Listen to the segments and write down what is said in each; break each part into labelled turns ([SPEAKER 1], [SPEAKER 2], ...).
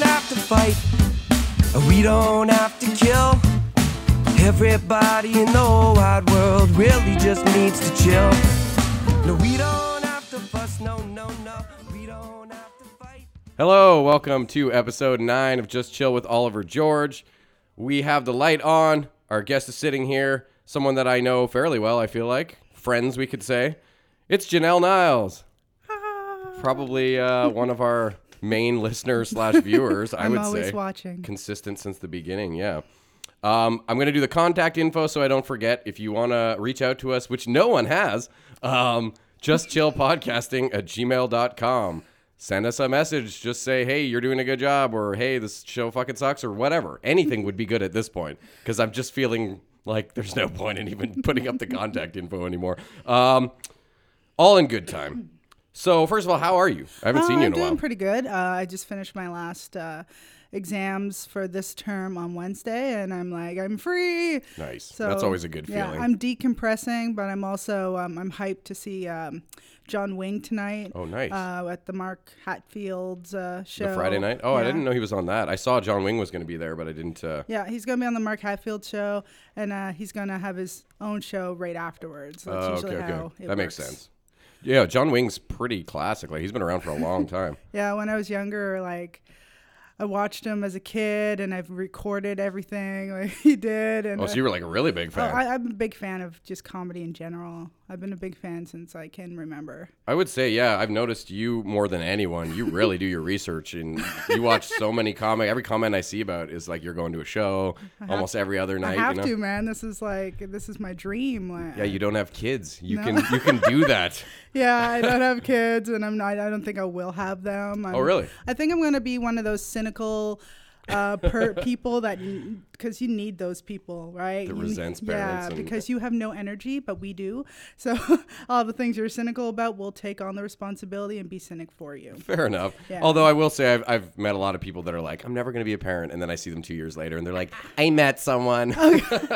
[SPEAKER 1] fight. We don't have to kill. Everybody in the whole wide world really just needs to chill. No, we don't have to fuss. No, no, no. We don't have to fight.
[SPEAKER 2] Hello, welcome to episode nine of Just Chill with Oliver George. We have the light on. Our guest is sitting here, someone that I know fairly well, I feel like. Friends, we could say. It's Janelle Niles. Probably uh, one of our main listeners slash viewers, I
[SPEAKER 3] I'm
[SPEAKER 2] would
[SPEAKER 3] always
[SPEAKER 2] say.
[SPEAKER 3] watching.
[SPEAKER 2] Consistent since the beginning, yeah. Um, I'm going to do the contact info so I don't forget. If you want to reach out to us, which no one has, um, just chill podcasting at gmail.com. Send us a message. Just say, hey, you're doing a good job, or hey, this show fucking sucks, or whatever. Anything would be good at this point because I'm just feeling like there's no point in even putting up the contact info anymore. Um, all in good time. So, first of all, how are you? I haven't seen
[SPEAKER 3] Uh,
[SPEAKER 2] you in
[SPEAKER 3] I'm
[SPEAKER 2] a
[SPEAKER 3] doing
[SPEAKER 2] while.
[SPEAKER 3] pretty good. Uh, I just finished my last uh, exams for this term on Wednesday, and I'm like, I'm free.
[SPEAKER 2] Nice. That's always a good
[SPEAKER 3] yeah,
[SPEAKER 2] feeling.
[SPEAKER 3] I'm decompressing, but I'm also um, I'm hyped to see um, John Wing tonight.
[SPEAKER 2] Oh, nice.
[SPEAKER 3] Uh, at the Mark Hatfield's uh, show.
[SPEAKER 2] The Friday night. Oh, I
[SPEAKER 3] Yeah.
[SPEAKER 2] didn't know he was on that. I saw John Wing was going to be there, but I didn't. Uh,
[SPEAKER 3] Yeah, he's gonna be on the Mark Hatfield show, and uh, he's gonna have his own show right afterwards. That's
[SPEAKER 2] oh,
[SPEAKER 3] usually
[SPEAKER 2] okay, okay.
[SPEAKER 3] how it
[SPEAKER 2] That makes
[SPEAKER 3] works.
[SPEAKER 2] sense. Yeah, John Wing's pretty classic. Like he's been around for a long time.
[SPEAKER 3] Yeah, when I was younger, like I watched him as a kid, and I've recorded everything like he did. And
[SPEAKER 2] Oh, so you were like a really big
[SPEAKER 3] uh,
[SPEAKER 2] fan.
[SPEAKER 3] I, I'm a big fan of just comedy in general. I've been a big fan since I can remember.
[SPEAKER 2] I would say, yeah, I've noticed you more than anyone. You really do your research, and you watch so many comic. Every comment I see about is like you're going to a show almost every other night.
[SPEAKER 3] I have
[SPEAKER 2] you know?
[SPEAKER 3] to, man. This is like this is my dream. Like,
[SPEAKER 2] Yeah, you don't have kids. You can you can do that.
[SPEAKER 3] yeah, I don't have kids, and I'm not. I don't think I will have them. I'm,
[SPEAKER 2] Oh, really?
[SPEAKER 3] I think I'm gonna be one of those cynical. Uh, per people that because you need those people, right?
[SPEAKER 2] That
[SPEAKER 3] You-
[SPEAKER 2] resents parents
[SPEAKER 3] yeah,
[SPEAKER 2] and-
[SPEAKER 3] because you have no energy, but we do. So all the things you're cynical about, we'll take on the responsibility and be cynic for you.
[SPEAKER 2] Fair enough.
[SPEAKER 3] Yeah.
[SPEAKER 2] Although I will say I've, I've met a lot of people that are like, I'm never going to be a parent. And then I see them two years later and they're like, I met someone.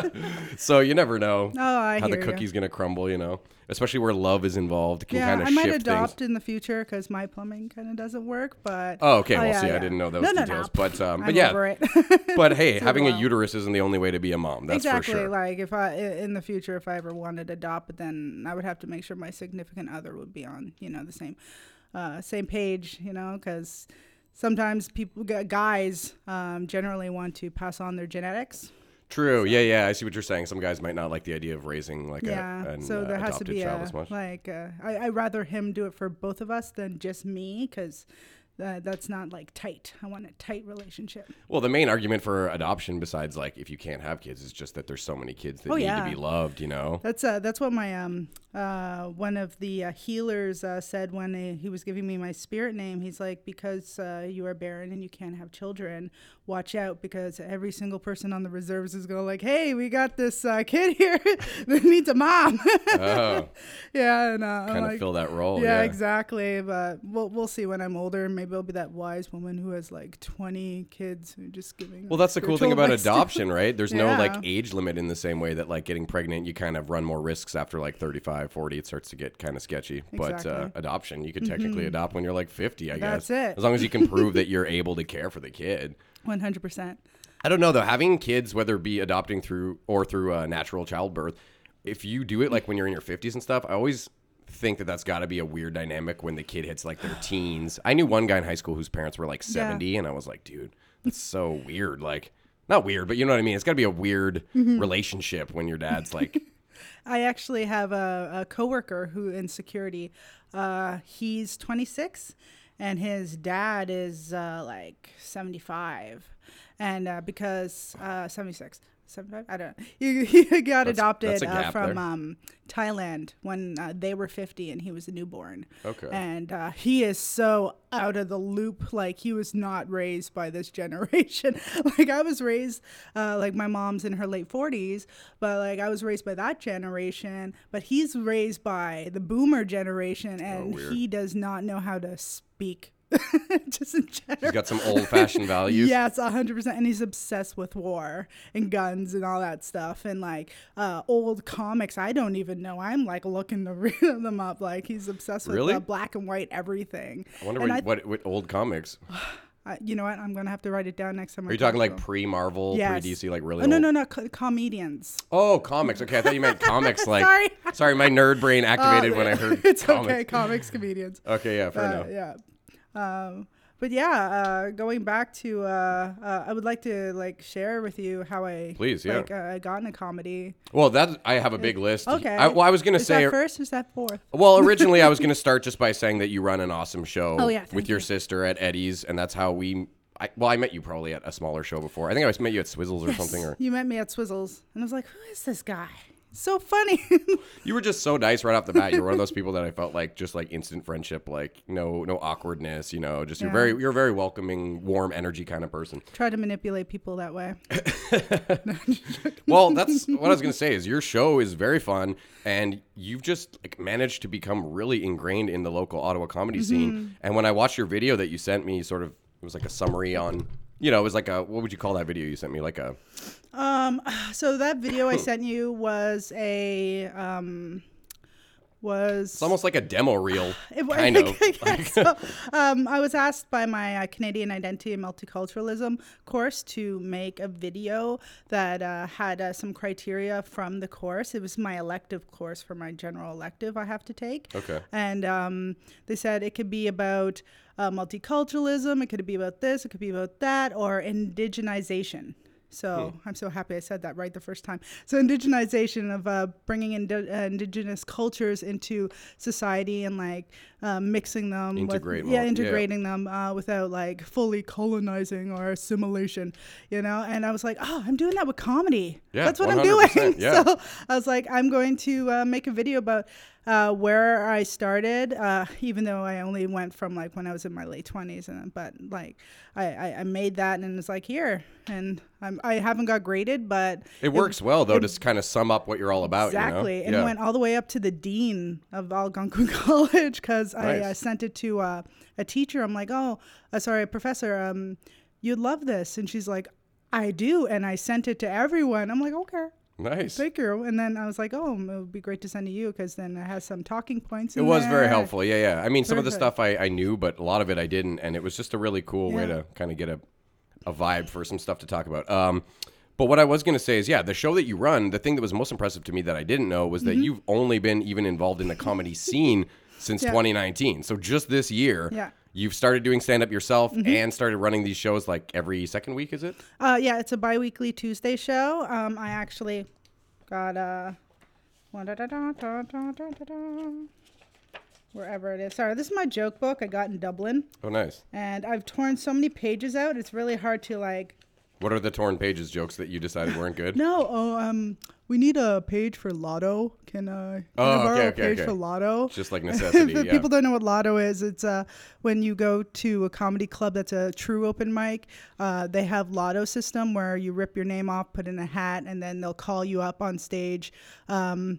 [SPEAKER 2] so you never know
[SPEAKER 3] Oh, I
[SPEAKER 2] how the
[SPEAKER 3] hear ya.
[SPEAKER 2] cookie's going to crumble, you know, especially where love is involved. It can
[SPEAKER 3] Yeah,
[SPEAKER 2] kind of
[SPEAKER 3] I might
[SPEAKER 2] shift
[SPEAKER 3] adopt
[SPEAKER 2] things.
[SPEAKER 3] in the future because my plumbing kind of doesn't work. But
[SPEAKER 2] Oh, okay.
[SPEAKER 3] Oh,
[SPEAKER 2] well,
[SPEAKER 3] yeah,
[SPEAKER 2] see, I
[SPEAKER 3] yeah.
[SPEAKER 2] didn't know those
[SPEAKER 3] No, no, no.
[SPEAKER 2] details. But, um,
[SPEAKER 3] I'm
[SPEAKER 2] but yeah.
[SPEAKER 3] over it.
[SPEAKER 2] But hey, having a
[SPEAKER 3] while.
[SPEAKER 2] uterus isn't the only way to be a mom. That's
[SPEAKER 3] exactly.
[SPEAKER 2] for sure.
[SPEAKER 3] Like if I i- in the future, if I ever wanted to adopt, then I would have to make sure my significant other would be on, you know, the same, uh, same page, you know, because sometimes people, gu- guys, um, generally want to pass on their genetics.
[SPEAKER 2] True. Yeah, yeah. I see what you're saying. Some guys might not like the idea of raising like
[SPEAKER 3] yeah.
[SPEAKER 2] a, an
[SPEAKER 3] so
[SPEAKER 2] uh,
[SPEAKER 3] there has to
[SPEAKER 2] adopted
[SPEAKER 3] be
[SPEAKER 2] child
[SPEAKER 3] a
[SPEAKER 2] as much.
[SPEAKER 3] like. Uh, I I rather him do it for both of us than just me, because. that's not like tight. I want a tight relationship.
[SPEAKER 2] Well, the main argument for adoption, besides like if you can't have kids, is just that there's so many kids that
[SPEAKER 3] Oh,
[SPEAKER 2] need
[SPEAKER 3] yeah.
[SPEAKER 2] to be loved, you know?
[SPEAKER 3] That's uh, that's what my um uh one of the uh, healers uh, said when he, he was giving me my spirit name. He's like, because uh, you are barren and you can't have children, watch out because every single person on the reserves is going like, hey, we got this uh, kid here that needs a mom.
[SPEAKER 2] Oh,
[SPEAKER 3] yeah, and uh, I'm
[SPEAKER 2] kind of
[SPEAKER 3] like,
[SPEAKER 2] fill that role.
[SPEAKER 3] yeah, exactly. But we'll we'll see when I'm older. Maybe I'll be that wise woman who has like 20 kids who are just giving.
[SPEAKER 2] Well, that's the
[SPEAKER 3] their
[SPEAKER 2] cool thing about
[SPEAKER 3] children.
[SPEAKER 2] adoption, right? There's no like
[SPEAKER 3] Yeah.
[SPEAKER 2] age limit in the same way that like getting pregnant, you kind of run more risks after like 35, 40. It starts to get kind of sketchy. But uh,
[SPEAKER 3] Exactly. Mm-hmm.
[SPEAKER 2] adoption, you could technically adopt when you're like 50, I guess.
[SPEAKER 3] That's it.
[SPEAKER 2] As long as you can prove that you're able to care for the kid.
[SPEAKER 3] 100%.
[SPEAKER 2] I don't know though. Having kids, whether it be adopting through or through uh, natural childbirth, if you do it like when you're in your 50s and stuff, I always think that that's got to be a weird dynamic when the kid hits like their teens. I knew one guy in high school whose parents were like 70, and I was like, dude, that's so weird. Like, not weird, but you know what I mean. It's got to be a weird
[SPEAKER 3] Mm-hmm.
[SPEAKER 2] relationship when your dad's like,
[SPEAKER 3] I actually have a, a coworker who in security. Uh, he's 26, and his dad is uh, like 75, and uh, because uh, 76. 75? I don't know. He, he got adopted
[SPEAKER 2] that's a
[SPEAKER 3] uh,
[SPEAKER 2] gap
[SPEAKER 3] from
[SPEAKER 2] there.
[SPEAKER 3] um, Thailand when uh, they were 50 and he was a newborn.
[SPEAKER 2] Okay.
[SPEAKER 3] And uh, he is so out of the loop. Like, he was not raised by this generation. like, I was raised, uh, like, my mom's in her late 40s, but like, I was raised by that generation. But he's raised by the boomer generation, and
[SPEAKER 2] Oh, weird.
[SPEAKER 3] he does not know how to speak. Just in general.
[SPEAKER 2] he's got some old fashioned values.
[SPEAKER 3] Yes, hundred percent. And he's obsessed with war and guns and all that stuff and like uh, old comics. I don't even know. I'm like looking to read them up. Like he's obsessed with
[SPEAKER 2] Really?
[SPEAKER 3] uh, black and white everything.
[SPEAKER 2] I wonder
[SPEAKER 3] And
[SPEAKER 2] what, what, what old comics.
[SPEAKER 3] I, you know what? I'm gonna have to write it down next time.
[SPEAKER 2] Are you talking like pre-Marvel,
[SPEAKER 3] Yes.
[SPEAKER 2] pre-DC, like really?
[SPEAKER 3] Oh, no,
[SPEAKER 2] old-
[SPEAKER 3] no, no, co- comedians.
[SPEAKER 2] Oh, comics. Okay, I thought you meant comics. Like,
[SPEAKER 3] Sorry. Um,
[SPEAKER 2] sorry, my nerd brain activated when I heard
[SPEAKER 3] Uh, it's
[SPEAKER 2] comics.
[SPEAKER 3] okay, comics, comedians.
[SPEAKER 2] Okay, yeah, fair
[SPEAKER 3] Uh,
[SPEAKER 2] enough.
[SPEAKER 3] yeah. Um, but yeah, uh, going back to, uh, uh, I would like to like share with you how I
[SPEAKER 2] Please, yeah.
[SPEAKER 3] like, uh, I got into comedy.
[SPEAKER 2] Well, that I have a big list.
[SPEAKER 3] Okay.
[SPEAKER 2] I, well, I was gonna
[SPEAKER 3] is
[SPEAKER 2] say. er
[SPEAKER 3] that first. Or is that fourth?
[SPEAKER 2] Well, originally I was going to start just by saying that you run an awesome show
[SPEAKER 3] Oh, yeah, thank
[SPEAKER 2] with your sister at Eddie's, and that's how we. I, well, I met you probably at a smaller show before. I think I met you at Swizzles or something. Or
[SPEAKER 3] You met me at Swizzles, and I was like, "Who is this guy? So funny."
[SPEAKER 2] you were just so nice right off the bat. You were one of those people that I felt like just like instant friendship, like no no awkwardness. You know, just you're
[SPEAKER 3] Yeah.
[SPEAKER 2] very you're a very welcoming, warm energy kind of person.
[SPEAKER 3] Try to manipulate people that way.
[SPEAKER 2] Well, that's what I was going to say is your show is very fun and you've just like managed to become really ingrained in the local Ottawa comedy
[SPEAKER 3] Mm-hmm.
[SPEAKER 2] scene. And when I watched your video that you sent me sort of it was like a summary on you know, it was like a what would you call that video you sent me like a
[SPEAKER 3] So that video I sent you was a um, was
[SPEAKER 2] it's almost like a demo reel
[SPEAKER 3] It was-
[SPEAKER 2] kind of.
[SPEAKER 3] I guess so. Um, I was asked by my uh, Canadian Identity and Multiculturalism course to make a video that uh, had uh, some criteria from the course. It was my elective course for my general elective I have to take.
[SPEAKER 2] Okay.
[SPEAKER 3] And um, they said it could be about uh, multiculturalism, it could be about this, it could be about that, or indigenization. So
[SPEAKER 2] Hmm.
[SPEAKER 3] I'm so happy I said that right the first time. So indigenization of uh, bringing indi- uh, indigenous cultures into society and like uh, mixing them,
[SPEAKER 2] Integrate
[SPEAKER 3] with, yeah,
[SPEAKER 2] mul- yeah.
[SPEAKER 3] integrating them uh, without like fully colonizing or assimilation, you know. And I was like, oh, I'm doing that with comedy.
[SPEAKER 2] Yeah,
[SPEAKER 3] that's what I'm
[SPEAKER 2] 100%,
[SPEAKER 3] doing.
[SPEAKER 2] yeah.
[SPEAKER 3] So I was like, I'm going to uh, make a video about uh, where I started, uh, even though I only went from like when I was in my late 20s. And but like, I, I, I made that and it's like here, and I'm, I haven't got graded, but
[SPEAKER 2] It works well though to kind of sum up what you're all about, you know?
[SPEAKER 3] Exactly. And
[SPEAKER 2] Yeah.
[SPEAKER 3] went all the way up to the dean of Algonquin College because I uh,
[SPEAKER 2] Nice.
[SPEAKER 3] sent it to uh, a teacher. I'm like, oh, uh, sorry, a professor, um, you'd love this. And she's like, I do. And I sent it to everyone. I'm like, okay.
[SPEAKER 2] nice.
[SPEAKER 3] Thank you. And then I was like, oh, it would be great to send to you because then it has some talking points.
[SPEAKER 2] It
[SPEAKER 3] in
[SPEAKER 2] was very
[SPEAKER 3] there.
[SPEAKER 2] helpful. Yeah, yeah. I mean, some of the
[SPEAKER 3] Perfect.
[SPEAKER 2] stuff I, I knew, but a lot of it I didn't, and it was just a really cool way
[SPEAKER 3] Yeah.
[SPEAKER 2] to kind of get a, a vibe for some stuff to talk about. Um, but what I was going to say is, yeah, the show that you run, the thing that was most impressive to me that I didn't know was that
[SPEAKER 3] Mm-hmm.
[SPEAKER 2] you've only been even involved in the comedy scene since
[SPEAKER 3] Yeah.
[SPEAKER 2] 2019. So just this year,
[SPEAKER 3] Yeah. Mm-hmm.
[SPEAKER 2] you've started doing stand up yourself and started running these shows like every second week, is it?
[SPEAKER 3] Uh, yeah, it's a bi weekly Tuesday show. Um, I actually got uh, wherever it is. Sorry, this is my joke book I got in Dublin.
[SPEAKER 2] Oh, nice.
[SPEAKER 3] And I've torn so many pages out, it's really hard to like
[SPEAKER 2] What are the torn pages jokes that you decided weren't good?
[SPEAKER 3] No, oh, um, we need a page for Lotto. Can I, can
[SPEAKER 2] Oh,
[SPEAKER 3] I
[SPEAKER 2] okay,
[SPEAKER 3] borrow
[SPEAKER 2] okay,
[SPEAKER 3] a page
[SPEAKER 2] okay.
[SPEAKER 3] for Lotto?
[SPEAKER 2] Just like necessity,
[SPEAKER 3] if
[SPEAKER 2] yeah.
[SPEAKER 3] people don't know what Lotto is, it's uh, when you go to a comedy club that's a true open mic. Uh, they have Lotto system where you rip your name off, put in a hat, and then they'll call you up on stage um,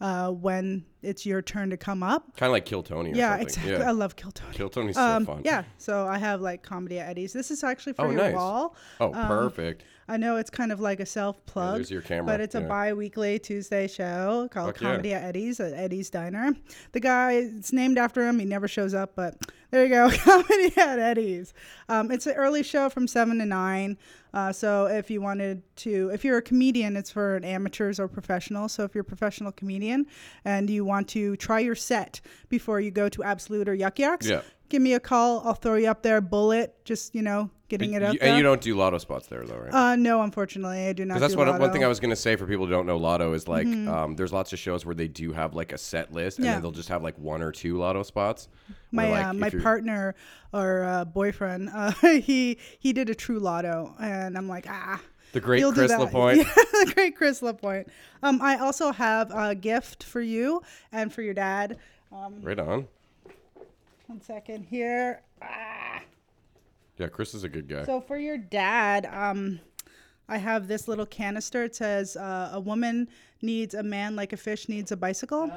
[SPEAKER 3] uh, when it's your turn to come up.
[SPEAKER 2] Kind of like Kill Tony or
[SPEAKER 3] Yeah,
[SPEAKER 2] something.
[SPEAKER 3] exactly. I love Kill Tony.
[SPEAKER 2] Kill Tony's
[SPEAKER 3] Um,
[SPEAKER 2] so fun.
[SPEAKER 3] yeah, so I have like comedy at Eddie's. This is actually for
[SPEAKER 2] Oh,
[SPEAKER 3] your
[SPEAKER 2] nice.
[SPEAKER 3] wall.
[SPEAKER 2] Oh,
[SPEAKER 3] Um,
[SPEAKER 2] perfect.
[SPEAKER 3] I know it's kind of like a self plug.
[SPEAKER 2] there's your camera,
[SPEAKER 3] But it's a
[SPEAKER 2] yeah.
[SPEAKER 3] bi weekly Tuesday show called
[SPEAKER 2] Fuck yeah.
[SPEAKER 3] Comedy at Eddie's at Eddie's Diner. The guy, it's named after him. He never shows up, but there you go Comedy at Eddie's. Um, it's an early show from 7 to 9. Uh, so if you wanted to, if you're a comedian, it's for amateurs or professionals. So if you're a professional comedian and you want to try your set before you go to Absolute or Yuck Yucks,
[SPEAKER 2] Yeah.
[SPEAKER 3] give me a call. I'll throw you up there, bullet, just, you know, getting it
[SPEAKER 2] You-
[SPEAKER 3] out there.
[SPEAKER 2] and you don't do lotto spots there, though, right?
[SPEAKER 3] Uh, no, unfortunately, I do not.
[SPEAKER 2] Because that's
[SPEAKER 3] do
[SPEAKER 2] one,
[SPEAKER 3] lotto. Mm-hmm.
[SPEAKER 2] one thing I was going to say for people who don't know Lotto is like, um, there's lots of shows where they do have like a set list and
[SPEAKER 3] Yeah.
[SPEAKER 2] then they'll just have like one or two Lotto spots.
[SPEAKER 3] My
[SPEAKER 2] where, like,
[SPEAKER 3] uh,
[SPEAKER 2] if
[SPEAKER 3] my
[SPEAKER 2] you're-
[SPEAKER 3] partner or uh, boyfriend, uh, he he did a true lotto, and I'm like, ah.
[SPEAKER 2] The great
[SPEAKER 3] you'll do
[SPEAKER 2] Chris
[SPEAKER 3] that.
[SPEAKER 2] Lapointe.
[SPEAKER 3] Yeah, the great Chris Lapointe. Um, I also have a gift for you and for your dad. Um,
[SPEAKER 2] Right on.
[SPEAKER 3] one second here. Ah.
[SPEAKER 2] Yeah, Chris is a good guy.
[SPEAKER 3] So for your dad, um, I have this little canister. It says, uh, "A woman needs a man like a fish needs a bicycle,"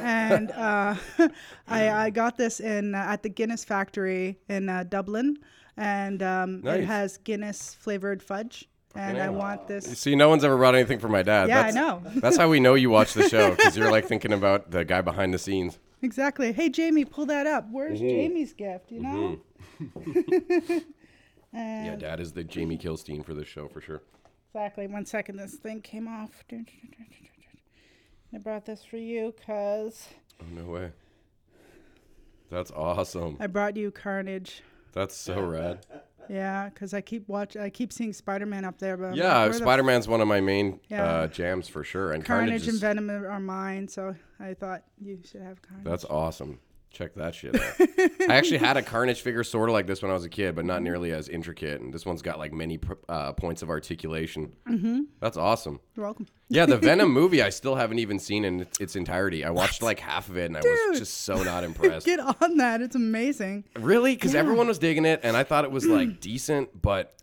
[SPEAKER 3] and uh, I, I got this in uh, at the Guinness factory in uh, Dublin, and um, it
[SPEAKER 2] Nice.
[SPEAKER 3] has Guinness flavored fudge, and I
[SPEAKER 2] hell.
[SPEAKER 3] want this.
[SPEAKER 2] See, no one's ever brought anything for my dad.
[SPEAKER 3] Yeah, I
[SPEAKER 2] that's,
[SPEAKER 3] know.
[SPEAKER 2] That's how we know you watch the show because you're like thinking about the guy behind the scenes.
[SPEAKER 3] Mm-hmm. Exactly. Hey Jamie, pull that up. Where's Jamie's gift? You know.
[SPEAKER 2] yeah, Dad is the Jamie Kilstein for this show for sure.
[SPEAKER 3] Exactly. One second, this thing came off. I brought this for you because
[SPEAKER 2] Oh no way. That's awesome.
[SPEAKER 3] I brought you Carnage.
[SPEAKER 2] That's so rad.
[SPEAKER 3] Yeah, because I keep watch. I keep seeing Spider Man up there, but I'm like,
[SPEAKER 2] Yeah,
[SPEAKER 3] where the
[SPEAKER 2] Spider Man's one of my main
[SPEAKER 3] Yeah.
[SPEAKER 2] uh, jams for sure, and
[SPEAKER 3] Carnage,
[SPEAKER 2] Carnage.
[SPEAKER 3] and
[SPEAKER 2] is,
[SPEAKER 3] Venom are mine, so I thought you should have Carnage.
[SPEAKER 2] that's awesome. Check that shit out. I actually had a Carnage figure sort of like this when I was a kid, but not nearly as intricate. And this one's got like many pr- uh, points of articulation. Mm-hmm. That's awesome.
[SPEAKER 3] You're welcome.
[SPEAKER 2] Yeah, the Venom movie I still haven't even seen in its, its entirety. I watched like half of it and I was
[SPEAKER 3] Dude.
[SPEAKER 2] just so not impressed.
[SPEAKER 3] Get on that. It's amazing.
[SPEAKER 2] Really? Because everyone was digging it, and I thought it was like decent, but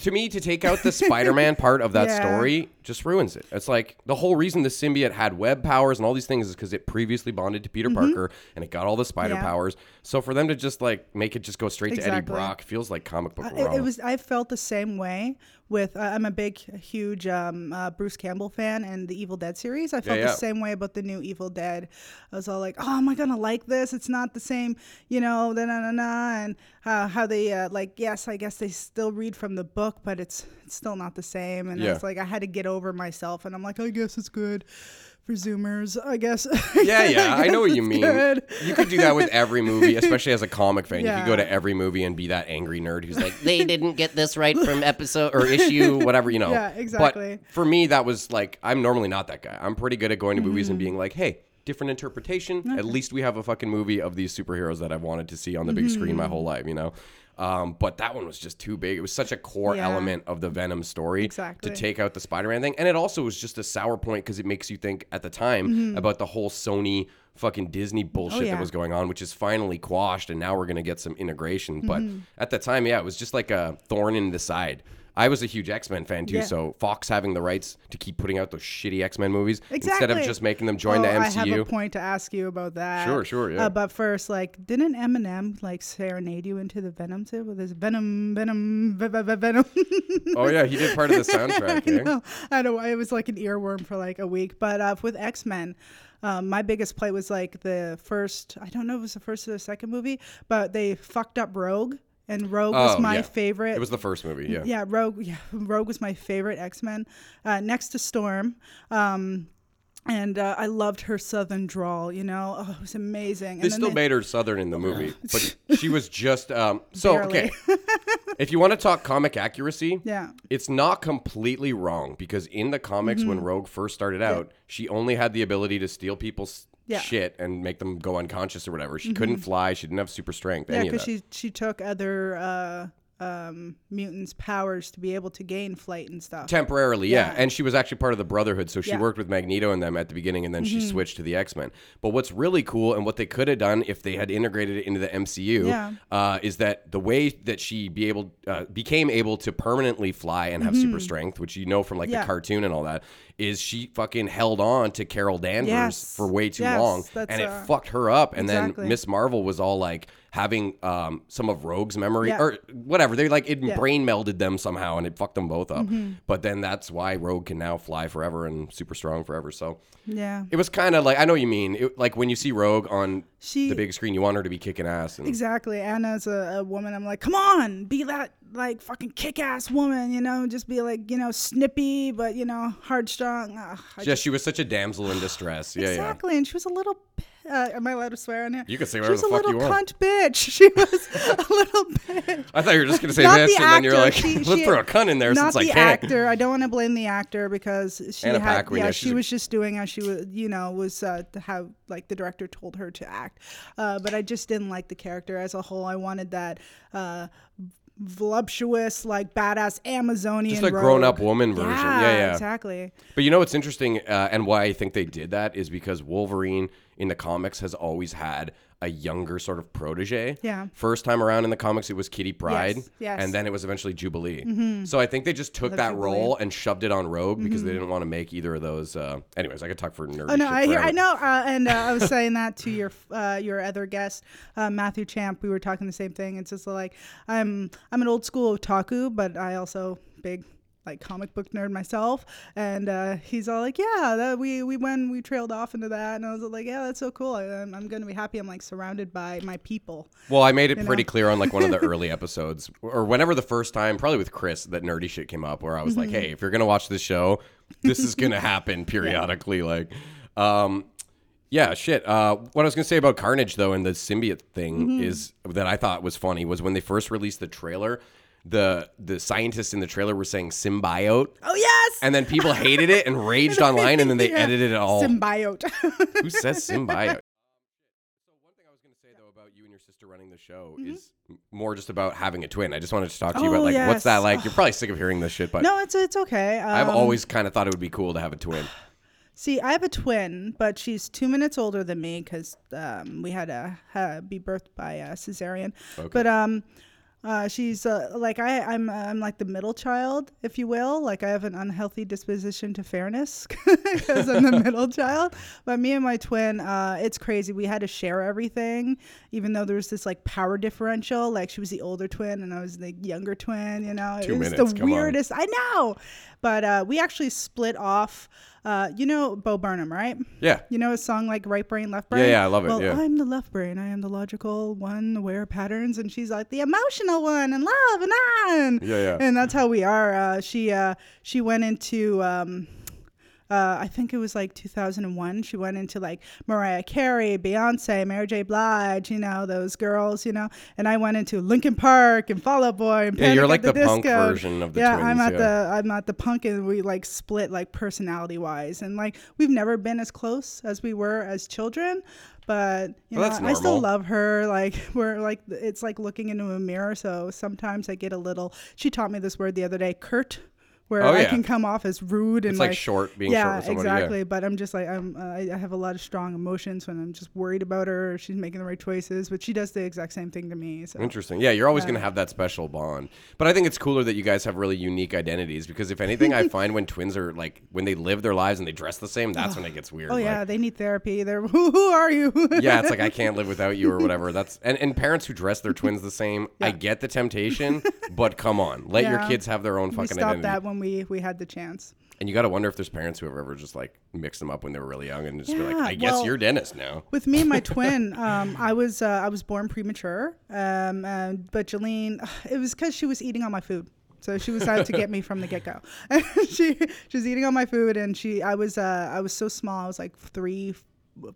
[SPEAKER 2] to me, to take out the Spider-Man part of that
[SPEAKER 3] Yeah.
[SPEAKER 2] story just ruins it. It's like the whole reason the symbiote had web powers and all these things is because it previously bonded to Peter Parker and it got all the spider
[SPEAKER 3] Mm-hmm. Yeah.
[SPEAKER 2] powers. So for them to just like make it just go straight to Eddie
[SPEAKER 3] Exactly. Uh,
[SPEAKER 2] Brock feels like comic book
[SPEAKER 3] It,
[SPEAKER 2] wrong.
[SPEAKER 3] it was. I felt the same way. With uh, I'm a big, huge um, uh, Bruce Campbell fan, and the Evil Dead series. I felt
[SPEAKER 2] yeah.
[SPEAKER 3] the same way about the new Evil Dead. I was all like, "Oh, am I gonna like this? It's not the same, you know." Da na na na, and uh, how they uh, like. Yes, I guess they still read from the book, but it's it's still not the same. And
[SPEAKER 2] Yeah.
[SPEAKER 3] it's like I had to get over myself, and I'm like, I guess it's good for Zoomers. I guess.
[SPEAKER 2] yeah, yeah, I know what
[SPEAKER 3] guess
[SPEAKER 2] you
[SPEAKER 3] it's
[SPEAKER 2] mean.
[SPEAKER 3] good.
[SPEAKER 2] You could do that with every movie, especially as a comic fan. You could go
[SPEAKER 3] Yeah.
[SPEAKER 2] to every movie and be that angry nerd who's like,
[SPEAKER 4] they didn't get this right from episode
[SPEAKER 2] or issue, whatever, you know.
[SPEAKER 3] Yeah, exactly.
[SPEAKER 2] But for me, that was like, I'm normally not that guy. I'm pretty good at going to movies
[SPEAKER 3] Mm-hmm.
[SPEAKER 2] and being like, hey, different interpretation. At least we have a fucking movie of these superheroes that I've wanted to see on the big screen my whole
[SPEAKER 3] Mm-hmm.
[SPEAKER 2] life, you know? Um, but that one was just too big. It was such a core
[SPEAKER 3] Yeah.
[SPEAKER 2] element of the Venom story
[SPEAKER 3] Exactly.
[SPEAKER 2] to take out the Spider Man thing. And it also was just a sour point because it makes you think at the time about the whole Sony fucking Disney bullshit that
[SPEAKER 3] Mm-hmm. Oh, yeah.
[SPEAKER 2] was going on, which is finally quashed, and now we're gonna get some integration. But
[SPEAKER 3] Mm-hmm.
[SPEAKER 2] at the time, yeah, it was just like a thorn in the side. I was a huge X Men fan too,
[SPEAKER 3] Yeah.
[SPEAKER 2] so Fox having the rights to keep putting out those shitty X Men movies instead of
[SPEAKER 3] Exactly.
[SPEAKER 2] just making them join
[SPEAKER 3] Oh,
[SPEAKER 2] the MCU.
[SPEAKER 3] I have a point to ask you about that.
[SPEAKER 2] Sure, sure, yeah.
[SPEAKER 3] Uh, but first, like, didn't Eminem like serenade you into the Venom suit with his Venom, Venom, ve- ve- ve- Venom?
[SPEAKER 2] oh yeah, he did part of the soundtrack. eh?
[SPEAKER 3] No, I don't. It was like an earworm for like a week. But uh, with X Men, um, my biggest play was like the first. I don't know if it was the first or the second movie, but they fucked up Rogue, and Rogue
[SPEAKER 2] Oh,
[SPEAKER 3] was my
[SPEAKER 2] yeah.
[SPEAKER 3] favorite.
[SPEAKER 2] It was the first movie. Yeah.
[SPEAKER 3] Yeah, Rogue. Yeah, Rogue was my favorite X Men, uh, next to Storm. Um, and uh, I loved her southern drawl. You know, oh, it was amazing.
[SPEAKER 2] They
[SPEAKER 3] and then
[SPEAKER 2] still
[SPEAKER 3] they-
[SPEAKER 2] made her southern in the movie, but she was just um, so
[SPEAKER 3] Barely.
[SPEAKER 2] okay. if you want to talk comic accuracy,
[SPEAKER 3] Yeah.
[SPEAKER 2] it's not completely wrong because in the comics when
[SPEAKER 3] Mm-hmm.
[SPEAKER 2] Rogue first started out, she only had the ability to steal people's
[SPEAKER 3] Yeah. Mm-hmm.
[SPEAKER 2] shit and make them go unconscious or whatever. She couldn't fly. She didn't have super strength.
[SPEAKER 3] Yeah,
[SPEAKER 2] any of
[SPEAKER 3] because
[SPEAKER 2] that.
[SPEAKER 3] she she took other uh, um, mutants' powers to be able to gain flight and stuff.
[SPEAKER 2] Temporarily, yeah. And she was actually part of the Brotherhood, so she
[SPEAKER 3] Yeah. Mm-hmm.
[SPEAKER 2] worked with Magneto and them at the beginning, and then she switched to the X Men. But what's really cool, and what they could have done if they had integrated it into the MCU,
[SPEAKER 3] Yeah.
[SPEAKER 2] uh, is that the way that she be able uh, became able to permanently fly and have super strength, which you know from like
[SPEAKER 3] Mm-hmm. Yeah.
[SPEAKER 2] the cartoon and all that, is she fucking held on to Carol Danvers
[SPEAKER 3] Yes.
[SPEAKER 2] for way too
[SPEAKER 3] Yes,
[SPEAKER 2] long,
[SPEAKER 3] that's,
[SPEAKER 2] and it
[SPEAKER 3] uh,
[SPEAKER 2] fucked her up. And
[SPEAKER 3] Exactly.
[SPEAKER 2] then Miss Marvel was all like having um, some of Rogue's memory
[SPEAKER 3] Yeah.
[SPEAKER 2] or whatever. They like it
[SPEAKER 3] Yeah. Mm-hmm.
[SPEAKER 2] brain melded them somehow, and it fucked them both up. But then that's why Rogue can now fly forever and super strong forever. So
[SPEAKER 3] yeah,
[SPEAKER 2] it was kind of like I know what you mean. It, like when you see Rogue on
[SPEAKER 3] She-
[SPEAKER 2] the big screen, you want her to be kicking ass. And
[SPEAKER 3] exactly. And as a, a woman, I'm like, come on, be that like fucking kick-ass woman. You know, just be like you know snippy, but you know hard strong. Ugh, I
[SPEAKER 2] yeah, she was such a damsel in distress. Yeah, yeah.
[SPEAKER 3] exactly. And she was a little. p- Uh, am I allowed to swear on here?
[SPEAKER 2] You can say
[SPEAKER 3] She
[SPEAKER 2] whatever
[SPEAKER 3] was
[SPEAKER 2] the
[SPEAKER 3] a
[SPEAKER 2] fuck
[SPEAKER 3] little
[SPEAKER 2] you want.
[SPEAKER 3] cunt bitch. She was a little bitch.
[SPEAKER 2] I thought you were just gonna say
[SPEAKER 3] Not
[SPEAKER 2] bitch,
[SPEAKER 3] the
[SPEAKER 2] and then you're
[SPEAKER 3] actor.
[SPEAKER 2] like,
[SPEAKER 3] She-
[SPEAKER 2] let's
[SPEAKER 3] she-
[SPEAKER 2] throw a cunt in there
[SPEAKER 3] Not
[SPEAKER 2] since I
[SPEAKER 3] the
[SPEAKER 2] can't.
[SPEAKER 3] actor. I don't want to blame the actor because she
[SPEAKER 2] Anna
[SPEAKER 3] had.
[SPEAKER 2] Paquin, yeah,
[SPEAKER 3] yeah,
[SPEAKER 2] she's
[SPEAKER 3] she
[SPEAKER 2] a-
[SPEAKER 3] was just doing as she was. You know, was uh, to how like the director told her to act. Uh, but I just didn't like the character as a whole. I wanted that. Uh, voluptuous like badass amazonian
[SPEAKER 2] Just a
[SPEAKER 3] rogue.
[SPEAKER 2] grown-up woman version.
[SPEAKER 3] yeah,
[SPEAKER 2] Yeah, yeah.
[SPEAKER 3] exactly
[SPEAKER 2] But you know what's interesting, uh, and why I think they did that is because Wolverine in the comics has always had a younger sort of protege.
[SPEAKER 3] Yeah.
[SPEAKER 2] First time around in the comics, it was Kitty Pride,
[SPEAKER 3] Yes, yes. Mm-hmm.
[SPEAKER 2] and then it was eventually Jubilee. So I think they just took that
[SPEAKER 3] Jubilee. Mm-hmm.
[SPEAKER 2] role and shoved it on Rogue because they didn't want to make either of those. Uh, anyways, I could talk for nerdy.
[SPEAKER 3] Oh no,
[SPEAKER 2] shit
[SPEAKER 3] I hear,
[SPEAKER 2] forever.
[SPEAKER 3] I know, uh, and uh, I was saying that to your uh, your other guest, uh, Matthew Champ. We were talking the same thing. It's just like I'm I'm an old school otaku, but I also big like comic book nerd myself, and uh, he's all like, "Yeah, that we we went we trailed off into that," and I was like, "Yeah, that's so cool. I, I'm, I'm gonna be happy. I'm like surrounded by my people."
[SPEAKER 2] Well, I made it
[SPEAKER 3] know?
[SPEAKER 2] pretty clear on like one of the early episodes, or whenever the first time, probably with Chris, that nerdy shit came up, where I was like,
[SPEAKER 3] Mm-hmm.
[SPEAKER 2] "Hey, if you're gonna watch this show, this is gonna happen periodically." Like, um, yeah, shit. Uh, what I was gonna say about Carnage though, and the symbiote thing
[SPEAKER 3] Mm-hmm.
[SPEAKER 2] is that I thought was funny was when they first released the trailer, the the scientists in the trailer were saying symbiote,
[SPEAKER 3] Oh yes.
[SPEAKER 2] and then people hated it and raged online, and then they
[SPEAKER 3] Yeah.
[SPEAKER 2] edited it all.
[SPEAKER 3] Symbiote.
[SPEAKER 2] Who says symbiote? Um, So one thing I was going to say though about you and your sister running the show is m- more just about having a twin. I just wanted to talk to you about
[SPEAKER 3] Mm-hmm. Oh,
[SPEAKER 2] like what's that
[SPEAKER 3] yes.
[SPEAKER 2] like? You're probably sick of hearing this shit, but
[SPEAKER 3] no, it's it's okay.
[SPEAKER 2] I've
[SPEAKER 3] Um,
[SPEAKER 2] always kind of thought it would be cool to have a twin.
[SPEAKER 3] See, I have a twin, but she's two minutes older than me because um, we had to ha- be birthed by a cesarean. But um, uh, she's uh, like I, I'm, uh, I'm like the middle child, if you will. Like I have an unhealthy disposition to fairness because I'm the middle child. But me and my twin, uh, it's crazy. We had to share everything, even though there was this like power differential. Like she was the older twin and I was the younger twin. You know,
[SPEAKER 2] Two
[SPEAKER 3] it was
[SPEAKER 2] minutes,
[SPEAKER 3] the
[SPEAKER 2] come on.
[SPEAKER 3] weirdest this- I know. But uh, we actually split off. Uh, you know Bo Burnham, right?
[SPEAKER 2] Yeah.
[SPEAKER 3] You know his song like Right Brain, Left Brain?
[SPEAKER 2] yeah, I love it,
[SPEAKER 3] Well,
[SPEAKER 2] yeah.
[SPEAKER 3] I'm the left brain. I am the logical one, aware of patterns. And she's like the emotional one and love and on.
[SPEAKER 2] Yeah, yeah.
[SPEAKER 3] And that's how we are. Uh, she, uh, she went into. Um, uh, I think it was like 2001. She went into like Mariah Carey, Beyonce, Mary J. Blige, you know those girls, you know. And I went into Linkin Park and Fall Out Boy and
[SPEAKER 2] Yeah, you're
[SPEAKER 3] Panic
[SPEAKER 2] like
[SPEAKER 3] at
[SPEAKER 2] the punk
[SPEAKER 3] Disco.
[SPEAKER 2] version of the
[SPEAKER 3] yeah,
[SPEAKER 2] twins,
[SPEAKER 3] I'm at
[SPEAKER 2] yeah.
[SPEAKER 3] the uh, I'm at the punk, and we like split like personality wise, and like we've never been as close as we were as children. But you
[SPEAKER 2] Well,
[SPEAKER 3] know,
[SPEAKER 2] that's
[SPEAKER 3] I still
[SPEAKER 2] normal.
[SPEAKER 3] love her. Like we're like it's like looking into a mirror. So sometimes I get a little. She taught me this word the other day, curt. Where
[SPEAKER 2] Oh,
[SPEAKER 3] I
[SPEAKER 2] yeah.
[SPEAKER 3] can come off as rude and
[SPEAKER 2] It's like short- being
[SPEAKER 3] yeah,
[SPEAKER 2] short with somebody, yeah.
[SPEAKER 3] exactly. But I'm just like I'm. Uh, I I have a lot of strong emotions when I'm just worried about her. If she's making the right choices, but she does the exact same thing to me. So
[SPEAKER 2] Interesting. Yeah, you're always going to have that special bond. But I think it's cooler that you guys have really unique identities because if anything, I find when twins are like when they live their lives and they dress the same, that's when it gets weird.
[SPEAKER 3] oh
[SPEAKER 2] Like,
[SPEAKER 3] yeah, they need therapy. They're who, who are you?
[SPEAKER 2] yeah, it's like I can't live without you or whatever. That's and, and parents who dress their twins the same. I get the temptation, but come on, let your
[SPEAKER 3] Yeah.
[SPEAKER 2] kids have their own
[SPEAKER 3] we
[SPEAKER 2] fucking
[SPEAKER 3] stopped
[SPEAKER 2] identity.
[SPEAKER 3] that when we we had the chance.
[SPEAKER 2] And you got to wonder if there's parents who have ever just like mixed them up when they were really young and just be like,
[SPEAKER 3] Yeah,
[SPEAKER 2] I guess
[SPEAKER 3] well-
[SPEAKER 2] you're Dennis now.
[SPEAKER 3] With me and my twin, um, I was uh, I was born premature, um, and, but Jolene, it was because she was eating all my food. So she was out to get me from the get go. she she was eating all my food, and she I was uh, I was so small. I was like three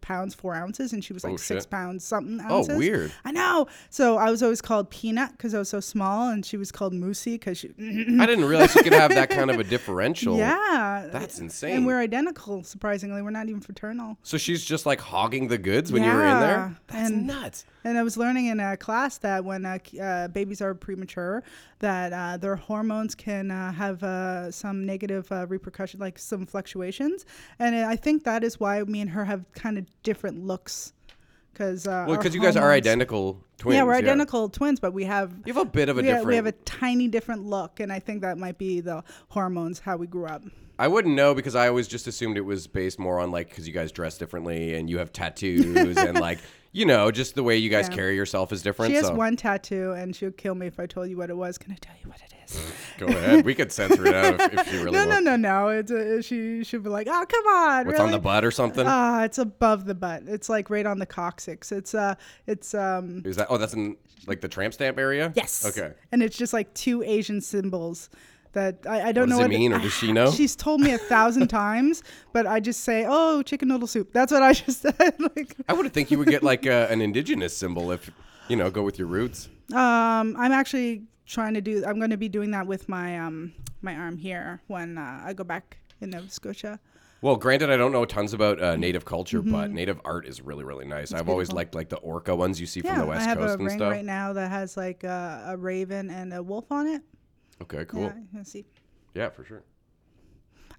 [SPEAKER 3] pounds four ounces, and she was like
[SPEAKER 2] Oh,
[SPEAKER 3] six
[SPEAKER 2] shit. Oh,
[SPEAKER 3] pounds something ounces.
[SPEAKER 2] weird.
[SPEAKER 3] I know. So I was always called Peanut because I was so small, and she was called Moosey because she.
[SPEAKER 2] I didn't realize you could have that kind of a differential.
[SPEAKER 3] yeah,
[SPEAKER 2] That's
[SPEAKER 3] And
[SPEAKER 2] insane.
[SPEAKER 3] we're identical. Surprisingly, we're not even fraternal.
[SPEAKER 2] so she's just like hogging the goods when you were in there?
[SPEAKER 3] Yeah,
[SPEAKER 2] That's
[SPEAKER 3] and-
[SPEAKER 2] nuts.
[SPEAKER 3] And I was learning in a class that when uh, c- uh, babies are premature, that uh, their hormones can uh, have uh, some negative uh, repercussion, like some fluctuations. And I think that is why me and her have kind of different looks, because uh,
[SPEAKER 2] Well,
[SPEAKER 3] our
[SPEAKER 2] because you guys are
[SPEAKER 3] hormones-
[SPEAKER 2] identical twins.
[SPEAKER 3] yeah, we're identical twins, but we have
[SPEAKER 2] You have a bit of a
[SPEAKER 3] we ha-
[SPEAKER 2] different.
[SPEAKER 3] we have a tiny different look, and I think that might be the hormones how we grew up.
[SPEAKER 2] I wouldn't know because I always just assumed it was based more on like because you guys dress differently and you have tattoos and like you know just the way you guys
[SPEAKER 3] Yeah.
[SPEAKER 2] carry yourself is different.
[SPEAKER 3] She has
[SPEAKER 2] so
[SPEAKER 3] one tattoo, and she would kill me if I told you what it was. Can I tell you what it is?
[SPEAKER 2] go ahead, we could censor it out if, if you really
[SPEAKER 3] No,
[SPEAKER 2] want.
[SPEAKER 3] no, no, no. It's a, she should be like, oh, come on.
[SPEAKER 2] What's
[SPEAKER 3] really?
[SPEAKER 2] on the butt or something?
[SPEAKER 3] Ah, it's above the butt. It's like right on the coccyx. It's uh, it's um,
[SPEAKER 2] Is that? Oh, that's in like the tramp stamp area.
[SPEAKER 3] yes.
[SPEAKER 2] Okay.
[SPEAKER 3] And it's just like two Asian symbols that I, I don't know
[SPEAKER 2] does it
[SPEAKER 3] what
[SPEAKER 2] mean, or does she know?
[SPEAKER 3] She's told me a thousand times, but I just say, oh, chicken noodle soup. That's what I just said. like,
[SPEAKER 2] I would think you would get like uh, an indigenous symbol if you know go with your roots.
[SPEAKER 3] um, I'm actually trying to do. I'm going to be doing that with my um, my arm here when uh, I go back in Nova Scotia.
[SPEAKER 2] Well, granted, I don't know tons about uh, native culture,
[SPEAKER 3] Mm-hmm.
[SPEAKER 2] but native art is really really nice. I've always liked like the orca ones you see from
[SPEAKER 3] Yeah,
[SPEAKER 2] the
[SPEAKER 3] I
[SPEAKER 2] west
[SPEAKER 3] have
[SPEAKER 2] coast
[SPEAKER 3] a
[SPEAKER 2] and
[SPEAKER 3] ring
[SPEAKER 2] stuff.
[SPEAKER 3] right now that has like a, a raven and a wolf on it.
[SPEAKER 2] Okay, cool.
[SPEAKER 3] Yeah,
[SPEAKER 2] Yeah.
[SPEAKER 3] let's see.
[SPEAKER 2] for sure.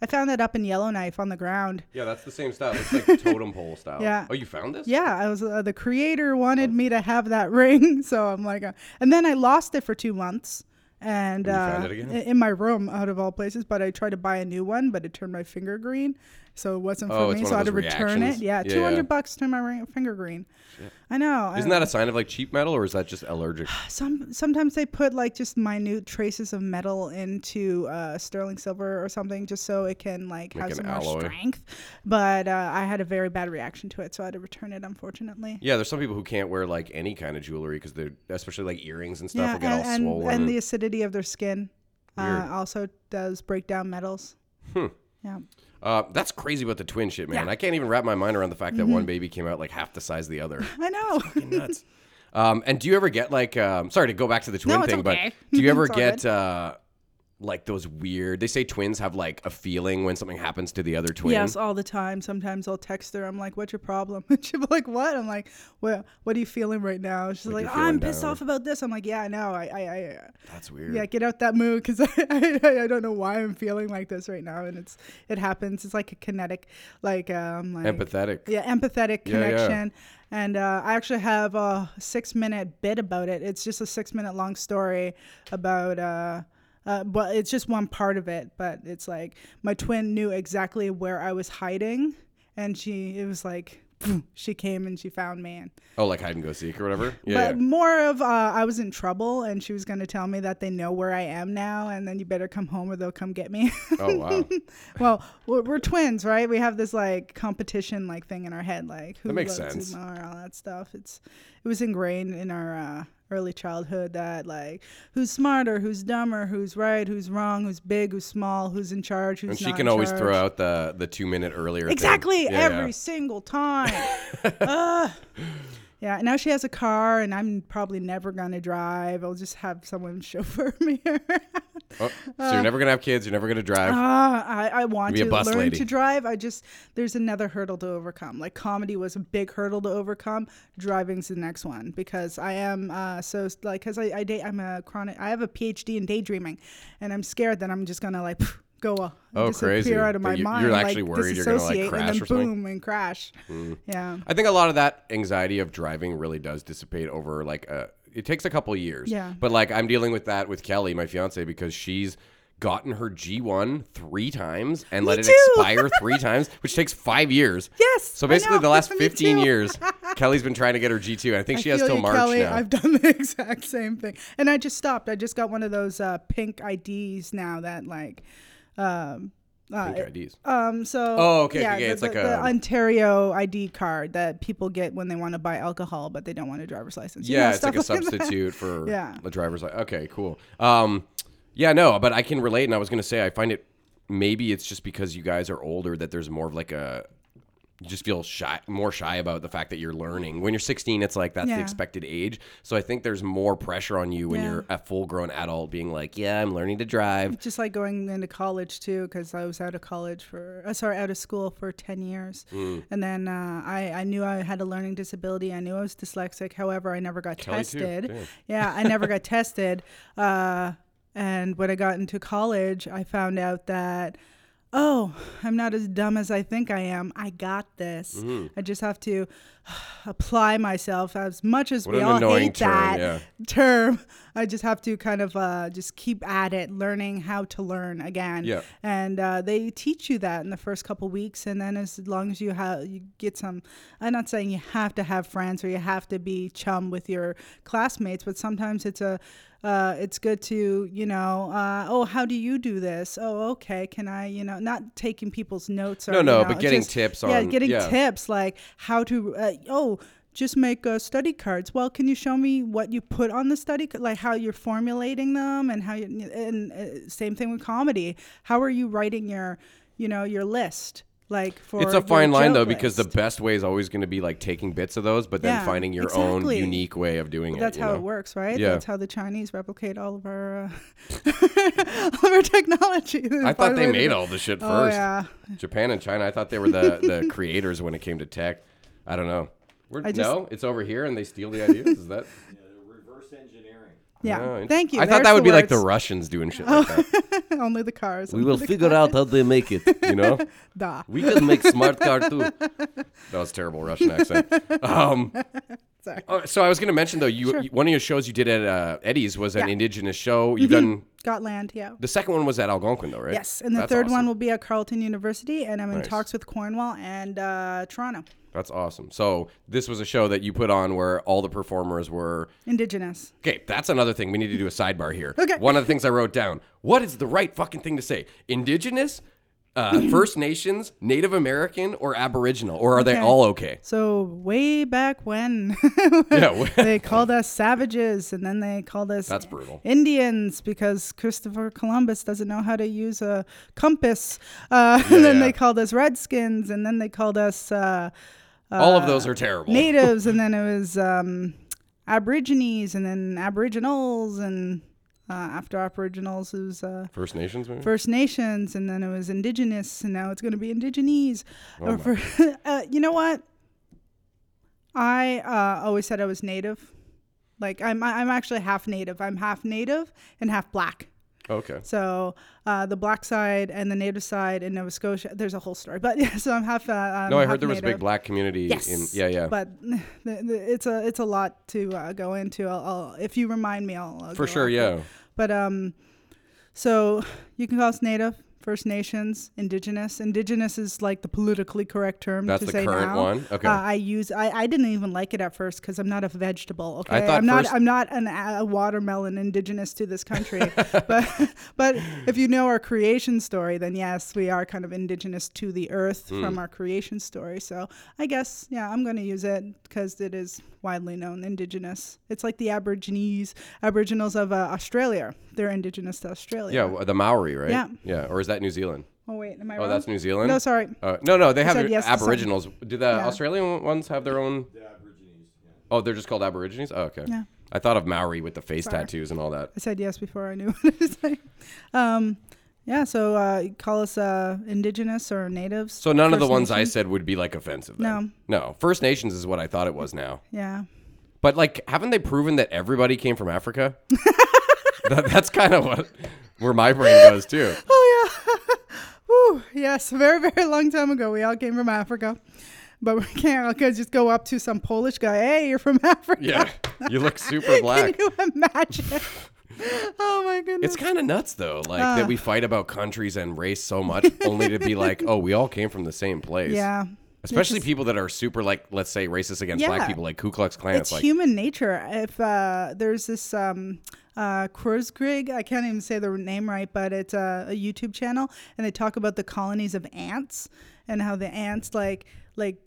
[SPEAKER 3] I found that up in Yellowknife on the ground.
[SPEAKER 2] Yeah, that's the same style. It's like totem pole style.
[SPEAKER 3] Yeah.
[SPEAKER 2] Oh, you found this?
[SPEAKER 3] Yeah, I was uh, the creator
[SPEAKER 2] Oh.
[SPEAKER 3] wanted me to have that ring, so I'm like, uh, and then I lost it for two months, and
[SPEAKER 2] you
[SPEAKER 3] uh,
[SPEAKER 2] found it again?
[SPEAKER 3] i- in my room, out of all places. But I tried to buy a new one, but it turned my finger green, so it wasn't for
[SPEAKER 2] Oh, it's
[SPEAKER 3] me.
[SPEAKER 2] one
[SPEAKER 3] So I
[SPEAKER 2] of
[SPEAKER 3] had to
[SPEAKER 2] those
[SPEAKER 3] return
[SPEAKER 2] reactions.
[SPEAKER 3] it. Yeah,
[SPEAKER 2] Yeah,
[SPEAKER 3] two hundred
[SPEAKER 2] yeah.
[SPEAKER 3] bucks to my ring, finger green. I know.
[SPEAKER 2] Isn't that a sign of like cheap metal, or is that just allergic?
[SPEAKER 3] Some sometimes they put like just minute traces of metal into uh, sterling silver or something just so it can like
[SPEAKER 2] Make
[SPEAKER 3] have
[SPEAKER 2] an
[SPEAKER 3] some more
[SPEAKER 2] alloy.
[SPEAKER 3] strength. But uh, I had a very bad reaction to it, so I had to return it. Unfortunately.
[SPEAKER 2] Yeah, there's some people who can't wear like any kind of jewelry because they're especially like earrings and stuff will get
[SPEAKER 3] and,
[SPEAKER 2] all
[SPEAKER 3] and,
[SPEAKER 2] swollen.
[SPEAKER 3] and the acidity of their skin uh,
[SPEAKER 2] Weird. Hmm.
[SPEAKER 3] also does break down metals. Yeah.
[SPEAKER 2] uh, that's crazy about the twin shit, man. I can't even wrap my mind around the fact that
[SPEAKER 3] Mm-hmm.
[SPEAKER 2] one baby came out like half the size of the other.
[SPEAKER 3] I know.
[SPEAKER 2] nuts. Um, and do you ever get like, um, sorry to go back to the twin
[SPEAKER 3] No, it's
[SPEAKER 2] thing,
[SPEAKER 3] okay.
[SPEAKER 2] but do you ever
[SPEAKER 3] It's all
[SPEAKER 2] get
[SPEAKER 3] good.
[SPEAKER 2] uh, like those weird? They say twins have like a feeling when something happens to the other twin.
[SPEAKER 3] Yes, all the time. Sometimes I'll text her. I'm like, "What's your problem?" And she'll be like, "What?" I'm like, "Well, what are you feeling right now?" She's like,
[SPEAKER 2] you're feeling
[SPEAKER 3] "I'm pissed
[SPEAKER 2] down.
[SPEAKER 3] off about this." I'm like, "Yeah, I know. I, I, I
[SPEAKER 2] that's weird.
[SPEAKER 3] yeah, get out that mood because I, I, I don't know why I'm feeling like this right now." And it's it happens. It's like a kinetic, like um, like
[SPEAKER 2] Empathetic.
[SPEAKER 3] yeah, empathetic
[SPEAKER 2] Yeah, yeah.
[SPEAKER 3] connection. And uh, I actually have a six minute bit about it. It's just a six minute long story about, uh, uh, but it's just one part of it. But it's like my twin knew exactly where I was hiding, and she, it was like, she came and she found me. And
[SPEAKER 2] Oh, like hide and go seek or whatever. Yeah.
[SPEAKER 3] but
[SPEAKER 2] yeah.
[SPEAKER 3] more of uh, I was in trouble, and she was going to tell me that they know where I am now, and then you better come home or they'll come get me.
[SPEAKER 2] Oh wow,
[SPEAKER 3] well, we're, we're twins, right? We have this like competition like thing in our head, like who
[SPEAKER 2] That makes
[SPEAKER 3] loves
[SPEAKER 2] sense.
[SPEAKER 3] who more, all that stuff. It's it was ingrained in our uh, early childhood that like who's smarter, who's dumber, who's right, who's wrong, who's big, who's small, who's in charge, who's
[SPEAKER 2] and she
[SPEAKER 3] not
[SPEAKER 2] can
[SPEAKER 3] in
[SPEAKER 2] always
[SPEAKER 3] charge.
[SPEAKER 2] throw out the the two minute earlier. thing.
[SPEAKER 3] exactly
[SPEAKER 2] Yeah,
[SPEAKER 3] every
[SPEAKER 2] yeah.
[SPEAKER 3] single time. Ugh. Yeah, now she has a car, and I'm probably never gonna drive. I'll just have someone chauffeur me.
[SPEAKER 2] Oh, so
[SPEAKER 3] uh,
[SPEAKER 2] you're never gonna have kids. You're never gonna drive.
[SPEAKER 3] Ah, I, I want
[SPEAKER 2] Be a
[SPEAKER 3] to
[SPEAKER 2] bus
[SPEAKER 3] learn
[SPEAKER 2] lady.
[SPEAKER 3] to drive. I just there's another hurdle to overcome. Like comedy was a big hurdle to overcome. Driving's the next one because I am uh, so like because I, I date I'm a chronic I have a PhD in daydreaming, and I'm scared that I'm just gonna like go uh,
[SPEAKER 2] Oh,
[SPEAKER 3] disappear
[SPEAKER 2] crazy.
[SPEAKER 3] out of
[SPEAKER 2] That
[SPEAKER 3] my
[SPEAKER 2] you- you're
[SPEAKER 3] mind.
[SPEAKER 2] actually
[SPEAKER 3] like,
[SPEAKER 2] worried you're gonna, like,
[SPEAKER 3] disassociate
[SPEAKER 2] crash
[SPEAKER 3] and then
[SPEAKER 2] or something? Hmm.
[SPEAKER 3] boom and crash. Yeah.
[SPEAKER 2] I think a lot of that anxiety of driving really does dissipate over like a. It takes a couple years.
[SPEAKER 3] Yeah.
[SPEAKER 2] But like I'm dealing with that with Kelly, my fiance, because she's gotten her G1 three times and let it
[SPEAKER 3] too.
[SPEAKER 2] expire three times, which takes five years.
[SPEAKER 3] Yes,
[SPEAKER 2] So
[SPEAKER 3] I
[SPEAKER 2] basically,
[SPEAKER 3] know.
[SPEAKER 2] the last
[SPEAKER 3] Me
[SPEAKER 2] 15
[SPEAKER 3] too.
[SPEAKER 2] years, Kelly's been trying to get her G2, and I think she
[SPEAKER 3] I
[SPEAKER 2] has
[SPEAKER 3] feel
[SPEAKER 2] till
[SPEAKER 3] you,
[SPEAKER 2] March
[SPEAKER 3] Kelly.
[SPEAKER 2] now.
[SPEAKER 3] I've done the exact same thing, and I just stopped. I just got one of those uh, pink IDs now that like. Um, uh,
[SPEAKER 2] Pink IDs.
[SPEAKER 3] Um. So.
[SPEAKER 2] Oh, okay,
[SPEAKER 3] Yeah,
[SPEAKER 2] okay,
[SPEAKER 3] the,
[SPEAKER 2] it's like
[SPEAKER 3] the- the
[SPEAKER 2] a-
[SPEAKER 3] Ontario ID card that people get when they want to buy alcohol, but they don't want a driver's license. You know,
[SPEAKER 2] yeah, it's like a
[SPEAKER 3] stuff that.
[SPEAKER 2] substitute for
[SPEAKER 3] Yeah.
[SPEAKER 2] the driver's like okay cool um yeah no but i can relate and i was gonna say i find it maybe it's just because you guys are older that there's more of like a you just feel shy more shy about the fact that you're learning when you're 16 it's like that's the
[SPEAKER 3] Yeah.
[SPEAKER 2] expected age so i think there's more pressure on you when
[SPEAKER 3] Yeah.
[SPEAKER 2] you're a full-grown adult being like yeah i'm learning to drive
[SPEAKER 3] Just like going into college too, because I was out of college for, uh, sorry, out of school for 10 years.
[SPEAKER 2] Mm.
[SPEAKER 3] And then uh, I, I knew I had a learning disability. I knew I was dyslexic. However, I never got
[SPEAKER 2] too.
[SPEAKER 3] tested. Yeah, I never got tested. Uh, and when I got into college, I found out that, oh, I'm not as dumb as I think I am. I got this.
[SPEAKER 2] Mm-hmm.
[SPEAKER 3] I just have to apply myself as much as
[SPEAKER 2] What
[SPEAKER 3] we
[SPEAKER 2] an
[SPEAKER 3] all
[SPEAKER 2] annoying
[SPEAKER 3] hate
[SPEAKER 2] term,
[SPEAKER 3] that
[SPEAKER 2] yeah.
[SPEAKER 3] term. I just have to kind of uh, just keep at it, learning how to learn again.
[SPEAKER 2] Yeah.
[SPEAKER 3] And uh, they teach you that in the first couple weeks, and then as long as you have, you get some. I'm not saying you have to have friends or you have to be chum with your classmates, but sometimes it's a. Uh, it's good to you know. Uh, oh, how do you do this? Oh, okay. Can I you know not taking people's notes or
[SPEAKER 2] No,
[SPEAKER 3] you
[SPEAKER 2] no,
[SPEAKER 3] know,
[SPEAKER 2] but getting
[SPEAKER 3] just-
[SPEAKER 2] tips
[SPEAKER 3] yeah
[SPEAKER 2] on-
[SPEAKER 3] getting
[SPEAKER 2] yeah.
[SPEAKER 3] tips tips like how to uh, oh just make uh, study cards well can you show me what you put on the study ca- like how you're formulating them and how you and uh, same thing with comedy how are you writing your you know your list like for
[SPEAKER 2] it's a
[SPEAKER 3] your
[SPEAKER 2] fine line though
[SPEAKER 3] joke
[SPEAKER 2] because the
[SPEAKER 3] list?
[SPEAKER 2] best way is always going to be like taking bits of those but then
[SPEAKER 3] Yeah,
[SPEAKER 2] finding your own
[SPEAKER 3] exactly.
[SPEAKER 2] unique way of doing
[SPEAKER 3] that's
[SPEAKER 2] it you
[SPEAKER 3] how
[SPEAKER 2] know?
[SPEAKER 3] it works right
[SPEAKER 2] Yeah.
[SPEAKER 3] that's how the chinese replicate all of our uh, all of our technology
[SPEAKER 2] i thought they made all the shit first
[SPEAKER 3] oh yeah
[SPEAKER 2] Japan and China. I thought they were the, the creators when it came to tech. I don't know. We're,
[SPEAKER 3] I just-
[SPEAKER 2] no, it's over here and they steal the ideas. Is that?
[SPEAKER 5] Reverse engineering.
[SPEAKER 3] yeah
[SPEAKER 2] Oh,
[SPEAKER 3] thank you
[SPEAKER 2] I thought
[SPEAKER 3] There's
[SPEAKER 2] that would
[SPEAKER 3] the
[SPEAKER 2] be like the
[SPEAKER 3] words.
[SPEAKER 2] Russians doing shit like that.
[SPEAKER 3] only the cars
[SPEAKER 4] We will figure out how they make it.
[SPEAKER 2] You know,
[SPEAKER 3] da.
[SPEAKER 4] We can make smart car too.
[SPEAKER 2] that was terrible Russian accent. Um,
[SPEAKER 3] Sorry.
[SPEAKER 2] uh, so I was going to mention though, you, you- one of your shows you did at uh, Eddie's was an
[SPEAKER 3] Yeah.
[SPEAKER 2] indigenous show. You've done
[SPEAKER 3] Got land, yeah.
[SPEAKER 2] The second one was at Algonquin, though, right?
[SPEAKER 3] Yes, and the
[SPEAKER 2] That's
[SPEAKER 3] third
[SPEAKER 2] awesome.
[SPEAKER 3] one will be at Carleton University, and I'm in
[SPEAKER 2] Nice.
[SPEAKER 3] talks with Cornwall and uh, Toronto,
[SPEAKER 2] That's awesome. So this was a show that you put on where all the performers were.
[SPEAKER 3] Indigenous.
[SPEAKER 2] Okay, that's another thing we need to do a sidebar here.
[SPEAKER 3] Okay.
[SPEAKER 2] One of the things I wrote down: what is the right fucking thing to say? Indigenous, uh, First Nations, Native American, or Aboriginal, or are they
[SPEAKER 3] Okay.
[SPEAKER 2] all okay?
[SPEAKER 3] So way back when,
[SPEAKER 2] Yeah,
[SPEAKER 3] they called us savages, and then they called us
[SPEAKER 2] That's brutal.
[SPEAKER 3] Indians because Christopher Columbus doesn't know how to use a compass. Uh, and then
[SPEAKER 2] yeah.
[SPEAKER 3] they called us Redskins, and then they called us uh,
[SPEAKER 2] all of those are terrible.
[SPEAKER 3] Natives, and then it was um, Aborigines, and then Aboriginals, and uh, after Aboriginals, it was. Uh,
[SPEAKER 2] First Nations, maybe.
[SPEAKER 3] First Nations, and then it was Indigenous, and now it's going to be Indigenese.
[SPEAKER 2] Oh
[SPEAKER 3] Or for- uh, you know what? I uh, always said I was Native. Like I'm, I'm actually half Native. I'm half Native and half Black.
[SPEAKER 2] okay.
[SPEAKER 3] So uh, the Black side and the Native side in Nova Scotia. There's a whole story, but yeah. So I'm half. Uh, I'm
[SPEAKER 2] No, I
[SPEAKER 3] half
[SPEAKER 2] heard there was a big
[SPEAKER 3] Native.
[SPEAKER 2] black community.
[SPEAKER 3] Yes.
[SPEAKER 2] In, yeah, yeah.
[SPEAKER 3] But the, the, it's a it's a lot to uh, go into. I'll, I'll, if you remind me, I'll, I'll
[SPEAKER 2] For
[SPEAKER 3] go
[SPEAKER 2] sure,
[SPEAKER 3] off it.
[SPEAKER 2] yeah.
[SPEAKER 3] But um, so you can call us Native, First Nations, Indigenous. Indigenous is like the politically correct term
[SPEAKER 2] That's
[SPEAKER 3] to
[SPEAKER 2] the
[SPEAKER 3] say
[SPEAKER 2] current
[SPEAKER 3] now.
[SPEAKER 2] one? Okay.
[SPEAKER 3] Uh, I use. I, I didn't even like it at first because I'm not a vegetable. Okay.
[SPEAKER 2] I thought
[SPEAKER 3] am not.
[SPEAKER 2] first-
[SPEAKER 3] I'm not an, a watermelon indigenous to this country. but but if you know our creation story, then yes, we are kind of indigenous to the earth
[SPEAKER 2] Hmm.
[SPEAKER 3] from our creation story. So I guess yeah, I'm going to use it because it is widely known indigenous. It's like the Aborigines, Aboriginals of uh, Australia. They're indigenous to Australia.
[SPEAKER 2] Yeah, w- the Maori, right?
[SPEAKER 3] Yeah.
[SPEAKER 2] Yeah, or is that New Zealand?
[SPEAKER 3] Oh wait, am I
[SPEAKER 2] Oh,
[SPEAKER 3] wrong?
[SPEAKER 2] that's New Zealand.
[SPEAKER 3] No, sorry.
[SPEAKER 2] Uh, no, no, they have
[SPEAKER 3] said
[SPEAKER 2] their
[SPEAKER 3] yes to some.
[SPEAKER 2] Aboriginals. Do the Australian ones have their own?
[SPEAKER 5] The Aborigines. Yeah.
[SPEAKER 2] Oh, they're just called Aborigines. Oh, okay.
[SPEAKER 3] Yeah.
[SPEAKER 2] I thought of Maori with the face tattoos and all that.
[SPEAKER 3] I said yes before I knew what I was saying. Um, yeah, so uh, call us uh, indigenous or natives.
[SPEAKER 2] So none of the
[SPEAKER 3] First
[SPEAKER 2] ones I
[SPEAKER 3] Nations.
[SPEAKER 2] said would be like offensive. Then. No. No. First Nations is what I thought it was now.
[SPEAKER 3] Yeah.
[SPEAKER 2] But like, haven't they proven that everybody came from Africa? that, that's kind of what where my brain goes too.
[SPEAKER 3] Oh yeah. Woo. Yes, a very very long time ago, we all came from Africa, but we can't all go- just go up to some Polish guy. Hey, you're from Africa.
[SPEAKER 2] Yeah. You look super
[SPEAKER 3] Can
[SPEAKER 2] black.
[SPEAKER 3] you imagine? oh my goodness.
[SPEAKER 2] It's kind of nuts though, like
[SPEAKER 3] Uh.
[SPEAKER 2] that we fight about countries and race so much, only to be like, oh, we all came from the same place.
[SPEAKER 3] yeah.
[SPEAKER 2] Especially people that are super like, let's say, racist against
[SPEAKER 3] Yeah.
[SPEAKER 2] black people, like Ku Klux Klan. It's,
[SPEAKER 3] It's
[SPEAKER 2] like,
[SPEAKER 3] human nature. If uh, there's this um, uh, Kreuzgrig, I can't even say the name right, but it's a, a YouTube channel, and they talk about the colonies of ants and how the ants like like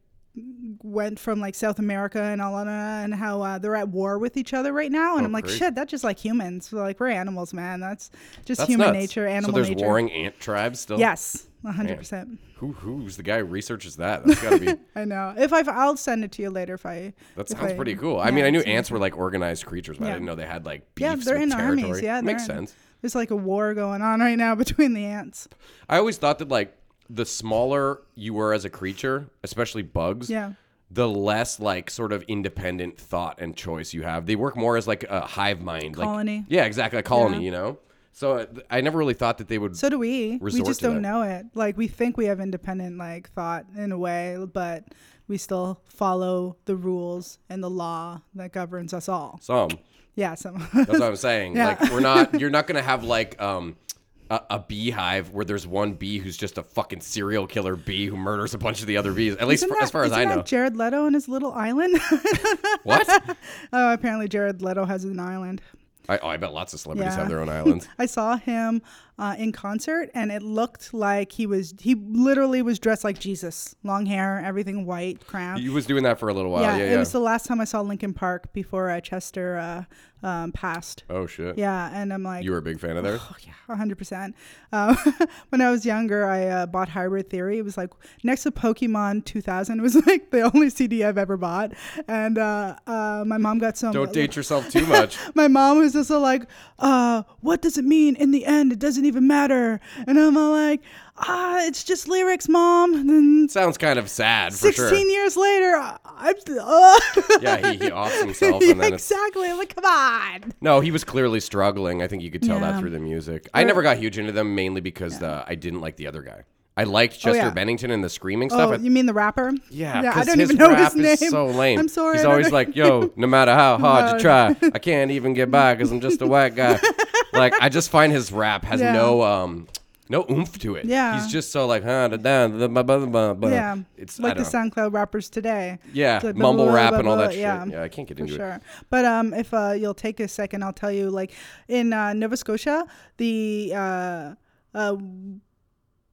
[SPEAKER 3] went from like South America and all that, and how uh, they're at war with each other right now. And I'm like,
[SPEAKER 2] Oh, great.
[SPEAKER 3] shit, that's just like humans. We're like we're animals, man. That's just
[SPEAKER 2] that's
[SPEAKER 3] human
[SPEAKER 2] nuts.
[SPEAKER 3] nature, animal
[SPEAKER 2] So there's
[SPEAKER 3] nature.
[SPEAKER 2] warring ant tribes still.
[SPEAKER 3] Yes, 100. percent
[SPEAKER 2] Who who's the guy who researches that? That's gotta be.
[SPEAKER 3] I know. If I, I'll send it to you later. If I.
[SPEAKER 2] That
[SPEAKER 3] if
[SPEAKER 2] sounds
[SPEAKER 3] I-
[SPEAKER 2] pretty cool. I
[SPEAKER 3] yeah,
[SPEAKER 2] mean, I knew
[SPEAKER 3] it's amazing.
[SPEAKER 2] ants were like organized creatures, but I
[SPEAKER 3] Yeah.
[SPEAKER 2] didn't know they had like beefs
[SPEAKER 3] Yeah, they're
[SPEAKER 2] with
[SPEAKER 3] in
[SPEAKER 2] territory.
[SPEAKER 3] armies. Yeah, they're
[SPEAKER 2] makes
[SPEAKER 3] in-
[SPEAKER 2] sense.
[SPEAKER 3] There's like a war going on right now between the ants.
[SPEAKER 2] I always thought that like the smaller you were as a creature, especially bugs,
[SPEAKER 3] Yeah.
[SPEAKER 2] the less like sort of independent thought and choice you have. They work more as like a hive mind, like-
[SPEAKER 3] Colony.
[SPEAKER 2] yeah, exactly, a colony. You know. So uh, th- I never really thought that they would.
[SPEAKER 3] So do we. We
[SPEAKER 2] Resort
[SPEAKER 3] just
[SPEAKER 2] to
[SPEAKER 3] don't
[SPEAKER 2] that.
[SPEAKER 3] know it. Like we think we have independent like thought in a way, but we still follow the rules and the law that governs us all.
[SPEAKER 2] some.
[SPEAKER 3] Yeah, so
[SPEAKER 2] That's what I'm saying.
[SPEAKER 3] Yeah.
[SPEAKER 2] Like we're not you're not gonna have like um a, a beehive where there's one bee who's just a fucking serial killer bee who murders a bunch of the other bees. At least
[SPEAKER 3] Isn't
[SPEAKER 2] for,
[SPEAKER 3] that-
[SPEAKER 2] as far as
[SPEAKER 3] isn't
[SPEAKER 2] I
[SPEAKER 3] that
[SPEAKER 2] know.
[SPEAKER 3] Jared Leto and his little island.
[SPEAKER 2] what?
[SPEAKER 3] oh, apparently Jared Leto has an island.
[SPEAKER 2] I, oh, I bet lots of celebrities
[SPEAKER 3] Yeah.
[SPEAKER 2] have their own islands.
[SPEAKER 3] I saw him uh, in concert, and it looked like he was—he literally was dressed like Jesus, long hair, everything white, crown.
[SPEAKER 2] He was doing that for a little while. Yeah, yeah.
[SPEAKER 3] it was the last time I saw Lincoln Park before uh, Chester uh, um, passed.
[SPEAKER 2] oh shit.
[SPEAKER 3] Yeah, and I'm like,
[SPEAKER 2] You were a big fan of theirs.
[SPEAKER 3] yeah, 100%. Um, when I was younger, I uh, bought Hybrid Theory. It was like next to Pokemon 2000 was like the only CD I've ever bought, and uh, uh, my mom got some.
[SPEAKER 2] Don't date yourself too much.
[SPEAKER 3] My mom was just all like, uh, "What does it mean? In the end, it doesn't even matter." And I'm all like, "Ah, it's just lyrics, mom." And then
[SPEAKER 2] Sounds kind of sad for
[SPEAKER 3] 16
[SPEAKER 2] sure.
[SPEAKER 3] years later, I- I'm. Uh,
[SPEAKER 2] Yeah, he, he offs himself
[SPEAKER 3] Yeah,
[SPEAKER 2] and then it's
[SPEAKER 3] exactly. I'm like, come on.
[SPEAKER 2] No, he was clearly struggling. I think you could tell that
[SPEAKER 3] Yeah.
[SPEAKER 2] through the music. I never got huge into them mainly because uh, I didn't like the other guy. I liked Chester
[SPEAKER 3] Oh, yeah.
[SPEAKER 2] Bennington and the screaming stuff.
[SPEAKER 3] Oh,
[SPEAKER 2] I-
[SPEAKER 3] you mean the rapper?
[SPEAKER 2] Yeah,
[SPEAKER 3] I
[SPEAKER 2] 'cause
[SPEAKER 3] don't
[SPEAKER 2] his
[SPEAKER 3] even know
[SPEAKER 2] rap
[SPEAKER 3] his name.
[SPEAKER 2] is so lame.
[SPEAKER 3] I'm sorry. I
[SPEAKER 2] He's
[SPEAKER 3] don't
[SPEAKER 2] always
[SPEAKER 3] know-
[SPEAKER 2] like, "Yo, no matter how hard you
[SPEAKER 3] No.
[SPEAKER 2] try, I can't even get by because I'm just a white guy." like I just find his rap has
[SPEAKER 3] Yeah.
[SPEAKER 2] no um no oomph to it.
[SPEAKER 3] Yeah.
[SPEAKER 2] he's just so like huh da da da ba ba ba ba.
[SPEAKER 3] yeah,
[SPEAKER 2] it's
[SPEAKER 3] like
[SPEAKER 2] I don't
[SPEAKER 3] the
[SPEAKER 2] know.
[SPEAKER 3] SoundCloud rappers today.
[SPEAKER 2] yeah
[SPEAKER 3] It's like blah,
[SPEAKER 2] mumble
[SPEAKER 3] blah,
[SPEAKER 2] rap
[SPEAKER 3] blah,
[SPEAKER 2] and all
[SPEAKER 3] blah,
[SPEAKER 2] that shit.
[SPEAKER 3] yeah.
[SPEAKER 2] Yeah. I can't get
[SPEAKER 3] For
[SPEAKER 2] into it.
[SPEAKER 3] sure. But um, if uh, you'll take a second, I'll tell you. Like in uh, Nova Scotia, the uh, uh,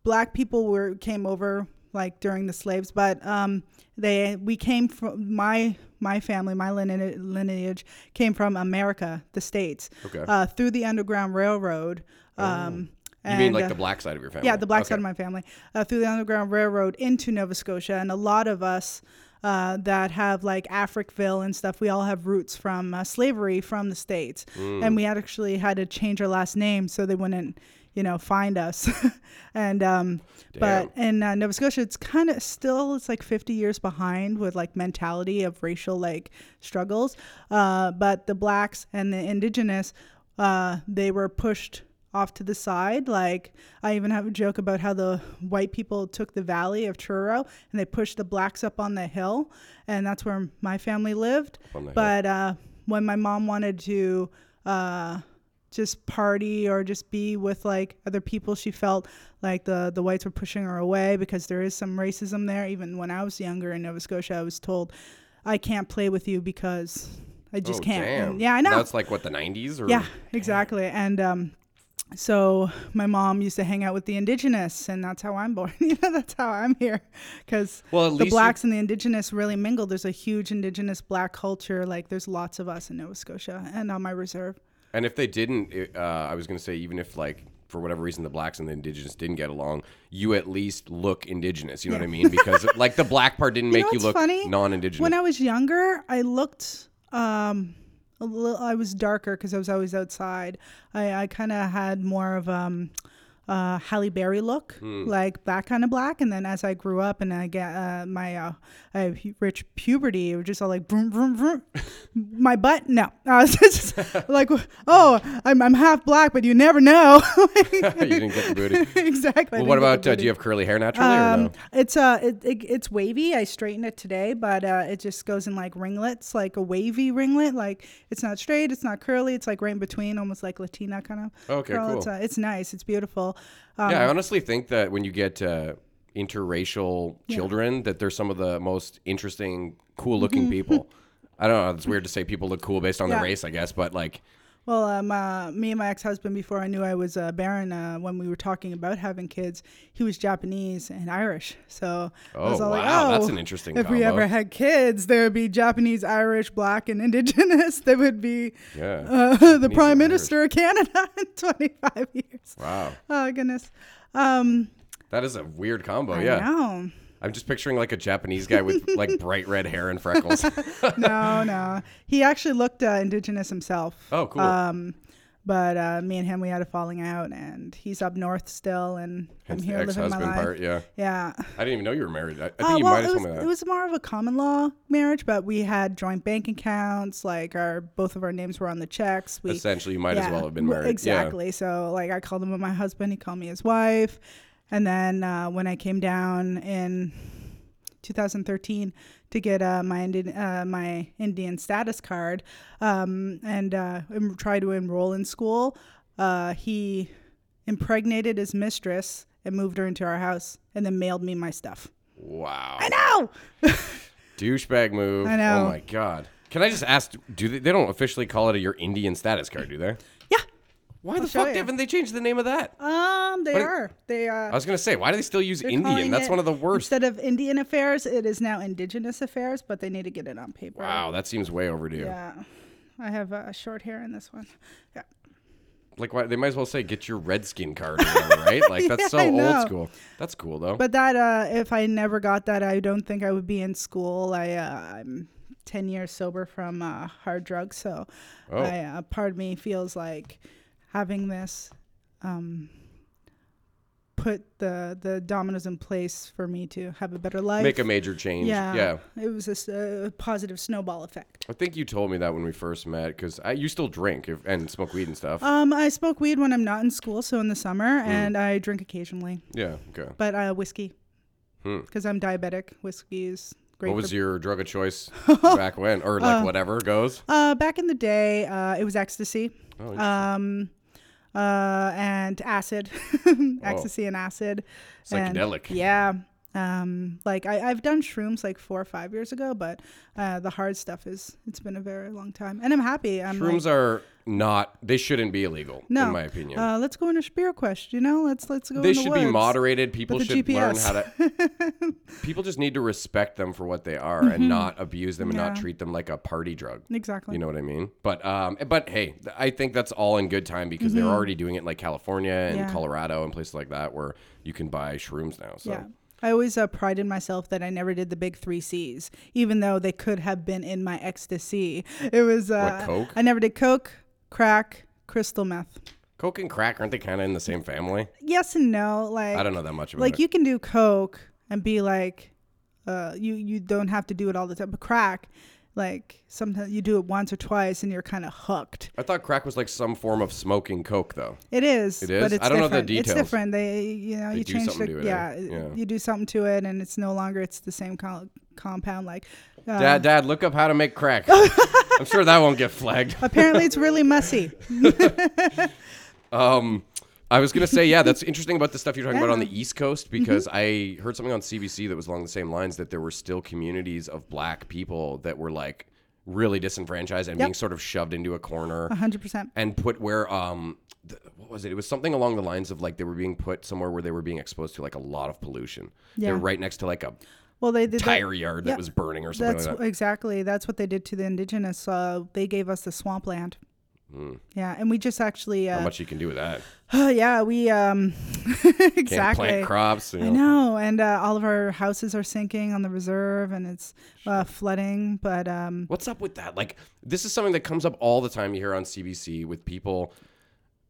[SPEAKER 3] black people were came over like during the slaves, but um, they we came from my my family, my lineage, lineage came from America, the states,
[SPEAKER 2] Okay. Oh.
[SPEAKER 3] uh, through the Underground Railroad. Um,
[SPEAKER 2] You mean
[SPEAKER 3] and,
[SPEAKER 2] like
[SPEAKER 3] uh,
[SPEAKER 2] the black side of your family?
[SPEAKER 3] yeah, the black
[SPEAKER 2] Okay.
[SPEAKER 3] side of my family uh, through the Underground Railroad into Nova Scotia, and a lot of us uh, that have like Africville and stuff, we all have roots from uh, slavery from the states,
[SPEAKER 2] Mm.
[SPEAKER 3] and we had actually had to change our last name so they wouldn't, you know, find us. and um, but in uh, Nova Scotia, it's kind of still it's like 50 years behind with like mentality of racial like struggles, uh, but the blacks and the indigenous uh, they were pushed off to the side. Like I even have a joke about how the white people took the valley of Truro and they pushed the blacks up on the hill, and that's where my family lived.
[SPEAKER 2] on the hill.
[SPEAKER 3] But uh, when my mom wanted to uh, just party or just be with like other people, she felt like the the whites were pushing her away because there is some racism there. Even when I was younger in Nova Scotia, I was told. I can't play with you because I just
[SPEAKER 2] Oh,
[SPEAKER 3] can't.
[SPEAKER 2] damn.
[SPEAKER 3] And- yeah, I know.
[SPEAKER 2] That's like what the '90s or
[SPEAKER 3] Yeah, exactly. And um, so my mom used to hang out with the indigenous, and that's how I'm born. you know, that's how I'm here because
[SPEAKER 2] Well, at
[SPEAKER 3] the
[SPEAKER 2] least you-
[SPEAKER 3] blacks and the indigenous really mingle. There's a huge indigenous black culture. Like there's lots of us in Nova Scotia and on my reserve.
[SPEAKER 2] And if they didn't, it, uh, I was going to say, even if like for whatever reason the blacks and the indigenous didn't get along, you at least look indigenous. You know what I mean? Because like the black part didn't make
[SPEAKER 3] know
[SPEAKER 2] you
[SPEAKER 3] what's
[SPEAKER 2] look
[SPEAKER 3] funny?
[SPEAKER 2] non-indigenous.
[SPEAKER 3] When I was younger, I looked. Um, a little, I was darker because I was always outside. I, I kind of had more of um, uh, Halle Berry look,
[SPEAKER 2] Hmm.
[SPEAKER 3] like that kind of black. And then as I grew up and I get uh, my uh, I pu- rich puberty, it was just all like vroom vroom vroom. my butt, no, I was just like, oh, I'm, I'm half black, but you never know.
[SPEAKER 2] you didn't get the booty.
[SPEAKER 3] exactly. I
[SPEAKER 2] Well, what
[SPEAKER 3] didn't get
[SPEAKER 2] about
[SPEAKER 3] the
[SPEAKER 2] uh,
[SPEAKER 3] booty.
[SPEAKER 2] do you have curly hair naturally or no?
[SPEAKER 3] It's uh, it, it, it's wavy. I straightened it today, but uh, it just goes in like ringlets, like a wavy ringlet. Like it's not straight, it's not curly. It's like right in between, almost like Latina kind of.
[SPEAKER 2] Okay,
[SPEAKER 3] curl. It's,
[SPEAKER 2] cool.
[SPEAKER 3] uh, it's nice. It's beautiful. Um,
[SPEAKER 2] yeah, I honestly think that when you get uh, interracial children, that they're some of the most interesting, cool-looking people. I don't know. It's weird to say people look cool based on
[SPEAKER 3] Mm-hmm. Yeah.
[SPEAKER 2] their race, I guess, but like,
[SPEAKER 3] Well, um, uh, me and my ex-husband, before I knew I was uh, barren, uh, when we were talking about having kids, he was Japanese and Irish. So I was
[SPEAKER 2] Oh,
[SPEAKER 3] all
[SPEAKER 2] wow,
[SPEAKER 3] like, "Oh,
[SPEAKER 2] that's an interesting
[SPEAKER 3] If we
[SPEAKER 2] combo."
[SPEAKER 3] ever had kids, there would be Japanese, Irish, Black, and Indigenous. There would be
[SPEAKER 2] Yeah.
[SPEAKER 3] uh, the
[SPEAKER 2] and
[SPEAKER 3] Prime
[SPEAKER 2] Irish.
[SPEAKER 3] Minister of Canada in 25 years.
[SPEAKER 2] wow,
[SPEAKER 3] Oh goodness. Um,
[SPEAKER 2] that is a weird combo.
[SPEAKER 3] I
[SPEAKER 2] yeah,
[SPEAKER 3] know.
[SPEAKER 2] I'm just picturing like a Japanese guy with like bright red hair and freckles.
[SPEAKER 3] No, no. Uh, He actually looked uh, indigenous himself.
[SPEAKER 2] Oh, cool.
[SPEAKER 3] Um, but uh, me and him, we had a falling out, and he's up north still, and
[SPEAKER 2] Hence the
[SPEAKER 3] I'm here living my
[SPEAKER 2] ex-husband
[SPEAKER 3] life.
[SPEAKER 2] part, yeah.
[SPEAKER 3] Yeah.
[SPEAKER 2] I didn't even know you were married. I, I think
[SPEAKER 3] Uh,
[SPEAKER 2] you
[SPEAKER 3] well,
[SPEAKER 2] might have
[SPEAKER 3] it
[SPEAKER 2] told
[SPEAKER 3] was
[SPEAKER 2] me that.
[SPEAKER 3] it was more of a common law marriage, but we had joint bank accounts. Like our both of our names were on the checks. We
[SPEAKER 2] Essentially, you might as well have been
[SPEAKER 3] well,
[SPEAKER 2] married.
[SPEAKER 3] Exactly. So like I called him my husband, he called me his wife. And then uh, when I came down in 2013 to get uh, my Indian, uh, my Indian status card um, and uh, em- try to enroll in school, uh, he impregnated his mistress and moved her into our house and then mailed me my stuff.
[SPEAKER 2] Yeah. Wow.
[SPEAKER 3] No!
[SPEAKER 2] Douchebag move.
[SPEAKER 3] I know.
[SPEAKER 2] Oh my god. Can I just ask? Do they, they don't officially call it a your Indian status card? Do they?
[SPEAKER 3] Yeah.
[SPEAKER 2] Why the
[SPEAKER 3] show
[SPEAKER 2] fuck
[SPEAKER 3] you.
[SPEAKER 2] haven't they changed the name of that?
[SPEAKER 3] Um, they
[SPEAKER 2] But it-
[SPEAKER 3] are. they uh,
[SPEAKER 2] I was gonna say, why do they still use
[SPEAKER 3] They're
[SPEAKER 2] Indian?
[SPEAKER 3] calling
[SPEAKER 2] That's
[SPEAKER 3] it-
[SPEAKER 2] one of the worst.
[SPEAKER 3] Instead of Indian affairs, it is now Indigenous affairs, but they need to get it on paper.
[SPEAKER 2] Wow, that seems way overdue.
[SPEAKER 3] Yeah. I have uh, short hair in this one. Yeah.
[SPEAKER 2] Like, why, they might as well say get your redskin card, or whatever, right? Like, that's
[SPEAKER 3] Yeah,
[SPEAKER 2] so
[SPEAKER 3] I
[SPEAKER 2] old
[SPEAKER 3] know.
[SPEAKER 2] school. That's cool though.
[SPEAKER 3] But that, uh, if I never got that, I don't think I would be in school. I, uh, I'm 10 years sober from uh, hard drugs, so
[SPEAKER 2] Oh.
[SPEAKER 3] I, uh, part of me feels like having this um, put the, the dominoes in place for me to have a better life.
[SPEAKER 2] Make a major change.
[SPEAKER 3] yeah.
[SPEAKER 2] yeah.
[SPEAKER 3] It was a s- a positive snowball effect.
[SPEAKER 2] I think you told me that when we first met because you still drink if, and smoke weed and stuff.
[SPEAKER 3] Um, I smoke weed when I'm not in school, so in the summer,
[SPEAKER 2] Hmm.
[SPEAKER 3] and I drink occasionally,
[SPEAKER 2] yeah. Okay.
[SPEAKER 3] but uh, whiskey because I'm diabetic. Whiskey is great.
[SPEAKER 2] Hmm. What was
[SPEAKER 3] for-
[SPEAKER 2] your drug of choice back when, or like whatever goes?
[SPEAKER 3] uh, back in the day, uh, it was ecstasy.
[SPEAKER 2] Oh,
[SPEAKER 3] um, uh, and acid, ecstasy and acid. and-
[SPEAKER 2] Psychedelic.
[SPEAKER 3] yeah. Um, like I, I've done shrooms like four or five years ago, but uh, the hard stuff is it's been a very long time, and I'm happy. I'm like,
[SPEAKER 2] Shrooms are not. They shouldn't be illegal,
[SPEAKER 3] no,
[SPEAKER 2] in my opinion.
[SPEAKER 3] Uh, let's go on a spear quest. You know, let's let's go.
[SPEAKER 2] they
[SPEAKER 3] in the
[SPEAKER 2] should be
[SPEAKER 3] woods.
[SPEAKER 2] moderated. People
[SPEAKER 3] the
[SPEAKER 2] should learn
[SPEAKER 3] GPS.
[SPEAKER 2] how to. people just need to respect them for what they are and not abuse them and not treat them like a party drug.
[SPEAKER 3] Mm-hmm. Exactly.
[SPEAKER 2] You know what I mean? But um, but hey, th- I think that's all in good time because they're already doing it in like California and
[SPEAKER 3] Mm-hmm. Yeah.
[SPEAKER 2] Colorado and places like that where you can buy shrooms now. So
[SPEAKER 3] Yeah. I always uh, prided myself that I never did the big three C's, even though they could have been in my ecstasy. It was uh,
[SPEAKER 2] What, coke?
[SPEAKER 3] I never did coke, crack, crystal meth.
[SPEAKER 2] coke and crack aren't they kind of in the same family?
[SPEAKER 3] Yes and no. Like
[SPEAKER 2] I don't know that much about
[SPEAKER 3] Like
[SPEAKER 2] it.
[SPEAKER 3] you can do coke and be like, uh, you you don't have to do it all the time. But crack, like sometimes you do it once or twice and you're kind of hooked.
[SPEAKER 2] I thought crack was like some form of smoking coke though.
[SPEAKER 3] It is.
[SPEAKER 2] It is?
[SPEAKER 3] But it's
[SPEAKER 2] I don't know
[SPEAKER 3] different.
[SPEAKER 2] the
[SPEAKER 3] It's
[SPEAKER 2] details.
[SPEAKER 3] different. They you know
[SPEAKER 2] They
[SPEAKER 3] you
[SPEAKER 2] do
[SPEAKER 3] change the
[SPEAKER 2] something to it, eh?
[SPEAKER 3] yeah,
[SPEAKER 2] Yeah.
[SPEAKER 3] you do something to it and it's no longer it's the same co- compound like. Uh,
[SPEAKER 2] Dad, Dad, look up how to make crack. I'm sure that won't get flagged.
[SPEAKER 3] Apparently, it's really messy.
[SPEAKER 2] Um, I was gonna say, yeah, that's interesting about the stuff you're talking about on the East Coast because
[SPEAKER 3] Mm-hmm.
[SPEAKER 2] I heard something on CBC that was along the same lines that there were still communities of Black people that were like really disenfranchised and being sort of shoved into a corner,
[SPEAKER 3] Uh-huh. 100%.
[SPEAKER 2] and put where um. th- What was it? It was something along the lines of like they were being put somewhere where they were being exposed to like a lot of pollution.
[SPEAKER 3] Yeah.
[SPEAKER 2] They're right next to like a
[SPEAKER 3] Well, they did that-
[SPEAKER 2] tire yard that
[SPEAKER 3] yeah.
[SPEAKER 2] was burning or something
[SPEAKER 3] That's
[SPEAKER 2] like that.
[SPEAKER 3] exactly that's what they did to the indigenous. Uh, they gave us the swampland. Yeah, and we just actually,
[SPEAKER 2] Hmm. How
[SPEAKER 3] uh,
[SPEAKER 2] much you can do with that?
[SPEAKER 3] yeah, we um, exactly.
[SPEAKER 2] Can't plant crops. You know.
[SPEAKER 3] I know, and uh, all of our houses are sinking on the reserve, and it's uh, flooding. But um,
[SPEAKER 2] What's up with that? Like, this is something that comes up all the time you hear on CBC with people.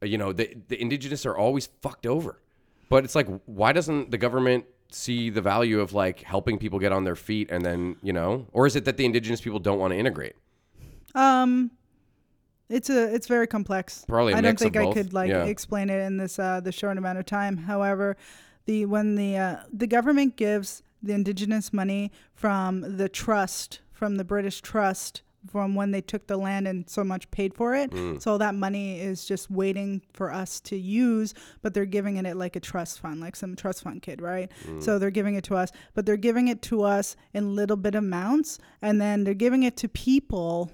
[SPEAKER 2] uh, You know, the the indigenous are always fucked over, but it's like, why doesn't the government see the value of like helping people get on their feet and then you know, or is it that the indigenous people don't want to integrate?
[SPEAKER 3] um, it's a it's very complex.
[SPEAKER 2] Probably a
[SPEAKER 3] I don't
[SPEAKER 2] mix of
[SPEAKER 3] think I
[SPEAKER 2] both.
[SPEAKER 3] could like
[SPEAKER 2] Yeah.
[SPEAKER 3] explain it in this uh, the short amount of time. However, the when the uh, the government gives the indigenous money from the trust from the British trust from when they took the land and so much paid for it.
[SPEAKER 2] Mm.
[SPEAKER 3] So that money is just waiting for us to use, but they're giving it like a trust fund, like some trust fund kid, right?
[SPEAKER 2] Mm.
[SPEAKER 3] So they're giving it to us, but they're giving it to us in little bit amounts and then they're giving it to people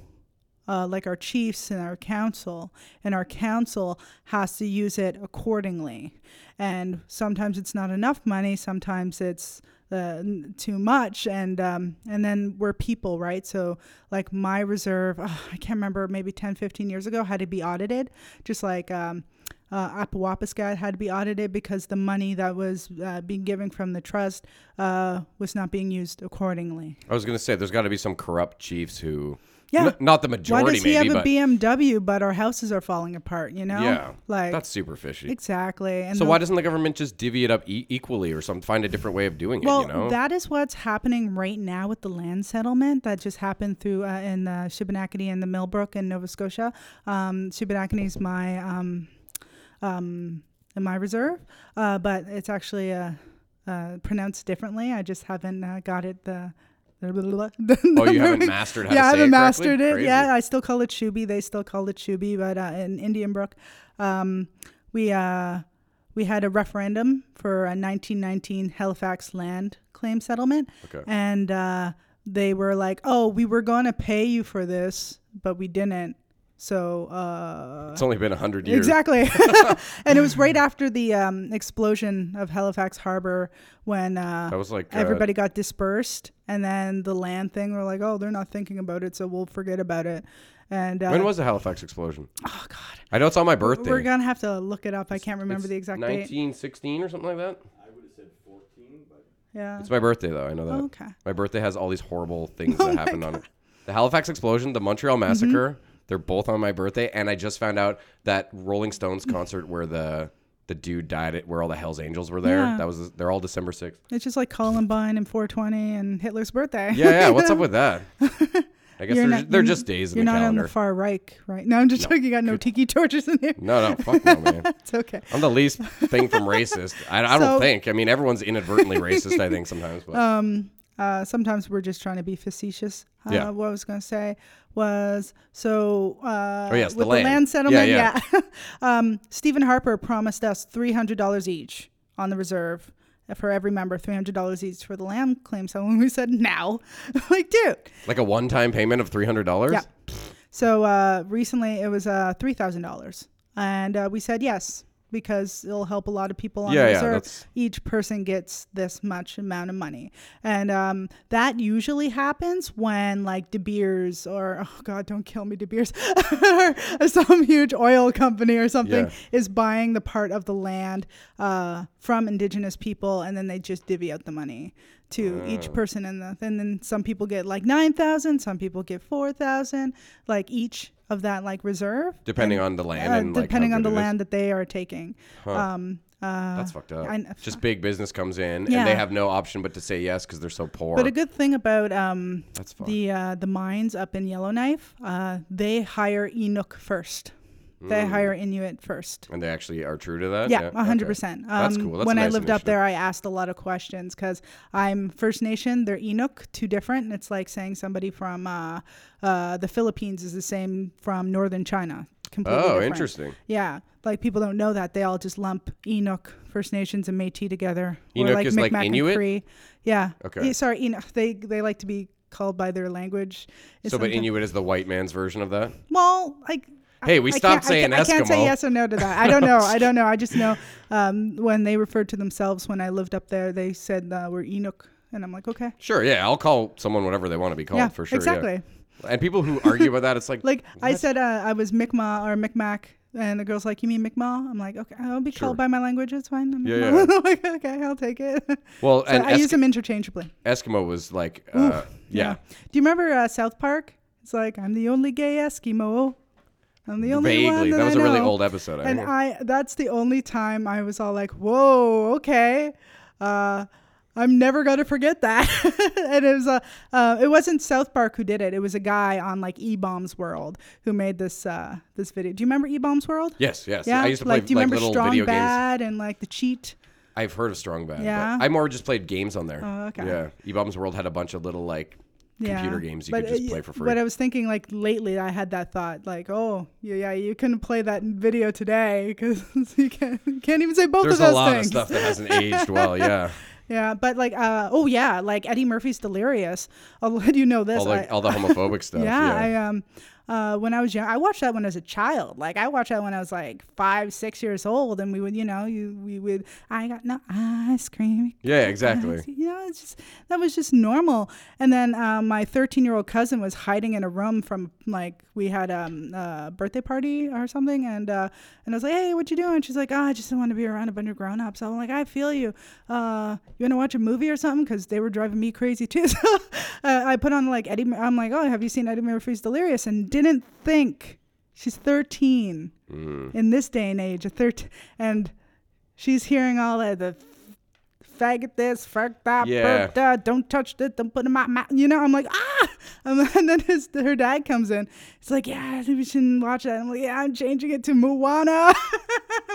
[SPEAKER 3] uh, like our chiefs and our council, and our council has to use it accordingly. And sometimes it's not enough money, sometimes it's uh, n- too much, and um, and then we're people, right? So like my reserve, ah, I can't remember, maybe 10, 15 years ago, had to be audited, just like. Um, uh, Apawapiskat had to be audited because the money that was uh, being given from the trust uh, was not being used accordingly.
[SPEAKER 2] I was gonna say there's got to be some corrupt chiefs who,
[SPEAKER 3] Yeah.
[SPEAKER 2] N- not the
[SPEAKER 3] Why
[SPEAKER 2] majority,
[SPEAKER 3] does he
[SPEAKER 2] maybe,
[SPEAKER 3] have a
[SPEAKER 2] but
[SPEAKER 3] BMW, but our houses are falling apart? You know,
[SPEAKER 2] yeah,
[SPEAKER 3] like
[SPEAKER 2] that's super fishy.
[SPEAKER 3] exactly. And
[SPEAKER 2] so
[SPEAKER 3] the-
[SPEAKER 2] why doesn't the government just divvy it up e- equally or some find a different way of doing
[SPEAKER 3] well,
[SPEAKER 2] it? You know,
[SPEAKER 3] that is what's happening right now with the land settlement that just happened through uh, in uh, Shubenacadie and the Millbrook in Nova Scotia. Um, Shubenacadie is my um, um, my reserve, uh, but it's actually uh, uh, pronounced differently. I just haven't uh, got it the.
[SPEAKER 2] oh, you haven't mastered how
[SPEAKER 3] yeah, I
[SPEAKER 2] to say it
[SPEAKER 3] haven't
[SPEAKER 2] correctly?
[SPEAKER 3] mastered it.
[SPEAKER 2] Crazy.
[SPEAKER 3] Yeah, I still call it Shubi. They still call it Shubi, but uh, in Indian Brook, um, we uh, we had a referendum for a 1919 Halifax land claim settlement,
[SPEAKER 2] Okay.
[SPEAKER 3] and uh, they were like, "Oh, we were going to pay you for this, but we didn't." So uh,
[SPEAKER 2] it's only been hundred years.
[SPEAKER 3] Exactly. and it was right after the um, explosion of Halifax Harbor when uh,
[SPEAKER 2] That was like, uh,
[SPEAKER 3] everybody got dispersed, and then the land thing. We're like, oh, they're not thinking about it, so we'll forget about it. And uh,
[SPEAKER 2] When was the Halifax explosion? Oh God! I know it's on my birthday.
[SPEAKER 3] we're gonna have to look it up. I can't remember
[SPEAKER 2] It's
[SPEAKER 3] the exact date.
[SPEAKER 2] 1916 or something like that.
[SPEAKER 5] I would have said 14, but
[SPEAKER 3] Yeah.
[SPEAKER 2] It's my birthday though. I know that.
[SPEAKER 3] Oh, Okay. Oh,
[SPEAKER 2] My birthday has all these horrible things that happened on it. The Halifax explosion, the Montreal
[SPEAKER 3] Mm-hmm.
[SPEAKER 2] massacre. They're both on my birthday, and I just found out that Rolling Stones
[SPEAKER 3] Mm.
[SPEAKER 2] concert where the the dude died at where all the Hell's Angels were there.
[SPEAKER 3] Yeah.
[SPEAKER 2] That was they're all December 6th.
[SPEAKER 3] It's just like Columbine and 420 and Hitler's birthday.
[SPEAKER 2] Yeah, yeah. What's up with that? I guess
[SPEAKER 3] You're
[SPEAKER 2] they're,
[SPEAKER 3] not-
[SPEAKER 2] ju- they're
[SPEAKER 3] you're-
[SPEAKER 2] just days in
[SPEAKER 3] You're
[SPEAKER 2] the
[SPEAKER 3] not
[SPEAKER 2] calendar.
[SPEAKER 3] on the far right, right? No, I'm just joking. You got no tiki torches in here.
[SPEAKER 2] no, no, fuck no, man.
[SPEAKER 3] It's okay.
[SPEAKER 2] I'm the least thing from racist. I, I
[SPEAKER 3] So-
[SPEAKER 2] don't think. I mean, everyone's inadvertently racist. I think sometimes. But.
[SPEAKER 3] Uh, sometimes we're just trying to be facetious. Uh,
[SPEAKER 2] Yeah.
[SPEAKER 3] What I was going to say was so. Uh,
[SPEAKER 2] Oh, yes, the
[SPEAKER 3] with
[SPEAKER 2] land.
[SPEAKER 3] settlement,
[SPEAKER 2] Yeah,
[SPEAKER 3] yeah. um, Stephen Harper promised us three hundred dollars each on the reserve for every member, three hundred dollars each for the land claim. So when we said now, like, dude.
[SPEAKER 2] Like a one-time payment of three hundred dollars.
[SPEAKER 3] Yeah. So uh, recently it was uh, three thousand dollars, and uh, we said yes because it'll help a lot of people on
[SPEAKER 2] Yeah, yeah,
[SPEAKER 3] reserve.
[SPEAKER 2] that's-
[SPEAKER 3] Each person gets this much amount of money, and um, that usually happens when like De Beers or oh god, don't kill me, De Beers, or some huge oil company or something
[SPEAKER 2] Yeah.
[SPEAKER 3] is buying the part of the land uh, from indigenous people, and then they just divvy out the money to
[SPEAKER 2] Oh.
[SPEAKER 3] each person in the. And then some people get like nine thousand, some people get four thousand, like each of that like reserve,
[SPEAKER 2] Depending on the land
[SPEAKER 3] uh,
[SPEAKER 2] and like, how
[SPEAKER 3] depending on
[SPEAKER 2] good
[SPEAKER 3] the
[SPEAKER 2] it is.
[SPEAKER 3] land that they are taking. Um, uh,
[SPEAKER 2] That's fucked up.
[SPEAKER 3] I kn-
[SPEAKER 2] Just big business comes in
[SPEAKER 3] Yeah.
[SPEAKER 2] and they have no option but to say yes because they're so poor.
[SPEAKER 3] But a good thing about um,
[SPEAKER 2] That's fine.
[SPEAKER 3] the uh, the mines up in Yellowknife, uh, they hire Inuk first. They
[SPEAKER 2] Mm.
[SPEAKER 3] hire Inuit first.
[SPEAKER 2] and they actually are true to that.
[SPEAKER 3] Yeah,
[SPEAKER 2] okay.
[SPEAKER 3] a hundred percent. Um,
[SPEAKER 2] That's cool. That's a
[SPEAKER 3] when I
[SPEAKER 2] nice
[SPEAKER 3] lived up there, I asked a lot of questions because I'm First Nation. They're Inuk, two different, and it's like saying somebody from uh, uh, the Philippines is the same from northern China.
[SPEAKER 2] Oh,
[SPEAKER 3] Completely different.
[SPEAKER 2] interesting.
[SPEAKER 3] Yeah, like people don't know that they all just lump Inuk First Nations and Métis together.
[SPEAKER 2] Inuk is like
[SPEAKER 3] Mi'kmaq and
[SPEAKER 2] Inuit?
[SPEAKER 3] Cree. Yeah.
[SPEAKER 2] Okay.
[SPEAKER 3] Eh, sorry, Inuk. They they like to be called by their language. It's
[SPEAKER 2] So, but
[SPEAKER 3] sometimes-
[SPEAKER 2] Inuit is the white man's version of that.
[SPEAKER 3] Well, like.
[SPEAKER 2] Hey, we
[SPEAKER 3] I
[SPEAKER 2] stopped
[SPEAKER 3] can't- I
[SPEAKER 2] saying
[SPEAKER 3] can't- I can't, say
[SPEAKER 2] Eskimo.
[SPEAKER 3] yes or no to that. I don't know. I don't know. I just know um, when they referred to themselves when I lived up there, they said uh, we're Inuk, and I'm like, okay,
[SPEAKER 2] Sure, yeah, I'll call someone whatever they want to be called
[SPEAKER 3] yeah,
[SPEAKER 2] Oh, for sure. yeah.
[SPEAKER 3] exactly.
[SPEAKER 2] And people who argue about that, it's like,
[SPEAKER 3] Like I said, uh, I was Mi'kmaq or Micmac, and the girl's like, you mean Mi'kmaq? I'm like, okay, I'll be
[SPEAKER 2] Sure.
[SPEAKER 3] called by my language. It's fine. I'm
[SPEAKER 2] Yeah,
[SPEAKER 3] Mi'kmaq." I'm like, okay, I'll take it.
[SPEAKER 2] well,
[SPEAKER 3] So
[SPEAKER 2] and
[SPEAKER 3] I use
[SPEAKER 2] Esk-
[SPEAKER 3] them interchangeably.
[SPEAKER 2] Eskimo was like, uh, yeah,
[SPEAKER 3] Do you remember uh, South Park? It's like I'm the only gay Eskimo. I'm the only one
[SPEAKER 2] vaguely.
[SPEAKER 3] that,
[SPEAKER 2] That was
[SPEAKER 3] I
[SPEAKER 2] a really
[SPEAKER 3] know."
[SPEAKER 2] old episode. I
[SPEAKER 3] and
[SPEAKER 2] think.
[SPEAKER 3] I that's the only time I was all like, "Whoa, okay." Uh I'm never gonna forget that. and it was a, uh, it wasn't South Park who did it. It was a guy on like E Bombs World who made this uh, this video. Do you remember E Bombs World?
[SPEAKER 2] yes, yes.
[SPEAKER 3] Yeah.
[SPEAKER 2] I used to
[SPEAKER 3] like,
[SPEAKER 2] play
[SPEAKER 3] do you
[SPEAKER 2] like
[SPEAKER 3] remember
[SPEAKER 2] little
[SPEAKER 3] Strong
[SPEAKER 2] video games.
[SPEAKER 3] Bad and like the Cheat?
[SPEAKER 2] I've heard of Strong Bad.
[SPEAKER 3] Yeah.
[SPEAKER 2] But I more just played games on there.
[SPEAKER 3] Oh, okay.
[SPEAKER 2] Yeah, E-Bombs World had a bunch of little like computer games you could
[SPEAKER 3] uh,
[SPEAKER 2] just
[SPEAKER 3] y-
[SPEAKER 2] play for free.
[SPEAKER 3] But I was thinking, like lately, I had that thought, like, oh, yeah, yeah you couldn't play that video today because you can't, you can't even say both
[SPEAKER 2] There's
[SPEAKER 3] of those
[SPEAKER 2] a lot
[SPEAKER 3] things.
[SPEAKER 2] of stuff that hasn't aged well. Yeah,
[SPEAKER 3] Yeah, but like, uh, oh yeah, like Eddie Murphy's Delirious. I'll let you know this.
[SPEAKER 2] all
[SPEAKER 3] I-
[SPEAKER 2] the all the homophobic stuff.
[SPEAKER 3] yeah,
[SPEAKER 2] Yeah,
[SPEAKER 3] I um, uh, when I was young, I watched that when I was a child. Like I watched that when I was like five, six years old, and we would, you know, you we would. I got no ice cream.
[SPEAKER 2] yeah, exactly.
[SPEAKER 3] You know, it's just that was just normal. And then um, my 13 year old cousin was hiding in a room from like we had um, a birthday party or something, and uh, and I was like, hey, what you doing? She's like, oh, I just don't want to be around a bunch of grown ups. I'm like, I feel you. Uh, you want to watch a movie or something? Because they were driving me crazy too. So uh, I put on like Eddie. Mur- I'm like, oh, have you seen Eddie Murphy's Delirious? And didn't think she's 13 in this day and age, a 13, and she's hearing all of the faggot this, fuck that,
[SPEAKER 2] Yeah.
[SPEAKER 3] burp that, don't touch this, don't put it in my mouth. You know, I'm like, ah! Um, And then his, her dad comes in. He's like, yeah, we shouldn't watch that. I'm like, yeah, I'm changing it to Moana.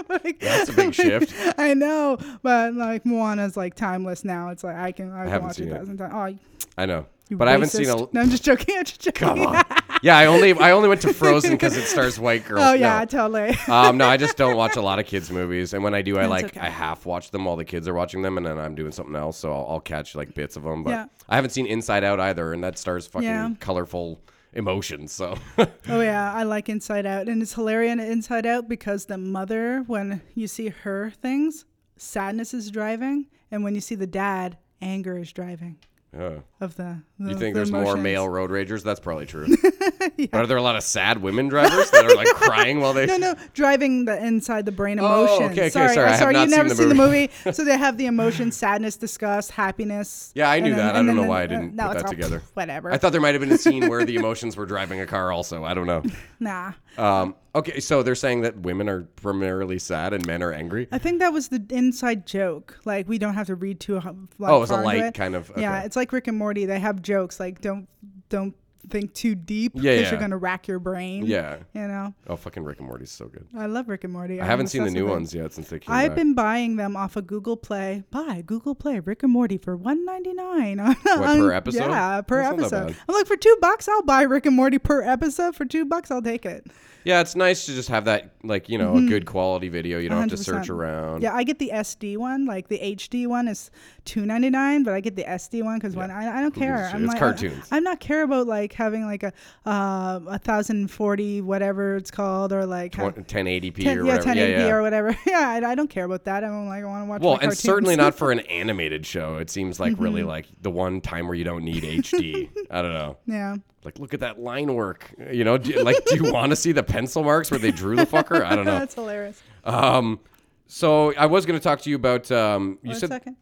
[SPEAKER 3] Like-
[SPEAKER 2] That's a big
[SPEAKER 3] like,
[SPEAKER 2] shift.
[SPEAKER 3] I know, but like Moana's like timeless now. It's like, I can, I can
[SPEAKER 2] haven't
[SPEAKER 3] watch it
[SPEAKER 2] seen
[SPEAKER 3] a
[SPEAKER 2] it.
[SPEAKER 3] thousand times. Oh, you-
[SPEAKER 2] I know,
[SPEAKER 3] you
[SPEAKER 2] but I haven't seen a.
[SPEAKER 3] racist. No, I'm just joking. I'm just joking.
[SPEAKER 2] Come on. Yeah, I only I only went to Frozen because it stars white girls.
[SPEAKER 3] oh, yeah,
[SPEAKER 2] No.
[SPEAKER 3] totally.
[SPEAKER 2] um, no, I just don't watch a lot of kids' movies, and when I do, I like
[SPEAKER 3] okay.
[SPEAKER 2] I half watch them while the kids are watching them, and then I'm doing something else, so I'll, I'll catch like bits of them. But
[SPEAKER 3] Yeah.
[SPEAKER 2] I haven't seen Inside Out either, and that stars fucking
[SPEAKER 3] Yeah.
[SPEAKER 2] colorful emotions. So
[SPEAKER 3] Oh yeah, I like Inside Out, and it's hilarious in Inside Out because the mother, when you see her things, sadness is driving, and when you see the dad, anger is driving.
[SPEAKER 2] Yeah.
[SPEAKER 3] Of the,
[SPEAKER 2] Oh. you
[SPEAKER 3] the-
[SPEAKER 2] think
[SPEAKER 3] the
[SPEAKER 2] there's more
[SPEAKER 3] emotions.
[SPEAKER 2] male road ragers? That's probably true. But are there a lot of sad women drivers that are like crying while they?
[SPEAKER 3] No, no, driving the inside the brain
[SPEAKER 2] Oh,
[SPEAKER 3] emotion.
[SPEAKER 2] okay, okay,
[SPEAKER 3] sorry,
[SPEAKER 2] sorry, I
[SPEAKER 3] uh,
[SPEAKER 2] have
[SPEAKER 3] sorry,
[SPEAKER 2] not
[SPEAKER 3] you've never
[SPEAKER 2] seen the
[SPEAKER 3] seen the movie, so they have the emotion, sadness, disgust, happiness.
[SPEAKER 2] Yeah, I
[SPEAKER 3] and
[SPEAKER 2] knew
[SPEAKER 3] then-
[SPEAKER 2] that. I
[SPEAKER 3] and
[SPEAKER 2] don't know
[SPEAKER 3] then
[SPEAKER 2] why I
[SPEAKER 3] the- uh,
[SPEAKER 2] didn't
[SPEAKER 3] no,
[SPEAKER 2] put
[SPEAKER 3] it's
[SPEAKER 2] that
[SPEAKER 3] all-
[SPEAKER 2] together.
[SPEAKER 3] Whatever.
[SPEAKER 2] I thought there might have been a scene where the emotions were driving a car. Also, I don't know.
[SPEAKER 3] nah.
[SPEAKER 2] Um, okay, so they're saying that women are primarily sad and men are angry.
[SPEAKER 3] I think that was the inside joke. Like we don't have to read too. h- Like,
[SPEAKER 2] Oh, it's a
[SPEAKER 3] far into
[SPEAKER 2] light
[SPEAKER 3] it.
[SPEAKER 2] kind of-
[SPEAKER 3] Yeah,
[SPEAKER 2] okay.
[SPEAKER 3] it's like Rick and Morty. They have jokes like don't don't think too deep because
[SPEAKER 2] Yeah, yeah.
[SPEAKER 3] you're gonna rack your brain.
[SPEAKER 2] Yeah.
[SPEAKER 3] You know,
[SPEAKER 2] Oh, fucking Rick and Morty's so good.
[SPEAKER 3] I love Rick and Morty.
[SPEAKER 2] I haven't seen the new
[SPEAKER 3] ones.
[SPEAKER 2] ones yet since they came
[SPEAKER 3] I've
[SPEAKER 2] back.
[SPEAKER 3] been buying them off of Google Play. Buy Google Play Rick and Morty for one ninety nine. What
[SPEAKER 2] per episode?
[SPEAKER 3] Yeah, per
[SPEAKER 2] That's not that
[SPEAKER 3] episode.
[SPEAKER 2] bad.
[SPEAKER 3] I'm like for two bucks, I'll buy Rick and Morty per episode. For two bucks, I'll take it.
[SPEAKER 2] yeah, it's nice to just have that, like, you
[SPEAKER 3] Mm-hmm.
[SPEAKER 2] know, a good quality video. You don't have to search
[SPEAKER 3] 100%.
[SPEAKER 2] around.
[SPEAKER 3] Yeah, I get the SD one. Like the HD one is two ninety nine, but I get the SD one because when I, I don't care.
[SPEAKER 2] gives a
[SPEAKER 3] I'm
[SPEAKER 2] shit? It's
[SPEAKER 3] like,
[SPEAKER 2] cartoons.
[SPEAKER 3] I, am not care about like having like a uh, a thousand forty whatever it's called or like.
[SPEAKER 2] Twen-
[SPEAKER 3] have-
[SPEAKER 2] 1080p
[SPEAKER 3] 10,
[SPEAKER 2] or
[SPEAKER 3] yeah,
[SPEAKER 2] whatever.
[SPEAKER 3] 1080
[SPEAKER 2] yeah, yeah.
[SPEAKER 3] or whatever. Yeah, I, I don't care about that. I don't like. I want to watch.
[SPEAKER 2] well, and
[SPEAKER 3] my cartoons. Mm-hmm.
[SPEAKER 2] certainly not for an animated show. It seems like really like the one time where you don't need HD. I don't know.
[SPEAKER 3] yeah.
[SPEAKER 2] Like, look at that line work. You know, do, like, do you want to see the pencil marks where they drew the fucker? I don't know.
[SPEAKER 3] That's hilarious.
[SPEAKER 2] Um, so I was going to talk to you about um, you
[SPEAKER 3] One
[SPEAKER 2] said
[SPEAKER 3] second.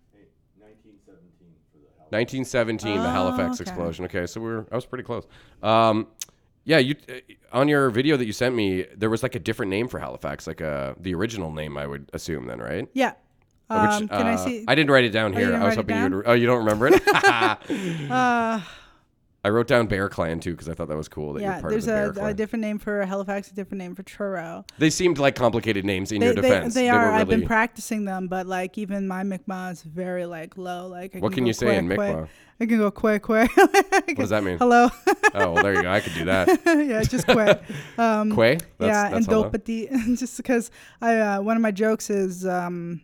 [SPEAKER 5] 1917 for the
[SPEAKER 2] 1917,
[SPEAKER 5] house.
[SPEAKER 2] the
[SPEAKER 3] Oh,
[SPEAKER 2] Halifax
[SPEAKER 3] okay.
[SPEAKER 2] explosion. Okay, so we were I was pretty close. Um, yeah, you uh, on your video that you sent me, there was like a different name for Halifax, like uh, the original name I would assume then, right?
[SPEAKER 3] Yeah. Um, can I
[SPEAKER 2] uh,
[SPEAKER 3] see?
[SPEAKER 2] I didn't write it down
[SPEAKER 3] you
[SPEAKER 2] here.
[SPEAKER 3] didn't
[SPEAKER 2] I was
[SPEAKER 3] write it
[SPEAKER 2] hoping you
[SPEAKER 3] down?
[SPEAKER 2] would. Oh, you don't remember it?
[SPEAKER 3] uh,
[SPEAKER 2] I wrote down Bear Clan too because I thought that was cool that
[SPEAKER 3] yeah.
[SPEAKER 2] you're part
[SPEAKER 3] There's
[SPEAKER 2] of the Bear
[SPEAKER 3] a,
[SPEAKER 2] Clan.
[SPEAKER 3] a different name for Halifax, a different name for Truro.
[SPEAKER 2] they seemed like complicated names in
[SPEAKER 3] They,
[SPEAKER 2] your
[SPEAKER 3] they,
[SPEAKER 2] defense.
[SPEAKER 3] they are.
[SPEAKER 2] were
[SPEAKER 3] I've
[SPEAKER 2] really
[SPEAKER 3] been practicing them, but like even my Mi'kmaq is very like low. Like I
[SPEAKER 2] What can
[SPEAKER 3] go
[SPEAKER 2] you say in
[SPEAKER 3] quay, quay.
[SPEAKER 2] Mi'kmaq?
[SPEAKER 3] I can go quay quay. what
[SPEAKER 2] does that mean?
[SPEAKER 3] Hello.
[SPEAKER 2] oh, well, there you go. I could do that.
[SPEAKER 3] yeah, just quay. Um,
[SPEAKER 2] Quay. That's,
[SPEAKER 3] yeah, and
[SPEAKER 2] that's hello.
[SPEAKER 3] dopati. just because I uh, one of my jokes is um,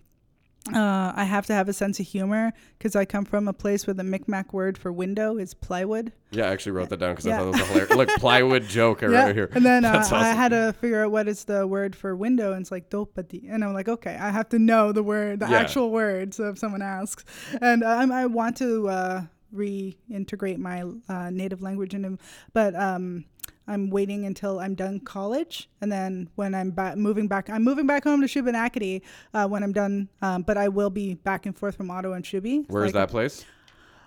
[SPEAKER 3] uh, I have to have a sense of humor because I come from a place where the Mi'kmaq word for window is plywood.
[SPEAKER 2] Yeah, I actually wrote that down because I
[SPEAKER 3] Yeah.
[SPEAKER 2] thought it was a hilarious. Look, plywood joke I
[SPEAKER 3] Yeah.
[SPEAKER 2] wrote here.
[SPEAKER 3] And then uh,
[SPEAKER 2] That's
[SPEAKER 3] I
[SPEAKER 2] awesome.
[SPEAKER 3] had to figure out what is the word for window, and it's like dopati. And I'm like, okay, I have to know the word, the
[SPEAKER 2] Yeah.
[SPEAKER 3] actual word. So if someone asks, and um, I want to uh, reintegrate my uh, native language into, but um, I'm waiting until I'm done college, and then when I'm ba- moving back, I'm moving back home to Shubenacadie uh, when I'm done. Um, but I will be back and forth from Ottawa and Shuby.
[SPEAKER 2] Where is that place?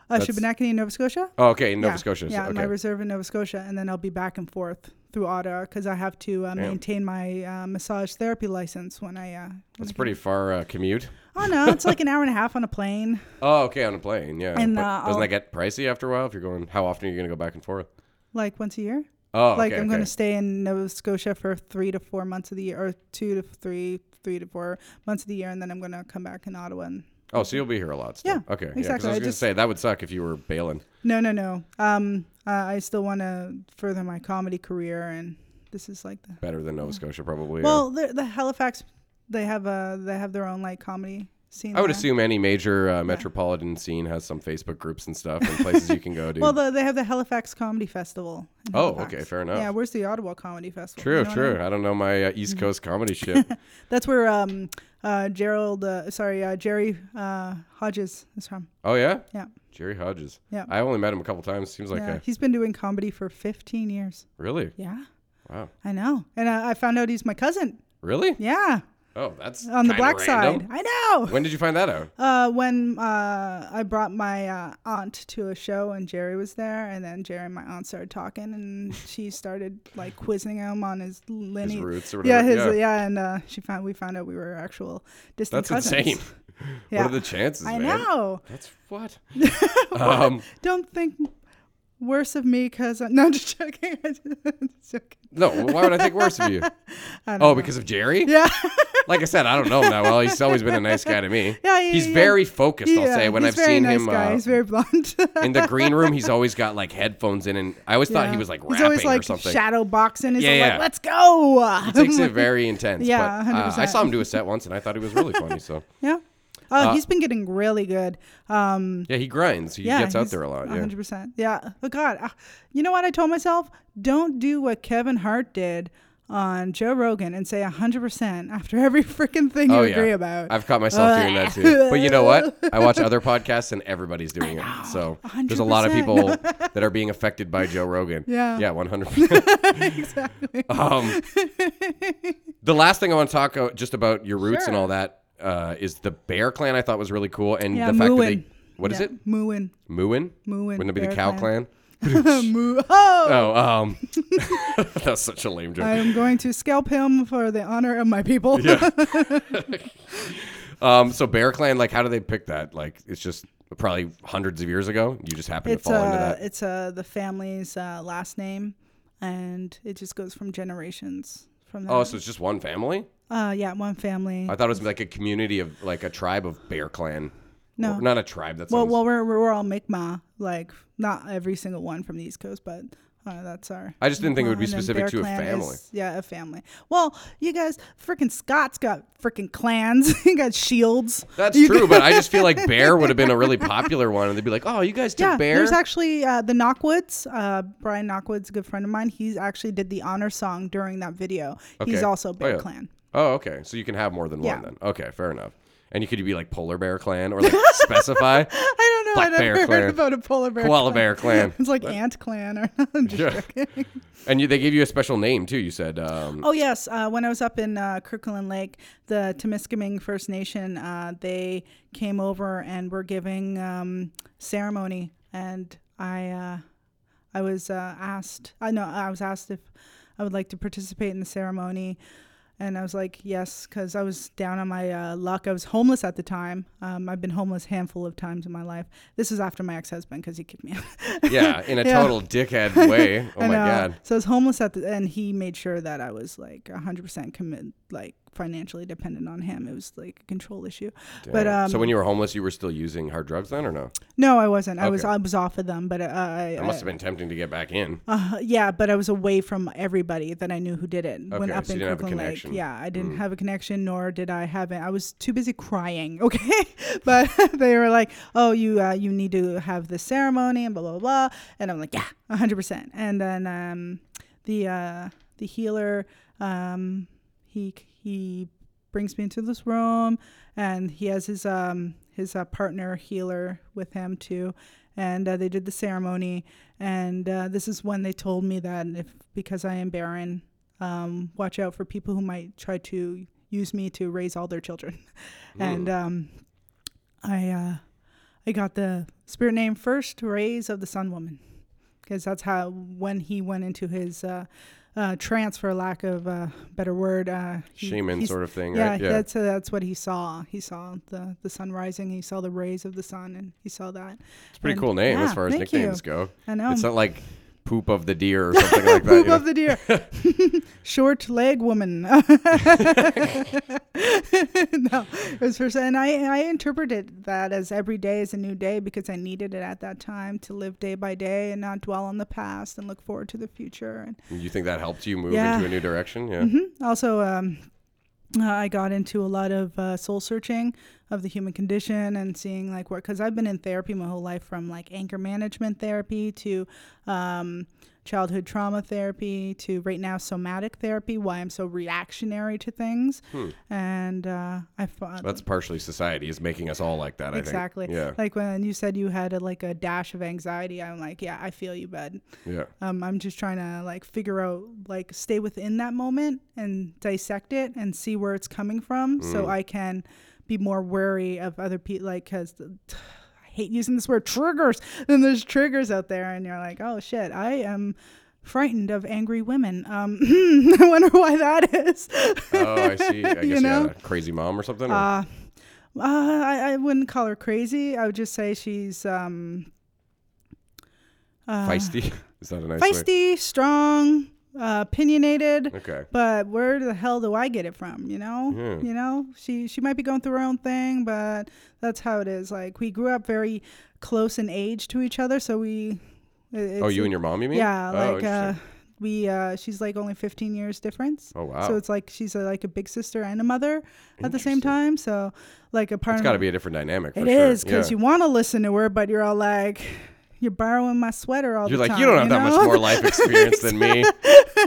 [SPEAKER 3] Uh,
[SPEAKER 2] That's-
[SPEAKER 3] Shubenacadie, Nova Scotia.
[SPEAKER 2] Oh, okay, in Nova
[SPEAKER 3] Yeah,
[SPEAKER 2] Scotia. so-
[SPEAKER 3] Yeah,
[SPEAKER 2] okay.
[SPEAKER 3] my reserve in Nova Scotia, and then I'll be back and forth through Ottawa because I have to uh, maintain my uh, massage therapy license when I. Uh, when
[SPEAKER 2] That's
[SPEAKER 3] I
[SPEAKER 2] a pretty far uh, commute.
[SPEAKER 3] Oh no, it's like an hour and a half on a plane.
[SPEAKER 2] Oh, okay, on a plane. Yeah.
[SPEAKER 3] And,
[SPEAKER 2] But
[SPEAKER 3] uh,
[SPEAKER 2] doesn't
[SPEAKER 3] I'll-
[SPEAKER 2] that get pricey after a while if you're going? How often are you going to go back and forth?
[SPEAKER 3] Like once a year.
[SPEAKER 2] Oh,
[SPEAKER 3] like
[SPEAKER 2] okay,
[SPEAKER 3] I'm
[SPEAKER 2] okay.
[SPEAKER 3] going to stay in Nova Scotia for three to four months of the year, or two to three, three to four months of the year, and then I'm going to come back in Ottawa. And
[SPEAKER 2] Oh, so you'll be here a lot. Still.
[SPEAKER 3] Yeah,
[SPEAKER 2] Okay. yeah, 'cause
[SPEAKER 3] exactly,
[SPEAKER 2] I was
[SPEAKER 3] I
[SPEAKER 2] going to
[SPEAKER 3] just-
[SPEAKER 2] say that would suck if you were bailing.
[SPEAKER 3] no, no, no. Um, uh, I still want to further my comedy career, and this is like the
[SPEAKER 2] Better than Nova Scotia, probably. yeah.
[SPEAKER 3] well, the, the Halifax, they have uh they have their own like comedy scene.
[SPEAKER 2] I would
[SPEAKER 3] there.
[SPEAKER 2] assume any major uh, metropolitan scene has some Facebook groups and stuff and places you can go to.
[SPEAKER 3] Well, the, they have the Halifax Comedy Festival. in
[SPEAKER 2] Oh,
[SPEAKER 3] Halifax.
[SPEAKER 2] okay, fair enough.
[SPEAKER 3] Yeah, where's the Ottawa Comedy Festival?
[SPEAKER 2] true,
[SPEAKER 3] You know what I
[SPEAKER 2] true.
[SPEAKER 3] mean? Mm-hmm.
[SPEAKER 2] I don't know my uh, East Coast comedy shit.
[SPEAKER 3] That's where um, uh, Gerald, uh, sorry, uh, Jerry uh, Hodges is from.
[SPEAKER 2] Oh yeah,
[SPEAKER 3] Yeah,
[SPEAKER 2] Jerry Hodges.
[SPEAKER 3] Yeah.
[SPEAKER 2] I only met him a couple times. Seems like
[SPEAKER 3] yeah.
[SPEAKER 2] a
[SPEAKER 3] He's been doing comedy for 15 years.
[SPEAKER 2] really.
[SPEAKER 3] Yeah,
[SPEAKER 2] Wow.
[SPEAKER 3] I know. And uh, I found out he's my cousin.
[SPEAKER 2] Really?
[SPEAKER 3] Yeah,
[SPEAKER 2] Oh, that's
[SPEAKER 3] on
[SPEAKER 2] kinda
[SPEAKER 3] the black
[SPEAKER 2] random.
[SPEAKER 3] side. I know.
[SPEAKER 2] When did you find that out?
[SPEAKER 3] Uh, when uh, I brought my uh, aunt to a show and Jerry was there, and then Jerry and my aunt started talking, and she started like quizzing him on his lineage,
[SPEAKER 2] roots or
[SPEAKER 3] Yeah, his
[SPEAKER 2] whatever,
[SPEAKER 3] yeah, and uh, she found we found out we were actual distant
[SPEAKER 2] That's
[SPEAKER 3] cousins.
[SPEAKER 2] insane.
[SPEAKER 3] Yeah.
[SPEAKER 2] What are the chances,
[SPEAKER 3] I
[SPEAKER 2] man?
[SPEAKER 3] know.
[SPEAKER 2] That's what. um,
[SPEAKER 3] Don't think worse of me because I'm not just joking. I'm just joking.
[SPEAKER 2] no, why would I think worse of you? Oh, because of Jerry?
[SPEAKER 3] Yeah.
[SPEAKER 2] Like I said, I don't know him that well. He's always been a nice guy to me.
[SPEAKER 3] Yeah, yeah,
[SPEAKER 2] he's
[SPEAKER 3] yeah.
[SPEAKER 2] very focused. I'll
[SPEAKER 3] Yeah,
[SPEAKER 2] say when
[SPEAKER 3] he's
[SPEAKER 2] I've
[SPEAKER 3] very
[SPEAKER 2] seen
[SPEAKER 3] nice
[SPEAKER 2] him
[SPEAKER 3] guy.
[SPEAKER 2] uh,
[SPEAKER 3] he's very blunt.
[SPEAKER 2] in the green room, he's always got like headphones in, and I always thought he
[SPEAKER 3] Yeah.
[SPEAKER 2] was like rapping
[SPEAKER 3] he's always like
[SPEAKER 2] or something.
[SPEAKER 3] shadow boxing. He's
[SPEAKER 2] Yeah,
[SPEAKER 3] all
[SPEAKER 2] yeah.
[SPEAKER 3] like, "Let's go."
[SPEAKER 2] He takes it very intense.
[SPEAKER 3] Yeah,
[SPEAKER 2] but, uh, I
[SPEAKER 3] 100%.
[SPEAKER 2] saw him do a set once, and I thought he was really funny. So
[SPEAKER 3] Yeah. Uh, he's been getting really good. Um,
[SPEAKER 2] yeah, he grinds. He
[SPEAKER 3] yeah,
[SPEAKER 2] gets out
[SPEAKER 3] he's
[SPEAKER 2] there a lot. Yeah.
[SPEAKER 3] 100%. Yeah. Oh, God. Ah, you know what I told myself? Don't do what Kevin Hart did on Joe Rogan and say 100% after every freaking thing you agree about.
[SPEAKER 2] Oh, I've caught myself doing that too. But you know what? I watch other podcasts and everybody's doing it. So there's a lot of people
[SPEAKER 3] 100%.
[SPEAKER 2] that are being affected by Joe Rogan.
[SPEAKER 3] Yeah.
[SPEAKER 2] Yeah, 100%.
[SPEAKER 3] exactly.
[SPEAKER 2] um, the last thing I want to talk uh, just about your roots and all that uh, is the Bear Clan I thought was really cool. And
[SPEAKER 3] Yeah,
[SPEAKER 2] the fact that they.
[SPEAKER 3] Mooin.
[SPEAKER 2] what is
[SPEAKER 3] Yeah.
[SPEAKER 2] it?
[SPEAKER 3] Mooin.
[SPEAKER 2] Mooin?
[SPEAKER 3] Mooin,
[SPEAKER 2] Wouldn't it be the
[SPEAKER 3] Bear
[SPEAKER 2] Cow Clan?
[SPEAKER 3] Clan. Moo- oh,
[SPEAKER 2] Oh, um, that's such a lame joke.
[SPEAKER 3] I am going to scalp him for the honor of my people.
[SPEAKER 2] yeah. um, so Bear Clan, like, how do they pick that? Like, it's just probably hundreds of years ago. You just happen
[SPEAKER 3] it's
[SPEAKER 2] to fall into
[SPEAKER 3] uh,
[SPEAKER 2] that.
[SPEAKER 3] it's uh, the family's uh, last name, and it just goes from generations from that.
[SPEAKER 2] Oh, so it's just one family?
[SPEAKER 3] uh, yeah, one family.
[SPEAKER 2] I thought it was like a community of like a tribe of Bear Clan.
[SPEAKER 3] No.
[SPEAKER 2] Or- not a tribe. That's
[SPEAKER 3] well,
[SPEAKER 2] sounds,
[SPEAKER 3] well, we're we're all Mi'kmaq, like not every single one from the East Coast, but uh, that's our.
[SPEAKER 2] I just didn't think it would be
[SPEAKER 3] one, and
[SPEAKER 2] specific
[SPEAKER 3] Bear
[SPEAKER 2] to a
[SPEAKER 3] Clan
[SPEAKER 2] family.
[SPEAKER 3] is- yeah, a family. Well, you guys, freaking Scots got freaking clans. you got shields.
[SPEAKER 2] that's
[SPEAKER 3] You
[SPEAKER 2] true.
[SPEAKER 3] got-
[SPEAKER 2] But I just feel like Bear would have been a really popular one, and they'd be like, "Oh, you guys took
[SPEAKER 3] Yeah,
[SPEAKER 2] Bear."
[SPEAKER 3] there's actually uh, the Knockwoods. Uh, Brian Knockwood's a good friend of mine. He's actually did the honor song during that video. He's
[SPEAKER 2] Okay.
[SPEAKER 3] also
[SPEAKER 2] Oh,
[SPEAKER 3] Bear
[SPEAKER 2] yeah.
[SPEAKER 3] Clan.
[SPEAKER 2] Oh, okay. So you can have more than
[SPEAKER 3] Yeah.
[SPEAKER 2] one then. Okay, fair enough. And you could be like Polar Bear Clan or like specify
[SPEAKER 3] I don't know.
[SPEAKER 2] Black
[SPEAKER 3] I never
[SPEAKER 2] Bear
[SPEAKER 3] heard
[SPEAKER 2] Clan.
[SPEAKER 3] about a polar bear.
[SPEAKER 2] Koala
[SPEAKER 3] clan.
[SPEAKER 2] Bear Clan.
[SPEAKER 3] It's like ant clan or I'm just
[SPEAKER 2] Yeah.
[SPEAKER 3] joking.
[SPEAKER 2] And you, they gave you a special name too. You said um,
[SPEAKER 3] Oh yes, uh, when I was up in uh, Kirkland Lake, the Temiskaming First Nation, uh, they came over and were giving um, ceremony, and I, uh, I was uh, asked. I know I was asked if I would like to participate in the ceremony, and I was like yes, because I was down on my uh, luck. I was homeless at the time. Um, I've been homeless handful of times in my life. This was after my ex-husband because he kicked me out.
[SPEAKER 2] yeah, in a
[SPEAKER 3] Yeah.
[SPEAKER 2] total dickhead way. Oh
[SPEAKER 3] I
[SPEAKER 2] my
[SPEAKER 3] know.
[SPEAKER 2] god.
[SPEAKER 3] uh, So I was homeless at the and he made sure that I was like 100% commit like financially dependent on him. It was like a control issue. But
[SPEAKER 2] Damn.
[SPEAKER 3] um
[SPEAKER 2] so when you were homeless, you were still using hard drugs then, or no?
[SPEAKER 3] no, I wasn't. I was
[SPEAKER 2] Okay.
[SPEAKER 3] I was off of them, but uh, I
[SPEAKER 2] That must have been tempting to get back in.
[SPEAKER 3] Uh, yeah, but I was away from everybody that I knew who did it. when
[SPEAKER 2] Okay,
[SPEAKER 3] up
[SPEAKER 2] so
[SPEAKER 3] in
[SPEAKER 2] you didn't have a
[SPEAKER 3] Kirkland Lake,
[SPEAKER 2] connection. Mm.
[SPEAKER 3] yeah, I didn't have a connection, nor did I have it. I was too busy crying. Okay, but they were like, "Oh, you uh, you need to have this ceremony and blah blah blah," and I'm like, "Yeah, 100." percent And then um, the uh, the healer, um, he he brings me into this room, and he has his um his uh, partner healer with him too, and uh, they did the ceremony. And uh, this is when they told me that if because I am barren, um, watch out for people who might try to use me to raise all their children. and um, I uh, I got the spirit name first, Rays of the Sun Woman, because that's how when he went into his. Uh, uh, trance, for lack of a better word, uh, he-
[SPEAKER 2] Shaman
[SPEAKER 3] he's-
[SPEAKER 2] sort of thing,
[SPEAKER 3] yeah,
[SPEAKER 2] right?
[SPEAKER 3] that's that's what he saw. He saw the the sun rising. He saw the rays of the sun, and he saw that.
[SPEAKER 2] it's a pretty
[SPEAKER 3] and-
[SPEAKER 2] cool name as
[SPEAKER 3] yeah,
[SPEAKER 2] far as
[SPEAKER 3] thank
[SPEAKER 2] nicknames
[SPEAKER 3] you.
[SPEAKER 2] go.
[SPEAKER 3] I know.
[SPEAKER 2] It's not like poop of the deer or something like that.
[SPEAKER 3] Poop
[SPEAKER 2] you know?
[SPEAKER 3] of the deer, short leg woman. no, it was for and I I interpreted that as every day is a new day because I needed it at that time to live day by day and not dwell on the past and look forward to the future and
[SPEAKER 2] you think that helped you move
[SPEAKER 3] Yeah.
[SPEAKER 2] into a new direction? Yeah.
[SPEAKER 3] also um, uh, i got into a lot of uh, soul searching of the human condition and seeing like what because i've been in therapy my whole life from like anger management therapy to um, childhood trauma therapy to right now somatic therapy why i'm so reactionary to things and uh, i found
[SPEAKER 2] Hmm. That's partially society is making us all like that.
[SPEAKER 3] exactly
[SPEAKER 2] I think. Yeah.
[SPEAKER 3] like when you said you had a, like a dash of anxiety i'm like yeah i feel you bud
[SPEAKER 2] yeah.
[SPEAKER 3] um, I'm just trying to like figure out, like, stay within that moment and dissect it and see where it's coming from, so I can be more wary of other people. Like, because I hate using this word triggers. Then there's triggers out there, and you're like, oh shit, I am frightened of angry women. Um, I wonder why that is.
[SPEAKER 2] Oh, I see. I guess you,
[SPEAKER 3] know?
[SPEAKER 2] had a crazy mom or something. or-
[SPEAKER 3] Uh, I, I wouldn't call her crazy. I would just say she's um,
[SPEAKER 2] feisty. Is that a nice way?
[SPEAKER 3] uh, feisty, strong, uh, opinionated.
[SPEAKER 2] Okay.
[SPEAKER 3] But where the hell do I get it from? You know, you know, she she might be going through her own thing, but that's how it is. Like we grew up very close in age to each other, so we. it-
[SPEAKER 2] Oh,
[SPEAKER 3] it's-
[SPEAKER 2] you and your mom, you mean?
[SPEAKER 3] Yeah,
[SPEAKER 2] Oh,
[SPEAKER 3] like uh,
[SPEAKER 2] interesting.
[SPEAKER 3] we uh, she's like only 15 years difference.
[SPEAKER 2] Oh, wow.
[SPEAKER 3] So it's like she's a, like a big sister and a mother at the same time. So like a part
[SPEAKER 2] it's
[SPEAKER 3] of
[SPEAKER 2] got
[SPEAKER 3] me-
[SPEAKER 2] to be a different dynamic. For
[SPEAKER 3] it
[SPEAKER 2] sure.
[SPEAKER 3] is because
[SPEAKER 2] yeah.
[SPEAKER 3] you want to listen to her, but you're all like, you're borrowing my sweater all
[SPEAKER 2] You're
[SPEAKER 3] the
[SPEAKER 2] like
[SPEAKER 3] time.
[SPEAKER 2] you don't have that
[SPEAKER 3] know?
[SPEAKER 2] much more life experience than me.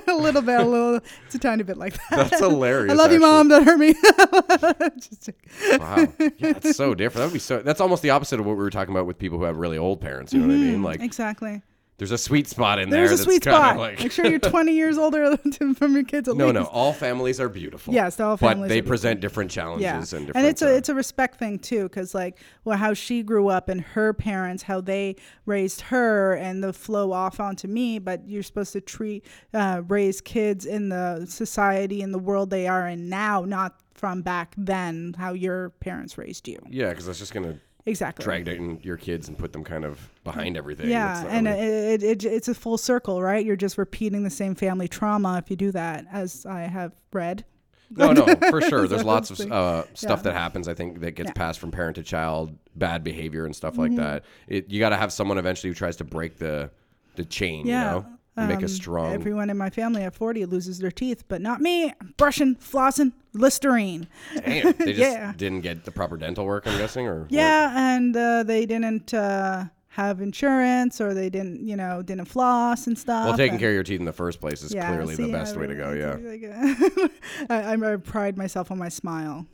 [SPEAKER 3] a little bit, a little. It's a tiny bit like that.
[SPEAKER 2] That's hilarious.
[SPEAKER 3] I love you, mom. Don't hurt me. Just joking.
[SPEAKER 2] Wow, yeah, that's so different. That would be so. That's almost the opposite of what we were talking about with people who have really old parents. You know what I mean? Like
[SPEAKER 3] exactly.
[SPEAKER 2] There's a sweet spot in
[SPEAKER 3] Mm-hmm. There's
[SPEAKER 2] there.
[SPEAKER 3] a sweet
[SPEAKER 2] that's kinda
[SPEAKER 3] spot.
[SPEAKER 2] Like,
[SPEAKER 3] Make sure you're 20 years older than from your kids at
[SPEAKER 2] no,
[SPEAKER 3] least.
[SPEAKER 2] no. All families are beautiful.
[SPEAKER 3] Yes, all
[SPEAKER 2] But
[SPEAKER 3] families
[SPEAKER 2] they
[SPEAKER 3] are
[SPEAKER 2] present different challenges
[SPEAKER 3] yeah.
[SPEAKER 2] and different.
[SPEAKER 3] it's a
[SPEAKER 2] uh,
[SPEAKER 3] it's a respect thing too, because like well, how she grew up and her parents, how they raised her, and the flow off onto me. But you're supposed to treat uh, raise kids in the society in the world they are in now, not from back then how your parents raised you.
[SPEAKER 2] yeah, because that's just gonna
[SPEAKER 3] Exactly.
[SPEAKER 2] drag down your kids and put them kind of behind everything. That's
[SPEAKER 3] Yeah,
[SPEAKER 2] not
[SPEAKER 3] and
[SPEAKER 2] really-
[SPEAKER 3] it, it, it, it's a full circle, right? You're just repeating the same family trauma if you do that, as I have read.
[SPEAKER 2] no, no, for sure. There's lots of
[SPEAKER 3] thing.
[SPEAKER 2] uh, stuff
[SPEAKER 3] Yeah.
[SPEAKER 2] that happens. I think that gets passed from parent to child, bad behavior and stuff like
[SPEAKER 3] Mm-hmm.
[SPEAKER 2] that. It, you got to have someone eventually who tries to break the the chain.
[SPEAKER 3] Yeah, um,
[SPEAKER 2] you know, And make a strong.
[SPEAKER 3] Everyone in my family at 40 loses their teeth, but not me. I'm brushing, flossing, Listerine.
[SPEAKER 2] Damn, they just
[SPEAKER 3] Yeah.
[SPEAKER 2] didn't get the proper dental work. I'm guessing, or what?
[SPEAKER 3] Yeah, and uh, they didn't uh, have insurance or they didn't, you know, didn't floss and stuff.
[SPEAKER 2] Well, taking
[SPEAKER 3] and-
[SPEAKER 2] care of your teeth in the first place is
[SPEAKER 3] Yeah,
[SPEAKER 2] clearly
[SPEAKER 3] see,
[SPEAKER 2] the best
[SPEAKER 3] I
[SPEAKER 2] way to go.
[SPEAKER 3] really-
[SPEAKER 2] Yeah.
[SPEAKER 3] I, I, I pride myself on my smile.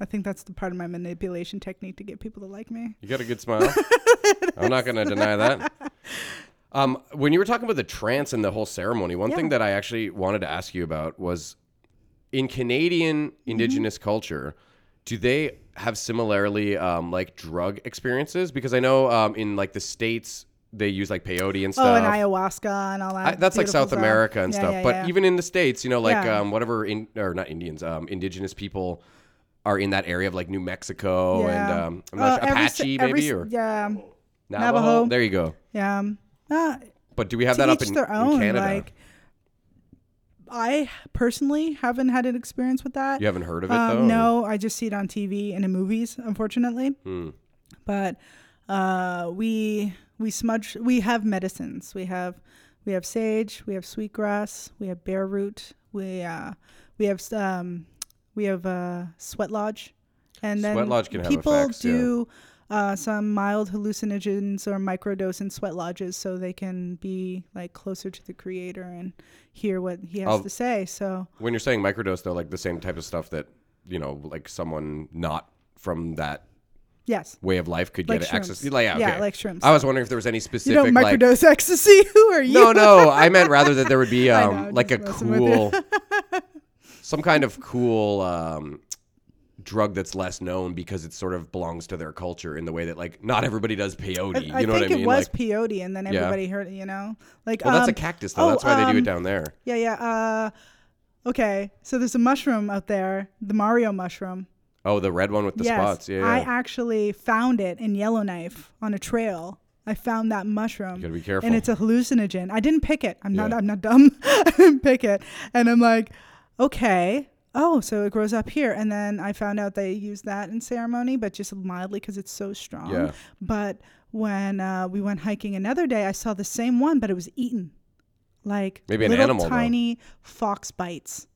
[SPEAKER 3] I think that's the part of my manipulation technique to get people to like me.
[SPEAKER 2] You got a good smile. I'm not going to deny that. Um, when you were talking about the trance and the whole ceremony, one thing
[SPEAKER 3] Yeah.
[SPEAKER 2] that I actually wanted to ask you about was in Canadian
[SPEAKER 3] Mm-hmm.
[SPEAKER 2] Indigenous culture, do they have similarly um, like drug experiences? Because I know um, in like the states they use like peyote and stuff.
[SPEAKER 3] Oh, and ayahuasca and all that.
[SPEAKER 2] I, that's like
[SPEAKER 3] beautiful
[SPEAKER 2] South
[SPEAKER 3] stuff.
[SPEAKER 2] America and
[SPEAKER 3] Yeah,
[SPEAKER 2] stuff.
[SPEAKER 3] yeah,
[SPEAKER 2] but
[SPEAKER 3] yeah.
[SPEAKER 2] even in the states, you know, like
[SPEAKER 3] Yeah.
[SPEAKER 2] um, whatever in or not Indians, um, indigenous people are in that area of like New Mexico and
[SPEAKER 3] Yeah.
[SPEAKER 2] um, I'm not
[SPEAKER 3] Uh,
[SPEAKER 2] sure,
[SPEAKER 3] every
[SPEAKER 2] Apache
[SPEAKER 3] si- every
[SPEAKER 2] maybe
[SPEAKER 3] si-
[SPEAKER 2] or
[SPEAKER 3] yeah,
[SPEAKER 2] Navajo.
[SPEAKER 3] Navajo.
[SPEAKER 2] There you go.
[SPEAKER 3] yeah. Um, Uh,
[SPEAKER 2] But do we have
[SPEAKER 3] to
[SPEAKER 2] that up
[SPEAKER 3] each
[SPEAKER 2] in,
[SPEAKER 3] their
[SPEAKER 2] in
[SPEAKER 3] own.
[SPEAKER 2] Canada?
[SPEAKER 3] Like, I personally haven't had an experience with that.
[SPEAKER 2] you haven't heard of it though.
[SPEAKER 3] Um, no, I just see it on TV and in movies, unfortunately.
[SPEAKER 2] Hmm.
[SPEAKER 3] But uh, we we smudge. We have medicines. We have we have sage. We have sweetgrass. We have bear root. We uh, we have um, we have uh, sweat lodge, and then
[SPEAKER 2] Sweat lodge can have
[SPEAKER 3] people
[SPEAKER 2] effects, yeah.
[SPEAKER 3] do. Uh, some mild hallucinogens or microdose in sweat lodges so they can be like closer to the creator and hear what he has
[SPEAKER 2] I'll-
[SPEAKER 3] to say so
[SPEAKER 2] When you're saying microdose though, like the same type of stuff that you know, like someone not from that
[SPEAKER 3] yes
[SPEAKER 2] way of life could
[SPEAKER 3] Like
[SPEAKER 2] get access.
[SPEAKER 3] shrooms.
[SPEAKER 2] Like, yeah,
[SPEAKER 3] Yeah,
[SPEAKER 2] okay.
[SPEAKER 3] like shrooms.
[SPEAKER 2] I was wondering if there was any
[SPEAKER 3] you
[SPEAKER 2] specific
[SPEAKER 3] don't
[SPEAKER 2] like
[SPEAKER 3] microdose ecstasy who are you
[SPEAKER 2] No, no, I meant rather that there would be
[SPEAKER 3] I know,
[SPEAKER 2] um,
[SPEAKER 3] I'm
[SPEAKER 2] like a
[SPEAKER 3] just messing with you.
[SPEAKER 2] cool, some kind of cool um, drug that's less known because it sort of belongs to their culture in the way that like not everybody does peyote. you know
[SPEAKER 3] I think
[SPEAKER 2] what I mean?
[SPEAKER 3] it was
[SPEAKER 2] like,
[SPEAKER 3] peyote, and then
[SPEAKER 2] Yeah.
[SPEAKER 3] everybody heard it. You know, like
[SPEAKER 2] well, that's a
[SPEAKER 3] um,
[SPEAKER 2] cactus though.
[SPEAKER 3] oh,
[SPEAKER 2] that's why they do it
[SPEAKER 3] um,
[SPEAKER 2] down there.
[SPEAKER 3] Yeah, yeah. Uh, okay, so there's a mushroom out there, the Mario mushroom.
[SPEAKER 2] Oh, the red one with the
[SPEAKER 3] yes,
[SPEAKER 2] spots. Yeah,
[SPEAKER 3] I
[SPEAKER 2] yeah.
[SPEAKER 3] actually found it in Yellowknife on a trail. I found that mushroom.
[SPEAKER 2] gotta be careful.
[SPEAKER 3] And it's a hallucinogen. I didn't pick it. I'm not.
[SPEAKER 2] Yeah.
[SPEAKER 3] I'm not dumb. I didn't pick it. And I'm like, okay. Oh, so it grows up here, and then I found out they use that in ceremony, but just mildly because it's so strong.
[SPEAKER 2] Yeah.
[SPEAKER 3] But when uh, we went hiking another day, I saw the same one, but it was eaten, like
[SPEAKER 2] Maybe an
[SPEAKER 3] little
[SPEAKER 2] animal, though.
[SPEAKER 3] tiny fox bites,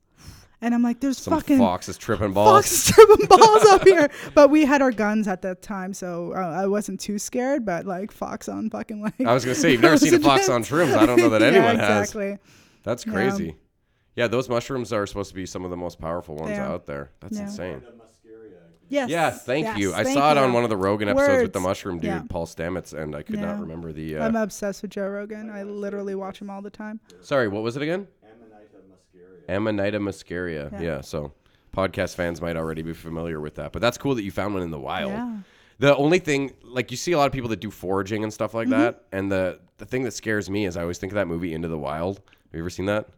[SPEAKER 3] and I'm like, there's
[SPEAKER 2] Some
[SPEAKER 3] fucking
[SPEAKER 2] fox is tripping balls.
[SPEAKER 3] fox tripping balls up here. But we had our guns at that time, so uh, I wasn't too scared. But like fox on fucking like.
[SPEAKER 2] I was gonna say you've never seen a fox on shrooms. I don't know that
[SPEAKER 3] Yeah,
[SPEAKER 2] anyone has.
[SPEAKER 3] exactly.
[SPEAKER 2] That's crazy. Yeah, those mushrooms are supposed to be some of the most powerful ones
[SPEAKER 3] Yeah.
[SPEAKER 2] out there. That's
[SPEAKER 3] Yeah.
[SPEAKER 2] insane.
[SPEAKER 3] Yes.
[SPEAKER 2] Yeah, thank you.
[SPEAKER 3] Yes,
[SPEAKER 2] I
[SPEAKER 3] thank
[SPEAKER 2] saw it on
[SPEAKER 3] you.
[SPEAKER 2] one of the Rogan episodes with the
[SPEAKER 3] Words.
[SPEAKER 2] mushroom dude,
[SPEAKER 3] Yeah.
[SPEAKER 2] Paul Stamets, and I could not
[SPEAKER 3] Yeah.
[SPEAKER 2] remember the. Uh,
[SPEAKER 3] I'm obsessed with Joe Rogan. I literally watch him all the time.
[SPEAKER 2] sorry, what was it again?
[SPEAKER 5] Amanita muscaria.
[SPEAKER 2] Amanita muscaria. Yeah.
[SPEAKER 3] Yeah.
[SPEAKER 2] so podcast fans might already be familiar with that, but that's cool that you found one in the wild.
[SPEAKER 3] Yeah.
[SPEAKER 2] The only thing, like, you see a lot of people that do foraging and stuff
[SPEAKER 3] Mm-hmm.
[SPEAKER 2] like that, and the the thing that scares me is I always think of that movie Into the Wild. Have you ever seen that?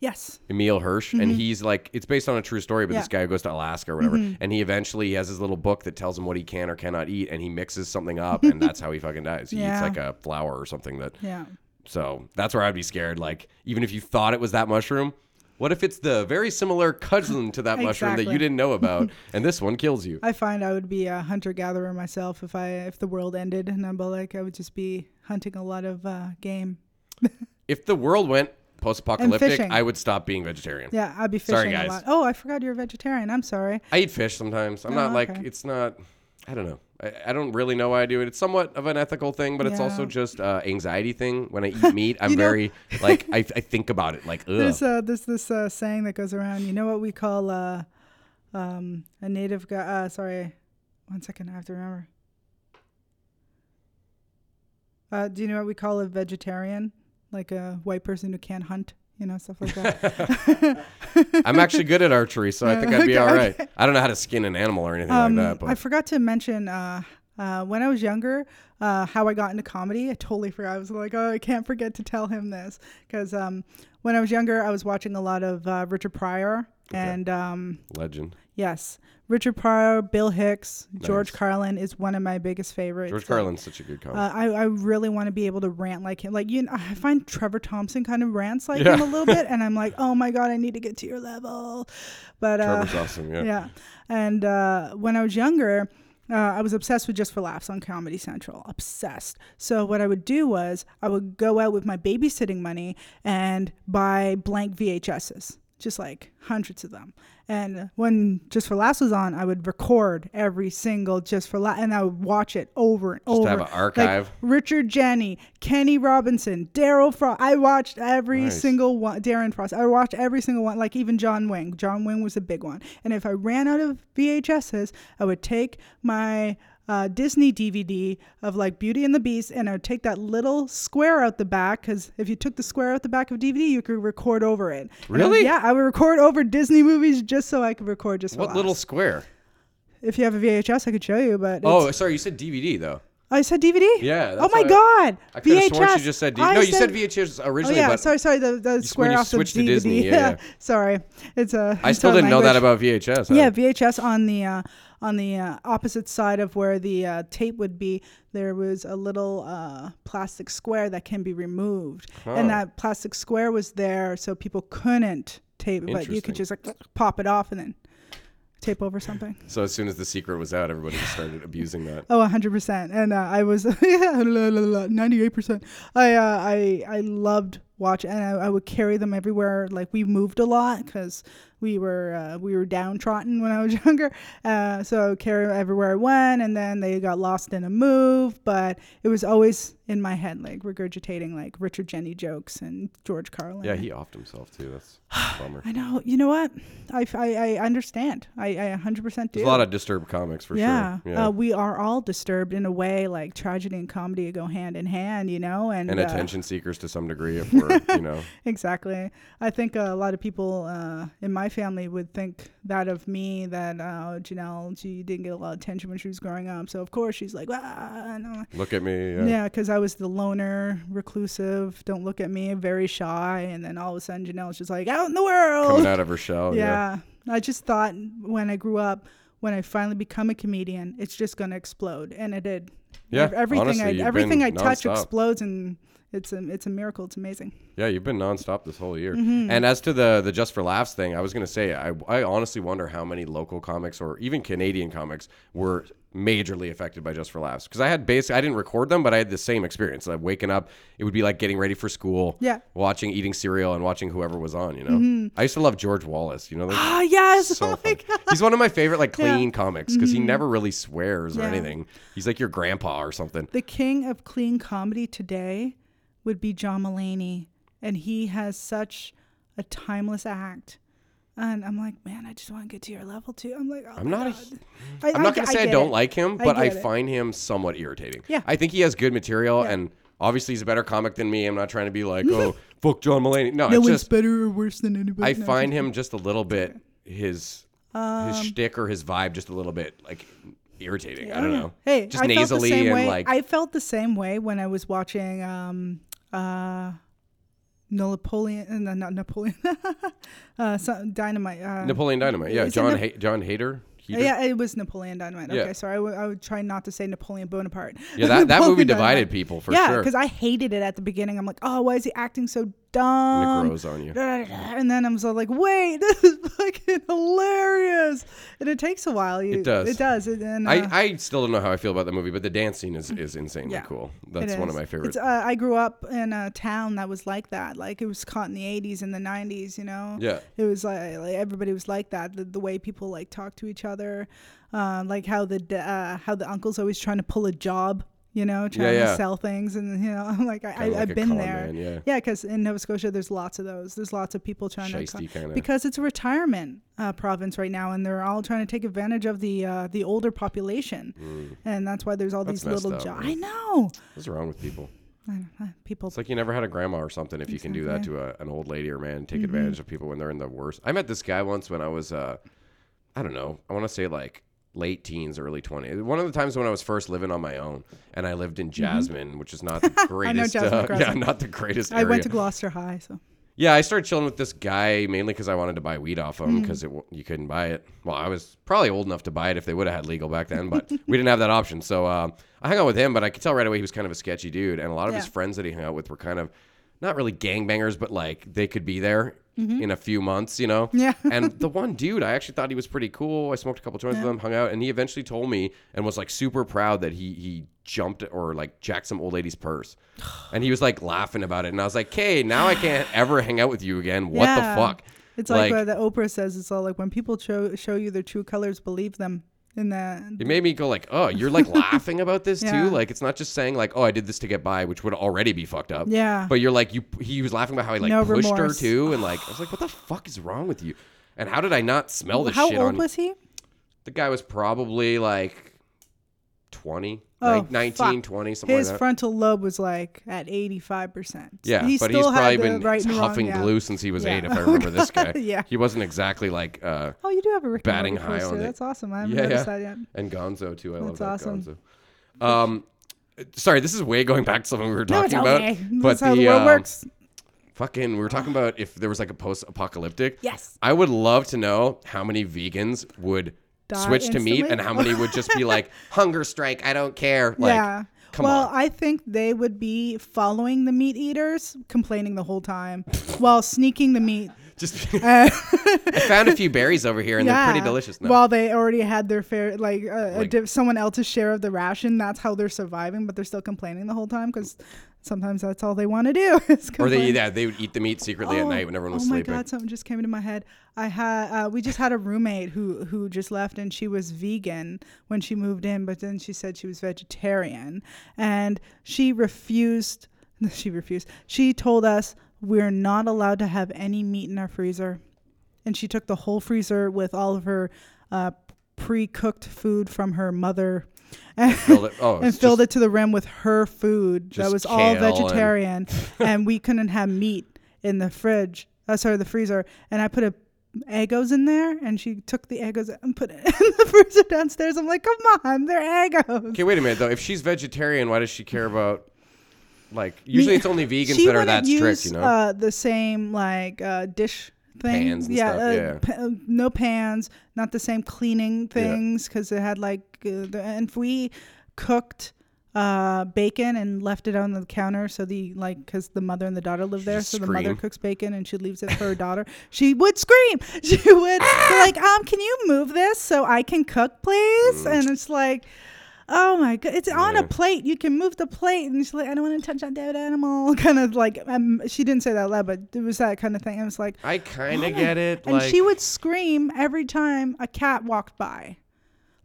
[SPEAKER 3] Yes.
[SPEAKER 2] Emil Hirsch, and he's like, it's based on a true story, but
[SPEAKER 3] Mm-hmm. Yeah. Mm-hmm.
[SPEAKER 2] this guy who goes to Alaska or whatever, and he eventually has his little book that tells him what he can or cannot eat, and he mixes something up, and that's how he fucking dies. He eats
[SPEAKER 3] Yeah.
[SPEAKER 2] like a flower or something that.
[SPEAKER 3] Yeah.
[SPEAKER 2] So that's where I'd be scared. Like, even if you thought it was that mushroom, what if it's the very similar cousin to that mushroom that you
[SPEAKER 3] Exactly.
[SPEAKER 2] didn't know about, and this one kills you?
[SPEAKER 3] I find I would be a hunter gatherer myself if I if the world ended and I'm like I would just be hunting a lot of uh, game.
[SPEAKER 2] If the world went post apocalyptic,
[SPEAKER 3] fishing.
[SPEAKER 2] I would stop being vegetarian.
[SPEAKER 3] Yeah, I'd be fishing
[SPEAKER 2] Sorry,
[SPEAKER 3] a
[SPEAKER 2] guys.
[SPEAKER 3] lot. Oh, I forgot you're a vegetarian. I'm sorry.
[SPEAKER 2] I eat fish sometimes. I'm
[SPEAKER 3] Oh,
[SPEAKER 2] not like
[SPEAKER 3] okay.
[SPEAKER 2] it's not. I don't know. I, I don't really know why I do it. It's somewhat of an ethical thing, but it's
[SPEAKER 3] Yeah.
[SPEAKER 2] also just uh, anxiety thing. When I eat meat, I'm
[SPEAKER 3] You know-
[SPEAKER 2] very like I, I think about it. Like ugh.
[SPEAKER 3] There's uh, this this uh, saying that goes around. You know what we call uh, um, a native guy? Uh, sorry, one second, I have to remember. Uh, do you know what we call a vegetarian? Like a white person who can't hunt, you know, stuff like that.
[SPEAKER 2] I'm actually good at archery, so I think I'd be
[SPEAKER 3] Okay,
[SPEAKER 2] all right. I don't know how to skin an animal or anything
[SPEAKER 3] Um,
[SPEAKER 2] like that,
[SPEAKER 3] I
[SPEAKER 2] but
[SPEAKER 3] forgot to mention uh, uh, when I was younger, uh, how I got into comedy. I totally forgot. I was like, oh, I can't forget to tell him this because um, when I was younger, I was watching a lot of uh, Richard Pryor and um,
[SPEAKER 2] legend.
[SPEAKER 3] yes, Richard Pryor, Bill Hicks, George Carlin is one of my biggest favorites.
[SPEAKER 2] George
[SPEAKER 3] Like,
[SPEAKER 2] Carlin's such a good comic.
[SPEAKER 3] Uh, I, I really want to be able to rant like him. Like you, know, I find Trevor Thompson kind of rants like
[SPEAKER 2] Yeah.
[SPEAKER 3] him a little bit, and I'm like, oh my god, I need to get to your level. But uh,
[SPEAKER 2] Trevor's awesome. Yeah.
[SPEAKER 3] yeah. And uh, when I was younger, uh, I was obsessed with Just for Laughs on Comedy Central. Obsessed. So what I would do was I would go out with my babysitting money and buy blank VHSs, just like hundreds of them. And when Just for Laughs was on, I would record every single Just for Laughs, and I would watch it over and over.
[SPEAKER 2] to have an
[SPEAKER 3] Like,
[SPEAKER 2] archive.
[SPEAKER 3] Richard Jenny, Kenny Robinson, Daryl Frost. I watched every
[SPEAKER 2] Nice.
[SPEAKER 3] single one. Darren Frost. I watched every single one. Like even John Wing. John Wing was a big one. And if I ran out of VHSs, I would take my uh, Disney DVD of like Beauty and the Beast, and I would take that little square out the back because if you took the square out the back of DVD, you could record over it. And I-
[SPEAKER 2] Really?
[SPEAKER 3] yeah, I would record over Disney movies just so I could record just. for
[SPEAKER 2] What little
[SPEAKER 3] laughs.
[SPEAKER 2] square?
[SPEAKER 3] If you have a VHS, I could show you, but it's-
[SPEAKER 2] Oh, sorry, you said DVD though.
[SPEAKER 3] I Oh, said DVD.
[SPEAKER 2] Yeah,
[SPEAKER 3] Oh
[SPEAKER 2] that's
[SPEAKER 3] my
[SPEAKER 2] what I-
[SPEAKER 3] God.
[SPEAKER 2] I could have
[SPEAKER 3] VHS.
[SPEAKER 2] sworn she just said DVD.
[SPEAKER 3] I
[SPEAKER 2] No, you said VHS
[SPEAKER 3] Oh
[SPEAKER 2] originally,
[SPEAKER 3] yeah.
[SPEAKER 2] but
[SPEAKER 3] sorry, sorry. The, the square
[SPEAKER 2] you
[SPEAKER 3] off the
[SPEAKER 2] switched to
[SPEAKER 3] DVD.
[SPEAKER 2] Disney, yeah, yeah.
[SPEAKER 3] sorry, it's a.
[SPEAKER 2] I still didn't know that about uh, VHS. huh?
[SPEAKER 3] Yeah, VHS on the uh, on the uh, opposite side of where the uh, tape would be, there was a little uh, plastic square that can be removed, and that plastic square was there so people couldn't tape, it, but you
[SPEAKER 2] Interesting.
[SPEAKER 3] could just like pop it off and then tape over something.
[SPEAKER 2] So as soon as the secret was out, everybody just started abusing that.
[SPEAKER 3] Oh, 100%. And uh, I was 98%. I, uh, I I loved watch and I, I would carry them everywhere. Like we moved a lot cuz we were uh, we were downtrodden when I was younger. Uh, so I would carry them everywhere I went and then they got lost in a move, but it was always in my head like regurgitating like Richard Jenny jokes and George Carlin.
[SPEAKER 2] Yeah, he offed himself too. That's a bummer.
[SPEAKER 3] I know. You know what? I, I, I understand. I, I 100% do.
[SPEAKER 2] There's a lot of disturbed comics for
[SPEAKER 3] yeah.
[SPEAKER 2] sure. Yeah.
[SPEAKER 3] Uh, we are all disturbed in a way. Like tragedy and comedy go hand in hand, you know. And,
[SPEAKER 2] and
[SPEAKER 3] uh,
[SPEAKER 2] attention seekers to some degree, if we're you know.
[SPEAKER 3] Exactly. I think uh, a lot of people uh, in my family would think that of me. That uh, Janelle, she didn't get a lot of attention when she was growing up, so of course she's like, ah, and I'm like,
[SPEAKER 2] Look at me. uh, Yeah.
[SPEAKER 3] yeah, because I was the loner, reclusive, don't look at me, very shy, and then all of a sudden Janelle's just like out in the world.
[SPEAKER 2] Coming out of her shell. Yeah.
[SPEAKER 3] Yeah. I just thought when I grew up, when I finally become a comedian, it's just going to explode, and it did.
[SPEAKER 2] Yeah,
[SPEAKER 3] Ev- everything
[SPEAKER 2] honestly, you've
[SPEAKER 3] I everything I
[SPEAKER 2] been
[SPEAKER 3] touch
[SPEAKER 2] nonstop.
[SPEAKER 3] explodes, and it's a it's a miracle. It's amazing.
[SPEAKER 2] Yeah, you've been nonstop this whole year.
[SPEAKER 3] Mm-hmm.
[SPEAKER 2] And as to the the just for laughs thing, I was gonna say I I honestly wonder how many local comics or even Canadian comics were majorly affected by just for laughs because I had basic I didn't record them, but I had the same experience. Like waking up, it would be like getting ready for school.
[SPEAKER 3] Yeah.
[SPEAKER 2] watching eating cereal and watching whoever was on. You know, I used to love George Wallace. You know, like,
[SPEAKER 3] Ah, yes.
[SPEAKER 2] so
[SPEAKER 3] oh my
[SPEAKER 2] funny.
[SPEAKER 3] god. Mm-hmm.
[SPEAKER 2] He's one of my favorite like clean comics because he never really swears or
[SPEAKER 3] Yeah.
[SPEAKER 2] anything. He's like your grandpa or something.
[SPEAKER 3] The king of clean comedy today would be John Mulaney, and he has such a timeless act. And I'm like, man, I just want to get to your level too. I'm like, oh
[SPEAKER 2] I'm
[SPEAKER 3] my
[SPEAKER 2] not a-
[SPEAKER 3] God.
[SPEAKER 2] I'm not going to say I
[SPEAKER 3] get
[SPEAKER 2] don't
[SPEAKER 3] it.
[SPEAKER 2] like him, but I,
[SPEAKER 3] get it.
[SPEAKER 2] find him somewhat irritating.
[SPEAKER 3] Yeah.
[SPEAKER 2] I think he has good material, and obviously he's a better comic than me. I'm not trying to be like, oh, fuck John Mulaney. No,
[SPEAKER 3] No
[SPEAKER 2] it's
[SPEAKER 3] one's
[SPEAKER 2] just
[SPEAKER 3] better or worse than anybody.
[SPEAKER 2] I
[SPEAKER 3] No,
[SPEAKER 2] find him just a little bit his
[SPEAKER 3] Um,
[SPEAKER 2] his shtick or his vibe just a little bit like irritating. I don't know.
[SPEAKER 3] Hey,
[SPEAKER 2] just
[SPEAKER 3] I felt the
[SPEAKER 2] nasally
[SPEAKER 3] same
[SPEAKER 2] and
[SPEAKER 3] way.
[SPEAKER 2] like
[SPEAKER 3] I felt the same way when I was watching um uh Napoleon uh, not Napoleon uh some, Dynamite uh,
[SPEAKER 2] Napoleon Dynamite. Yeah,
[SPEAKER 3] Is it
[SPEAKER 2] John
[SPEAKER 3] Nap-
[SPEAKER 2] Ha- John Hader. Heater?
[SPEAKER 3] Yeah, it was Napoleon Dynamite.
[SPEAKER 2] Yeah.
[SPEAKER 3] Okay, sorry. I would- I would try not to say Napoleon Bonaparte.
[SPEAKER 2] Yeah, that- that
[SPEAKER 3] Napoleon
[SPEAKER 2] movie divided people, for
[SPEAKER 3] yeah,
[SPEAKER 2] sure.
[SPEAKER 3] because I hated it at the beginning. I'm like, oh, why is he acting so dumb?
[SPEAKER 2] Nick Rose on you.
[SPEAKER 3] And then I'm so like, wait, this is fucking hilarious. And it takes a while. You,
[SPEAKER 2] It does.
[SPEAKER 3] It does. And, and, uh,
[SPEAKER 2] I, I still don't know how I feel about that movie, but the dance scene is, is insanely
[SPEAKER 3] Yeah,
[SPEAKER 2] cool.
[SPEAKER 3] It
[SPEAKER 2] That's one of
[SPEAKER 3] is.
[SPEAKER 2] my favorites.
[SPEAKER 3] It's, uh, I grew up in a town that was like that. Like it was caught in the '80s and the '90s. You know.
[SPEAKER 2] Yeah.
[SPEAKER 3] It was like, like everybody was like that. The, the way people um, like talk to each other, uh, like how the d- uh, how the uncle's always trying to pull a job. you know, trying
[SPEAKER 2] yeah.
[SPEAKER 3] to sell things. And, you know, I'm like, I, I,
[SPEAKER 2] Kinda like
[SPEAKER 3] I've
[SPEAKER 2] a
[SPEAKER 3] been
[SPEAKER 2] con
[SPEAKER 3] there.
[SPEAKER 2] man, yeah.
[SPEAKER 3] Yeah, because in Nova Scotia, there's lots of those. There's lots of people trying to.
[SPEAKER 2] Shiesty kinda.
[SPEAKER 3] Because it's a retirement uh, province right now, and they're all trying to take advantage of the uh, the older population. And that's why there's all
[SPEAKER 2] Mm. That's
[SPEAKER 3] these little.
[SPEAKER 2] messed
[SPEAKER 3] Jo-
[SPEAKER 2] up,
[SPEAKER 3] I know.
[SPEAKER 2] What's wrong with people?
[SPEAKER 3] I don't know. People.
[SPEAKER 2] It's like you never had a grandma or something. If you can do that to a, an old lady or man, take
[SPEAKER 3] Mm-hmm.
[SPEAKER 2] advantage of people when they're in the worst. I met this guy once when I was, uh, I don't know, I want to say like late teens, early 20s. One of the times when I was first living on my own, and I lived in Jasmine, which is not the greatest.
[SPEAKER 3] Mm-hmm. Jasmine
[SPEAKER 2] uh, yeah,
[SPEAKER 3] Crescent.
[SPEAKER 2] not the greatest.
[SPEAKER 3] I
[SPEAKER 2] area.
[SPEAKER 3] went to Gloucester High, so.
[SPEAKER 2] Yeah, I started chilling with this guy mainly because I wanted to buy weed off him because you couldn't buy it. Well, I was probably old enough to buy it if they would have had legal back then, but we didn't have that option. So um, I hung out with him, but I could tell right away he was kind of a sketchy dude, and a lot of his
[SPEAKER 3] Yeah.
[SPEAKER 2] friends that he hung out with were kind of not really gangbangers, but like they could be there in a few months, you know?
[SPEAKER 3] Yeah.
[SPEAKER 2] and the one dude, I actually thought he was pretty cool. I smoked a couple joints with him, hung out, and he eventually told me and was like super proud that he he jumped or like jacked some old lady's purse. And he was like laughing about it. And I was like, okay, now I can't ever hang out with you again. What
[SPEAKER 3] Yeah.
[SPEAKER 2] the fuck?
[SPEAKER 3] It's like, what the Oprah says. It's all like when people show show you their true colors, believe them. In that,
[SPEAKER 2] it made me go like, oh, you're like laughing about this
[SPEAKER 3] Yeah.
[SPEAKER 2] too. Like it's not just saying like, oh, I did this to get by, which would already be fucked up.
[SPEAKER 3] Yeah.
[SPEAKER 2] But you're like, you he was laughing about how he like
[SPEAKER 3] No
[SPEAKER 2] pushed
[SPEAKER 3] remorse.
[SPEAKER 2] her too, and like I was like, what the fuck is wrong with you? And how did I not smell this
[SPEAKER 3] how
[SPEAKER 2] shit
[SPEAKER 3] old
[SPEAKER 2] on?
[SPEAKER 3] was he?
[SPEAKER 2] The guy was probably like 20,
[SPEAKER 3] Oh,
[SPEAKER 2] like 19,
[SPEAKER 3] fuck.
[SPEAKER 2] 20, something
[SPEAKER 3] His
[SPEAKER 2] like that.
[SPEAKER 3] frontal lobe was like at eighty five percent.
[SPEAKER 2] yeah,
[SPEAKER 3] he
[SPEAKER 2] but
[SPEAKER 3] still
[SPEAKER 2] he's probably
[SPEAKER 3] had the
[SPEAKER 2] been
[SPEAKER 3] right and wrong,
[SPEAKER 2] huffing
[SPEAKER 3] yeah.
[SPEAKER 2] glue since he was
[SPEAKER 3] Yeah.
[SPEAKER 2] eight, if I remember this guy.
[SPEAKER 3] Yeah.
[SPEAKER 2] He wasn't exactly like, uh,
[SPEAKER 3] Oh, you do have a Rick and
[SPEAKER 2] Batting
[SPEAKER 3] Morty
[SPEAKER 2] high on
[SPEAKER 3] poster.
[SPEAKER 2] it.
[SPEAKER 3] That's awesome. I haven't
[SPEAKER 2] yeah, yeah.
[SPEAKER 3] noticed that yet.
[SPEAKER 2] And Gonzo, too. I
[SPEAKER 3] That's
[SPEAKER 2] love that
[SPEAKER 3] awesome.
[SPEAKER 2] Gonzo. Um, sorry, this is way going back to something we were talking
[SPEAKER 3] it's
[SPEAKER 2] about.
[SPEAKER 3] okay.
[SPEAKER 2] But
[SPEAKER 3] That's how the world
[SPEAKER 2] um,
[SPEAKER 3] works.
[SPEAKER 2] Fucking, we were talking about if there was like a post-apocalyptic.
[SPEAKER 3] Yes.
[SPEAKER 2] I would love to know how many vegans would
[SPEAKER 3] Die
[SPEAKER 2] switch to meat
[SPEAKER 3] instantly?
[SPEAKER 2] and how many would just be like hunger strike. I don't care. Like,
[SPEAKER 3] yeah.
[SPEAKER 2] come
[SPEAKER 3] well,
[SPEAKER 2] on.
[SPEAKER 3] I think they would be following the meat eaters, complaining the whole time, while sneaking the meat.
[SPEAKER 2] Just I found a few berries over here, and they're pretty delicious. No.
[SPEAKER 3] While they already had their fair, like, uh, a
[SPEAKER 2] Like-
[SPEAKER 3] di- someone else's share of the ration, that's how they're surviving, but they're still complaining the whole time because sometimes that's all they want to do is
[SPEAKER 2] or they
[SPEAKER 3] complain.
[SPEAKER 2] yeah, they would eat the meat secretly at night when everyone was
[SPEAKER 3] oh
[SPEAKER 2] sleeping.
[SPEAKER 3] my god, something just came into my head. I had uh, we just had a roommate who who just left and she was vegan when she moved in, but then she said she was vegetarian and she refused she refused. She told us we're not allowed to have any meat in our freezer. And she took the whole freezer with all of her uh, pre-cooked food from her mother
[SPEAKER 2] Filled it- oh,
[SPEAKER 3] and
[SPEAKER 2] it's
[SPEAKER 3] filled
[SPEAKER 2] just-
[SPEAKER 3] it to the rim with her food that
[SPEAKER 2] just
[SPEAKER 3] was all
[SPEAKER 2] kale and-
[SPEAKER 3] vegetarian, and, we couldn't have meat in the fridge. Uh, sorry, the freezer. And I put a egos in there, and she took the egos and put it in the freezer downstairs. I'm like, come on, they're egos.
[SPEAKER 2] Okay, wait a minute though. If she's vegetarian, why does she care about? Like usually, it's only vegans
[SPEAKER 3] she
[SPEAKER 2] that are
[SPEAKER 3] wouldn't
[SPEAKER 2] that
[SPEAKER 3] use,
[SPEAKER 2] strict, you know.
[SPEAKER 3] Uh, the same like uh, dish thing.
[SPEAKER 2] Pans and
[SPEAKER 3] yeah,
[SPEAKER 2] stuff,
[SPEAKER 3] uh,
[SPEAKER 2] yeah.
[SPEAKER 3] pa- no pans. Not the same cleaning things because it had like uh, the, and if we cooked uh bacon and left it on the counter so the like because the mother and the daughter live there
[SPEAKER 2] just
[SPEAKER 3] so the mother
[SPEAKER 2] scream.
[SPEAKER 3] cooks bacon and she leaves it for her daughter she would scream she would be like um can you move this so i can cook
[SPEAKER 2] Mm.
[SPEAKER 3] please and it's like Oh my god! It's on a plate. You can move the plate, and she's like, "I don't want to touch that dead animal." Kind of like um, she didn't say that loud, but it was that kind of thing. I was like,
[SPEAKER 2] I kind
[SPEAKER 3] "Woman."
[SPEAKER 2] of get it.
[SPEAKER 3] And
[SPEAKER 2] like,
[SPEAKER 3] she would scream every time a cat walked by.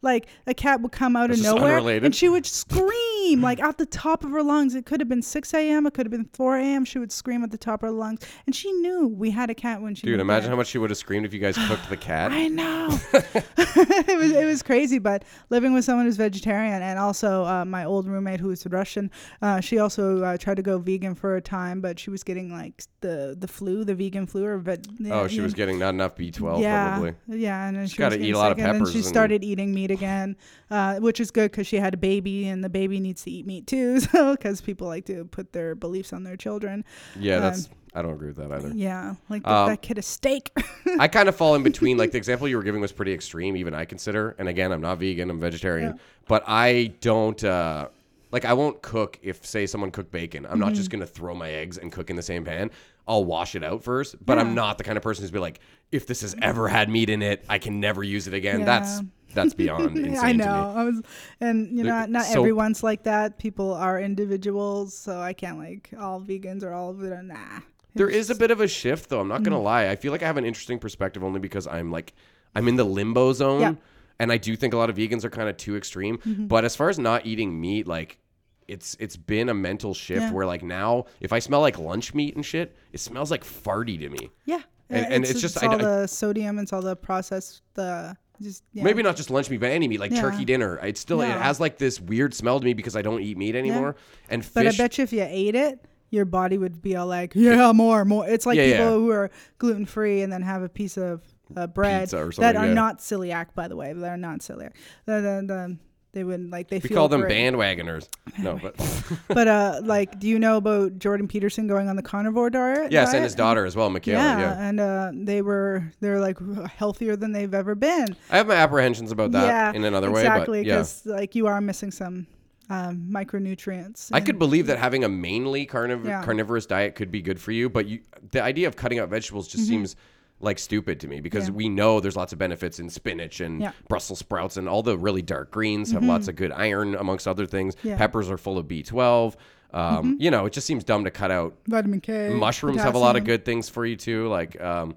[SPEAKER 3] Like a cat would come out
[SPEAKER 2] This
[SPEAKER 3] of
[SPEAKER 2] is
[SPEAKER 3] nowhere,
[SPEAKER 2] unrelated.
[SPEAKER 3] and she would scream like out the top of her lungs. It could have been 6 a.m. It could have been 4 a.m. She would scream at the top of her lungs, and she knew we had a cat when she.
[SPEAKER 2] dude,
[SPEAKER 3] moved
[SPEAKER 2] imagine
[SPEAKER 3] in.
[SPEAKER 2] how much she would have screamed if you guys cooked the cat.
[SPEAKER 3] I know. it was it was crazy, but living with someone who's vegetarian and also uh, my old roommate who was Russian, uh, she also uh, tried to go vegan for a time, but she was getting like the the flu, the vegan flu, or but
[SPEAKER 2] oh, she was getting not enough B twelve
[SPEAKER 3] yeah,
[SPEAKER 2] probably.
[SPEAKER 3] yeah, and then she
[SPEAKER 2] gotta
[SPEAKER 3] was
[SPEAKER 2] eat a lot of
[SPEAKER 3] sick, And then
[SPEAKER 2] peppers
[SPEAKER 3] she
[SPEAKER 2] and-
[SPEAKER 3] started eating meat again, uh, which is good because she had a baby, and the baby needs to eat meat too. So, because people like to put their beliefs on their children.
[SPEAKER 2] Yeah, that's. I don't agree with that either.
[SPEAKER 3] Yeah, like
[SPEAKER 2] Um,
[SPEAKER 3] that kid a steak.
[SPEAKER 2] I kind of fall in between. Like the example you were giving was pretty extreme, even I consider. And again, I'm not vegan, I'm vegetarian, but I don't. Uh, like I won't cook if, say, someone cooked bacon. I'm not
[SPEAKER 3] Mm.
[SPEAKER 2] just gonna throw my eggs and cook in the same pan. I'll wash it out first, but I'm not the kind of person who's be like, if this has ever had meat in it, I can never use it again. That's
[SPEAKER 3] Yeah.
[SPEAKER 2] that's beyond insane
[SPEAKER 3] I
[SPEAKER 2] to me.
[SPEAKER 3] know. I was, and you know,
[SPEAKER 2] Like,
[SPEAKER 3] not, not
[SPEAKER 2] so-
[SPEAKER 3] everyone's like that. People are individuals, so I can't like all vegans or all of it. Nah.
[SPEAKER 2] There is a bit of a shift, though. I'm not
[SPEAKER 3] Mm.
[SPEAKER 2] gonna lie. I feel like I have an interesting perspective only because I'm like, I'm in the limbo zone,
[SPEAKER 3] Yeah. Mm-hmm.
[SPEAKER 2] and I do think a lot of vegans are kind of too extreme. But as far as not eating meat, like, it's it's been a mental shift
[SPEAKER 3] Yeah.
[SPEAKER 2] where like now if I smell like lunch meat and shit, it smells like farty to me.
[SPEAKER 3] Yeah.
[SPEAKER 2] And-
[SPEAKER 3] Uh,
[SPEAKER 2] and it's just- I-
[SPEAKER 3] all
[SPEAKER 2] I-
[SPEAKER 3] the sodium, it's all the processed, the just yeah.
[SPEAKER 2] Maybe not just lunch meat, but any meat, like
[SPEAKER 3] Yeah.
[SPEAKER 2] turkey dinner. It's still it
[SPEAKER 3] No.
[SPEAKER 2] has like this weird smell to me because I don't eat meat anymore. And fish,
[SPEAKER 3] But I bet you if you ate it, your body would be all like, yeah, more, more. It's like
[SPEAKER 2] Yeah,
[SPEAKER 3] people
[SPEAKER 2] yeah.
[SPEAKER 3] who are gluten free and then have a piece of uh, bread
[SPEAKER 2] Pizza or
[SPEAKER 3] that
[SPEAKER 2] something,
[SPEAKER 3] are
[SPEAKER 2] yeah.
[SPEAKER 3] not celiac, by the way. They're not celiac. Then then- then they wouldn't like they
[SPEAKER 2] we
[SPEAKER 3] feel
[SPEAKER 2] call them
[SPEAKER 3] great.
[SPEAKER 2] bandwagoners. No, but
[SPEAKER 3] But uh, like, do you know about Jordan Peterson going on the carnivore diet?
[SPEAKER 2] yes, and
[SPEAKER 3] diet?
[SPEAKER 2] his daughter as well, Michaela.
[SPEAKER 3] Yeah,
[SPEAKER 2] yeah.
[SPEAKER 3] and uh, they were they're like healthier than they've ever been.
[SPEAKER 2] I have my apprehensions about that in another
[SPEAKER 3] exactly,
[SPEAKER 2] way, but yeah.
[SPEAKER 3] because like you are missing some um, micronutrients.
[SPEAKER 2] I could believe that having a mainly carniv-
[SPEAKER 3] Yeah.
[SPEAKER 2] carnivorous diet could be good for you, but you, the idea of cutting out vegetables just
[SPEAKER 3] Mm-hmm.
[SPEAKER 2] seems like stupid to me because we know there's lots of benefits in spinach and
[SPEAKER 3] Yeah. Mm-hmm.
[SPEAKER 2] Brussels sprouts and all the really dark greens have lots of good iron amongst other things.
[SPEAKER 3] Yeah. Mm-hmm.
[SPEAKER 2] Peppers are full of B12. Um, You know, it just seems dumb to cut out
[SPEAKER 3] vitamin K.
[SPEAKER 2] mushrooms have a lot of
[SPEAKER 3] potassium.
[SPEAKER 2] good things for you too like um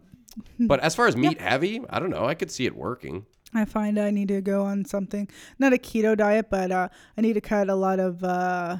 [SPEAKER 3] Hmm.
[SPEAKER 2] but as far as meat heavy i don't know i could see it working
[SPEAKER 3] I find I need to go on something, not a keto diet, but uh, I need to cut a lot of uh,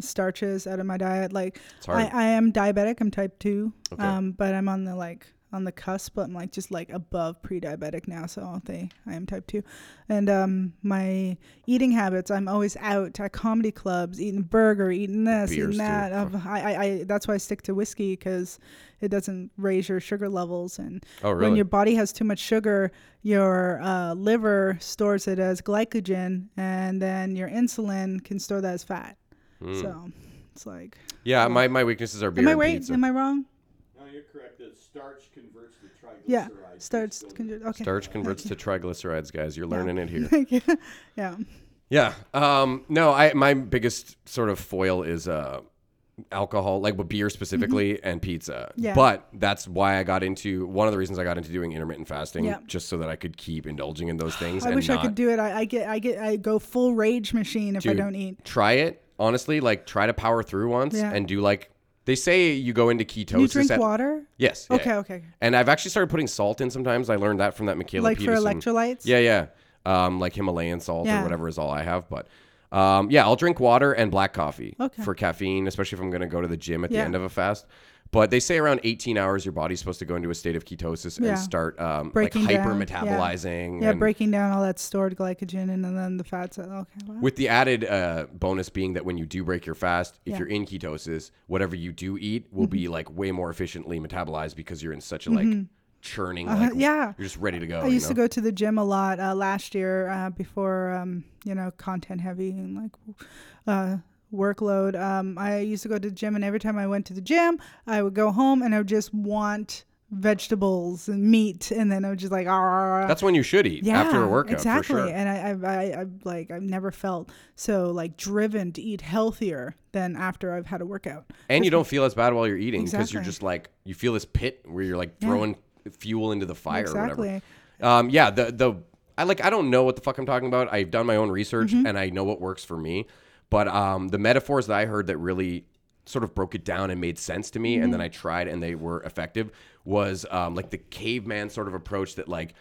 [SPEAKER 3] starches out of my diet. Like
[SPEAKER 2] hard.
[SPEAKER 3] I, I am diabetic, I'm type two,
[SPEAKER 2] Okay.
[SPEAKER 3] um, but I'm on the like on the cusp, but I'm like just like above pre-diabetic now. So they, I am type two, and um, my eating habits, I'm always out at comedy clubs, eating burger, eating this,
[SPEAKER 2] Beers,
[SPEAKER 3] eating
[SPEAKER 2] too.
[SPEAKER 3] that. Of I, I, I, that's why I stick to whiskey because it doesn't raise your sugar levels and
[SPEAKER 2] Oh,
[SPEAKER 3] when
[SPEAKER 2] really?
[SPEAKER 3] your body has too much sugar your uh, liver stores it as glycogen and then your insulin can store that as fat
[SPEAKER 2] Hmm.
[SPEAKER 3] so it's like
[SPEAKER 2] yeah my, my weaknesses are beer
[SPEAKER 3] am i
[SPEAKER 2] and
[SPEAKER 3] right
[SPEAKER 2] pizza
[SPEAKER 3] am i wrong
[SPEAKER 5] No, you're correct. The starch converts to triglycerides.
[SPEAKER 3] yeah
[SPEAKER 5] to
[SPEAKER 3] starts
[SPEAKER 5] sodium.
[SPEAKER 3] con- okay
[SPEAKER 2] starch converts to triglycerides guys you're learning it here
[SPEAKER 3] yeah
[SPEAKER 2] yeah um no i my biggest sort of foil is uh alcohol like with beer specifically and pizza
[SPEAKER 3] Mm-hmm. Yeah.
[SPEAKER 2] but that's why i got into one of the reasons i got into doing intermittent fasting
[SPEAKER 3] Yeah.
[SPEAKER 2] just so that i could keep indulging in those things
[SPEAKER 3] i
[SPEAKER 2] and
[SPEAKER 3] wish
[SPEAKER 2] not
[SPEAKER 3] i could do it I, I get i get i go full rage machine if i
[SPEAKER 2] Dude,
[SPEAKER 3] don't eat
[SPEAKER 2] Try it. Honestly, like try to power through once
[SPEAKER 3] Yeah.
[SPEAKER 2] and do like they say you go into ketosis.
[SPEAKER 3] do you drink
[SPEAKER 2] at-
[SPEAKER 3] water
[SPEAKER 2] Yes. yeah,
[SPEAKER 3] Okay,
[SPEAKER 2] yeah.
[SPEAKER 3] okay.
[SPEAKER 2] And I've actually started putting salt in sometimes. I learned that from that Michaela
[SPEAKER 3] like
[SPEAKER 2] Peterson.
[SPEAKER 3] for electrolytes
[SPEAKER 2] Yeah, yeah. Um, like Himalayan salt or
[SPEAKER 3] Yeah.
[SPEAKER 2] whatever is all I have, but. Um, yeah, I'll drink water and black coffee
[SPEAKER 3] Okay.
[SPEAKER 2] for caffeine, especially if I'm going to go to the gym at the
[SPEAKER 3] Yeah.
[SPEAKER 2] end of a fast. But they say around 18 hours, your body's supposed to go into a state of ketosis
[SPEAKER 3] Yeah.
[SPEAKER 2] and start um, like
[SPEAKER 3] Breaking
[SPEAKER 2] hyper
[SPEAKER 3] down, yeah.
[SPEAKER 2] metabolizing.
[SPEAKER 3] yeah
[SPEAKER 2] and,
[SPEAKER 3] breaking down all that stored glycogen and then the fats uh, okay wow.
[SPEAKER 2] with the added uh, bonus being that when you do break your fast, if
[SPEAKER 3] Yeah. Mm-hmm.
[SPEAKER 2] you're in ketosis, whatever you do eat will be like way more efficiently metabolized because you're in such a like churning. Like,
[SPEAKER 3] Uh-huh. yeah.
[SPEAKER 2] you're just ready to go.
[SPEAKER 3] I used to go to the gym a lot uh, last year uh, before, um, you know, content heavy and like uh, workload. Um, I used to go to the gym, and every time I went to the gym, I would go home and I would just want vegetables and meat, and then I would just like, "Arr."
[SPEAKER 2] That's when you should eat
[SPEAKER 3] yeah,
[SPEAKER 2] after a workout
[SPEAKER 3] exactly.
[SPEAKER 2] for sure.
[SPEAKER 3] And I, I, I, I, like, I've never felt so like driven to eat healthier than after I've had a workout.
[SPEAKER 2] and you don't feel as bad while you're eating because you're
[SPEAKER 3] Exactly.
[SPEAKER 2] just like you feel this pit where you're like
[SPEAKER 3] Yeah.
[SPEAKER 2] throwing fuel into the fire or whatever.
[SPEAKER 3] Exactly.
[SPEAKER 2] Um, yeah, the the I like I don't know what the fuck I'm talking about. I've done my own research
[SPEAKER 3] Mm-hmm.
[SPEAKER 2] and I know what works for me. But um, the metaphors that I heard that really sort of broke it down and made sense to
[SPEAKER 3] Mm-hmm.
[SPEAKER 2] me, and then I tried and they were effective was um, like the caveman sort of approach that like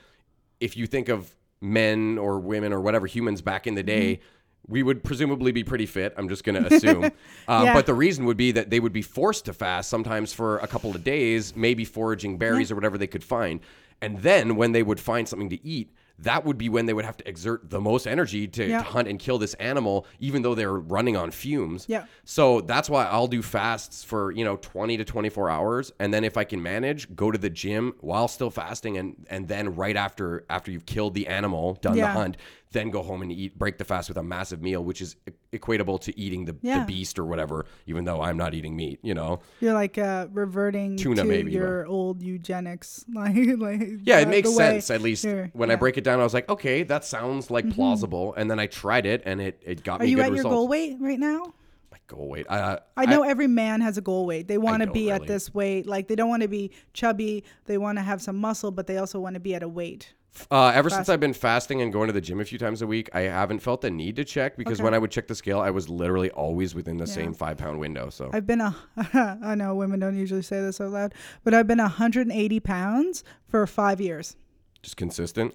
[SPEAKER 2] if you think of men or women or whatever humans back in the day.
[SPEAKER 3] Mm-hmm.
[SPEAKER 2] We would presumably be pretty fit. I'm just going to assume, um,
[SPEAKER 3] Yeah.
[SPEAKER 2] but the reason would be that they would be forced to fast sometimes for a couple of days, maybe foraging berries or whatever they could find. And then when they would find something to eat, that would be when they would have to exert the most energy to,
[SPEAKER 3] Yeah.
[SPEAKER 2] to hunt and kill this animal, even though they're running on fumes.
[SPEAKER 3] Yeah.
[SPEAKER 2] So that's why I'll do fasts for, you know, 20 to 24 hours. And then if I can manage, go to the gym while still fasting. And, and then right after, after you've killed the animal, done the
[SPEAKER 3] Yeah.
[SPEAKER 2] hunt, then go home and eat, break the fast with a massive meal, which is e- equatable to eating the, the
[SPEAKER 3] Yeah.
[SPEAKER 2] beast or whatever, even though I'm not eating meat, you know?
[SPEAKER 3] You're like uh, reverting
[SPEAKER 2] Tuna
[SPEAKER 3] to
[SPEAKER 2] maybe, but-
[SPEAKER 3] your old eugenics, like like
[SPEAKER 2] Yeah, it
[SPEAKER 3] the-
[SPEAKER 2] makes
[SPEAKER 3] the way-
[SPEAKER 2] sense. At least
[SPEAKER 3] Sure,
[SPEAKER 2] when I
[SPEAKER 3] yeah. Mm-hmm.
[SPEAKER 2] break it down, I was like, okay, that sounds like plausible. And then I tried it, and it, it got
[SPEAKER 3] Are
[SPEAKER 2] me
[SPEAKER 3] you
[SPEAKER 2] good
[SPEAKER 3] at your
[SPEAKER 2] results.
[SPEAKER 3] goal weight right now?
[SPEAKER 2] My goal weight. I,
[SPEAKER 3] I know every man has a goal weight. They want to
[SPEAKER 2] don't
[SPEAKER 3] be at
[SPEAKER 2] really.
[SPEAKER 3] this weight. Like they don't want to be chubby. They want to have some muscle, but they also want to be at a weight.
[SPEAKER 2] Uh, ever since I've been fasting and going to the gym a few times a week, I haven't felt the need to check because when I would check the scale, I was literally always within the same five pound window. So
[SPEAKER 3] I've been a. I know women don't usually say this out loud, but I've been 180 pounds for five years.
[SPEAKER 2] Just consistent.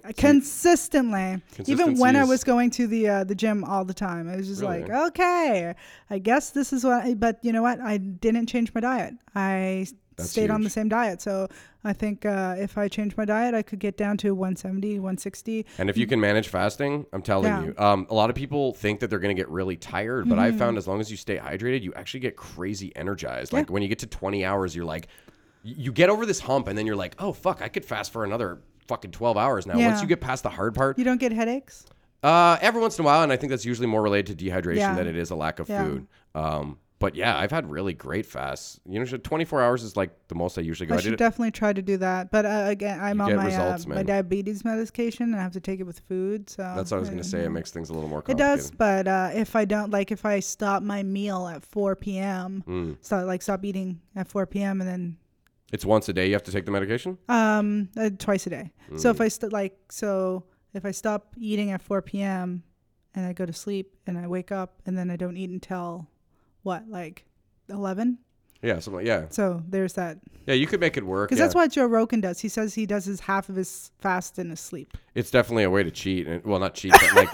[SPEAKER 3] consistently even when i
[SPEAKER 2] Consistency
[SPEAKER 3] was
[SPEAKER 2] is-
[SPEAKER 3] going to the uh, the gym all the time i was just
[SPEAKER 2] Really?
[SPEAKER 3] like okay i guess this is what I, but you know what i didn't change my diet i s-
[SPEAKER 2] That's
[SPEAKER 3] stayed on the
[SPEAKER 2] huge.
[SPEAKER 3] same diet so i think uh, if i change my diet i could get down to 170 160
[SPEAKER 2] And if you can manage fasting, I'm telling
[SPEAKER 3] Yeah. Mm-hmm.
[SPEAKER 2] you, um, a lot of people think that they're going to get really tired, but I found as long as you stay hydrated, you actually get crazy energized. Like when you get to 20 hours, you're like, y- you get over this hump, and then you're like, oh fuck, I could fast for another fucking 12 hours now.
[SPEAKER 3] Yeah.
[SPEAKER 2] Once you get past the hard part,
[SPEAKER 3] you don't get headaches
[SPEAKER 2] uh, every once in a while, and I think that's usually more related to dehydration
[SPEAKER 3] Yeah.
[SPEAKER 2] than it is a lack of
[SPEAKER 3] Yeah.
[SPEAKER 2] food. Um, but yeah, I've had really great fasts. You know, 24 hours is like the most I usually go.
[SPEAKER 3] I
[SPEAKER 2] I
[SPEAKER 3] should
[SPEAKER 2] did it-
[SPEAKER 3] definitely try to do that, but uh, again, I'm on
[SPEAKER 2] get
[SPEAKER 3] my
[SPEAKER 2] results,
[SPEAKER 3] uh, my
[SPEAKER 2] man.
[SPEAKER 3] diabetes medication, and I have to take it with food. So
[SPEAKER 2] That's what I was going to
[SPEAKER 3] uh,
[SPEAKER 2] say. It makes things a little more
[SPEAKER 3] It
[SPEAKER 2] complicated.
[SPEAKER 3] does, but uh, if I don't like, if I stop my meal at 4 p.m.,
[SPEAKER 2] Mm.
[SPEAKER 3] so like stop eating at 4 p.m. and then
[SPEAKER 2] It's once a day you have to take the medication?
[SPEAKER 3] um uh, twice a day. So
[SPEAKER 2] Mm.
[SPEAKER 3] if I st- like, so if I stop eating at 4 p.m. and I go to sleep and I wake up and then I don't eat until what like 11.
[SPEAKER 2] yeah, something like, yeah.
[SPEAKER 3] So there's that
[SPEAKER 2] Yeah, you could make it work.
[SPEAKER 3] because
[SPEAKER 2] yeah.
[SPEAKER 3] that's what Joe Rogan does. He says he does his half of his fast in his sleep.
[SPEAKER 2] It's definitely a way to cheat. And, well, not cheat, but like.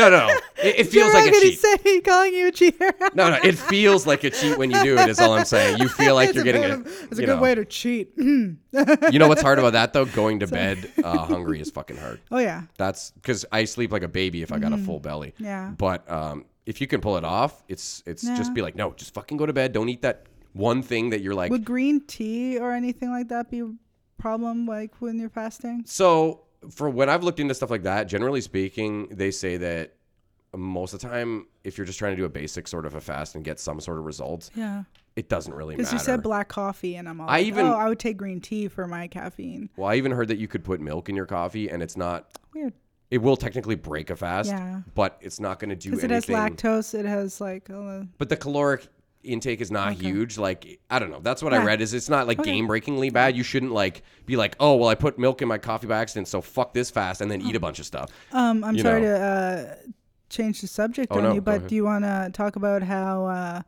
[SPEAKER 2] no, no. It, it feels
[SPEAKER 3] Joe
[SPEAKER 2] like a
[SPEAKER 3] Rogan
[SPEAKER 2] cheat.
[SPEAKER 3] is saying, calling you a cheater.
[SPEAKER 2] no, no. It feels like a cheat when you do it, is all I'm saying. You feel like
[SPEAKER 3] It's
[SPEAKER 2] you're getting
[SPEAKER 3] bit
[SPEAKER 2] a.
[SPEAKER 3] of- It's a
[SPEAKER 2] you
[SPEAKER 3] good
[SPEAKER 2] know.
[SPEAKER 3] way to cheat.
[SPEAKER 2] You know what's hard about that, though? Going to bed uh, hungry is fucking hard.
[SPEAKER 3] oh yeah.
[SPEAKER 2] That's because I sleep like a baby if I got a full belly.
[SPEAKER 3] Mm-hmm. Yeah.
[SPEAKER 2] But um, if you can pull it off, it's it's just
[SPEAKER 3] Yeah.
[SPEAKER 2] be like, no, just fucking go to bed. Don't eat that one thing that you're like.
[SPEAKER 3] Would green tea or anything like that be a problem like when you're fasting?
[SPEAKER 2] So, for when I've looked into stuff like that, generally speaking, they say that most of the time, if you're just trying to do a basic sort of a fast and get some sort of results,
[SPEAKER 3] Yeah.
[SPEAKER 2] it doesn't really
[SPEAKER 3] Because
[SPEAKER 2] matter.
[SPEAKER 3] you said black coffee and I'm all
[SPEAKER 2] I
[SPEAKER 3] like,
[SPEAKER 2] even-
[SPEAKER 3] oh, I would take green tea for my caffeine.
[SPEAKER 2] well, I even heard that you could put milk in your coffee, and it's not.
[SPEAKER 3] Weird.
[SPEAKER 2] It will technically break a fast,
[SPEAKER 3] Yeah.
[SPEAKER 2] but it's not going to do
[SPEAKER 3] Because
[SPEAKER 2] anything.
[SPEAKER 3] it has lactose, it has like all the
[SPEAKER 2] but the caloric intake is not huge like i don't know that's what i
[SPEAKER 3] Yeah.
[SPEAKER 2] read is it's not like game breakingly bad you shouldn't like be like oh well i put milk in my coffee by accident so fuck this fast and then eat a bunch of stuff
[SPEAKER 3] Oh. Um, I'm
[SPEAKER 2] You
[SPEAKER 3] sorry
[SPEAKER 2] know.
[SPEAKER 3] to uh, change the subject
[SPEAKER 2] Oh,
[SPEAKER 3] on
[SPEAKER 2] no,
[SPEAKER 3] you,
[SPEAKER 2] go
[SPEAKER 3] but
[SPEAKER 2] ahead.
[SPEAKER 3] do you want to talk about how uh,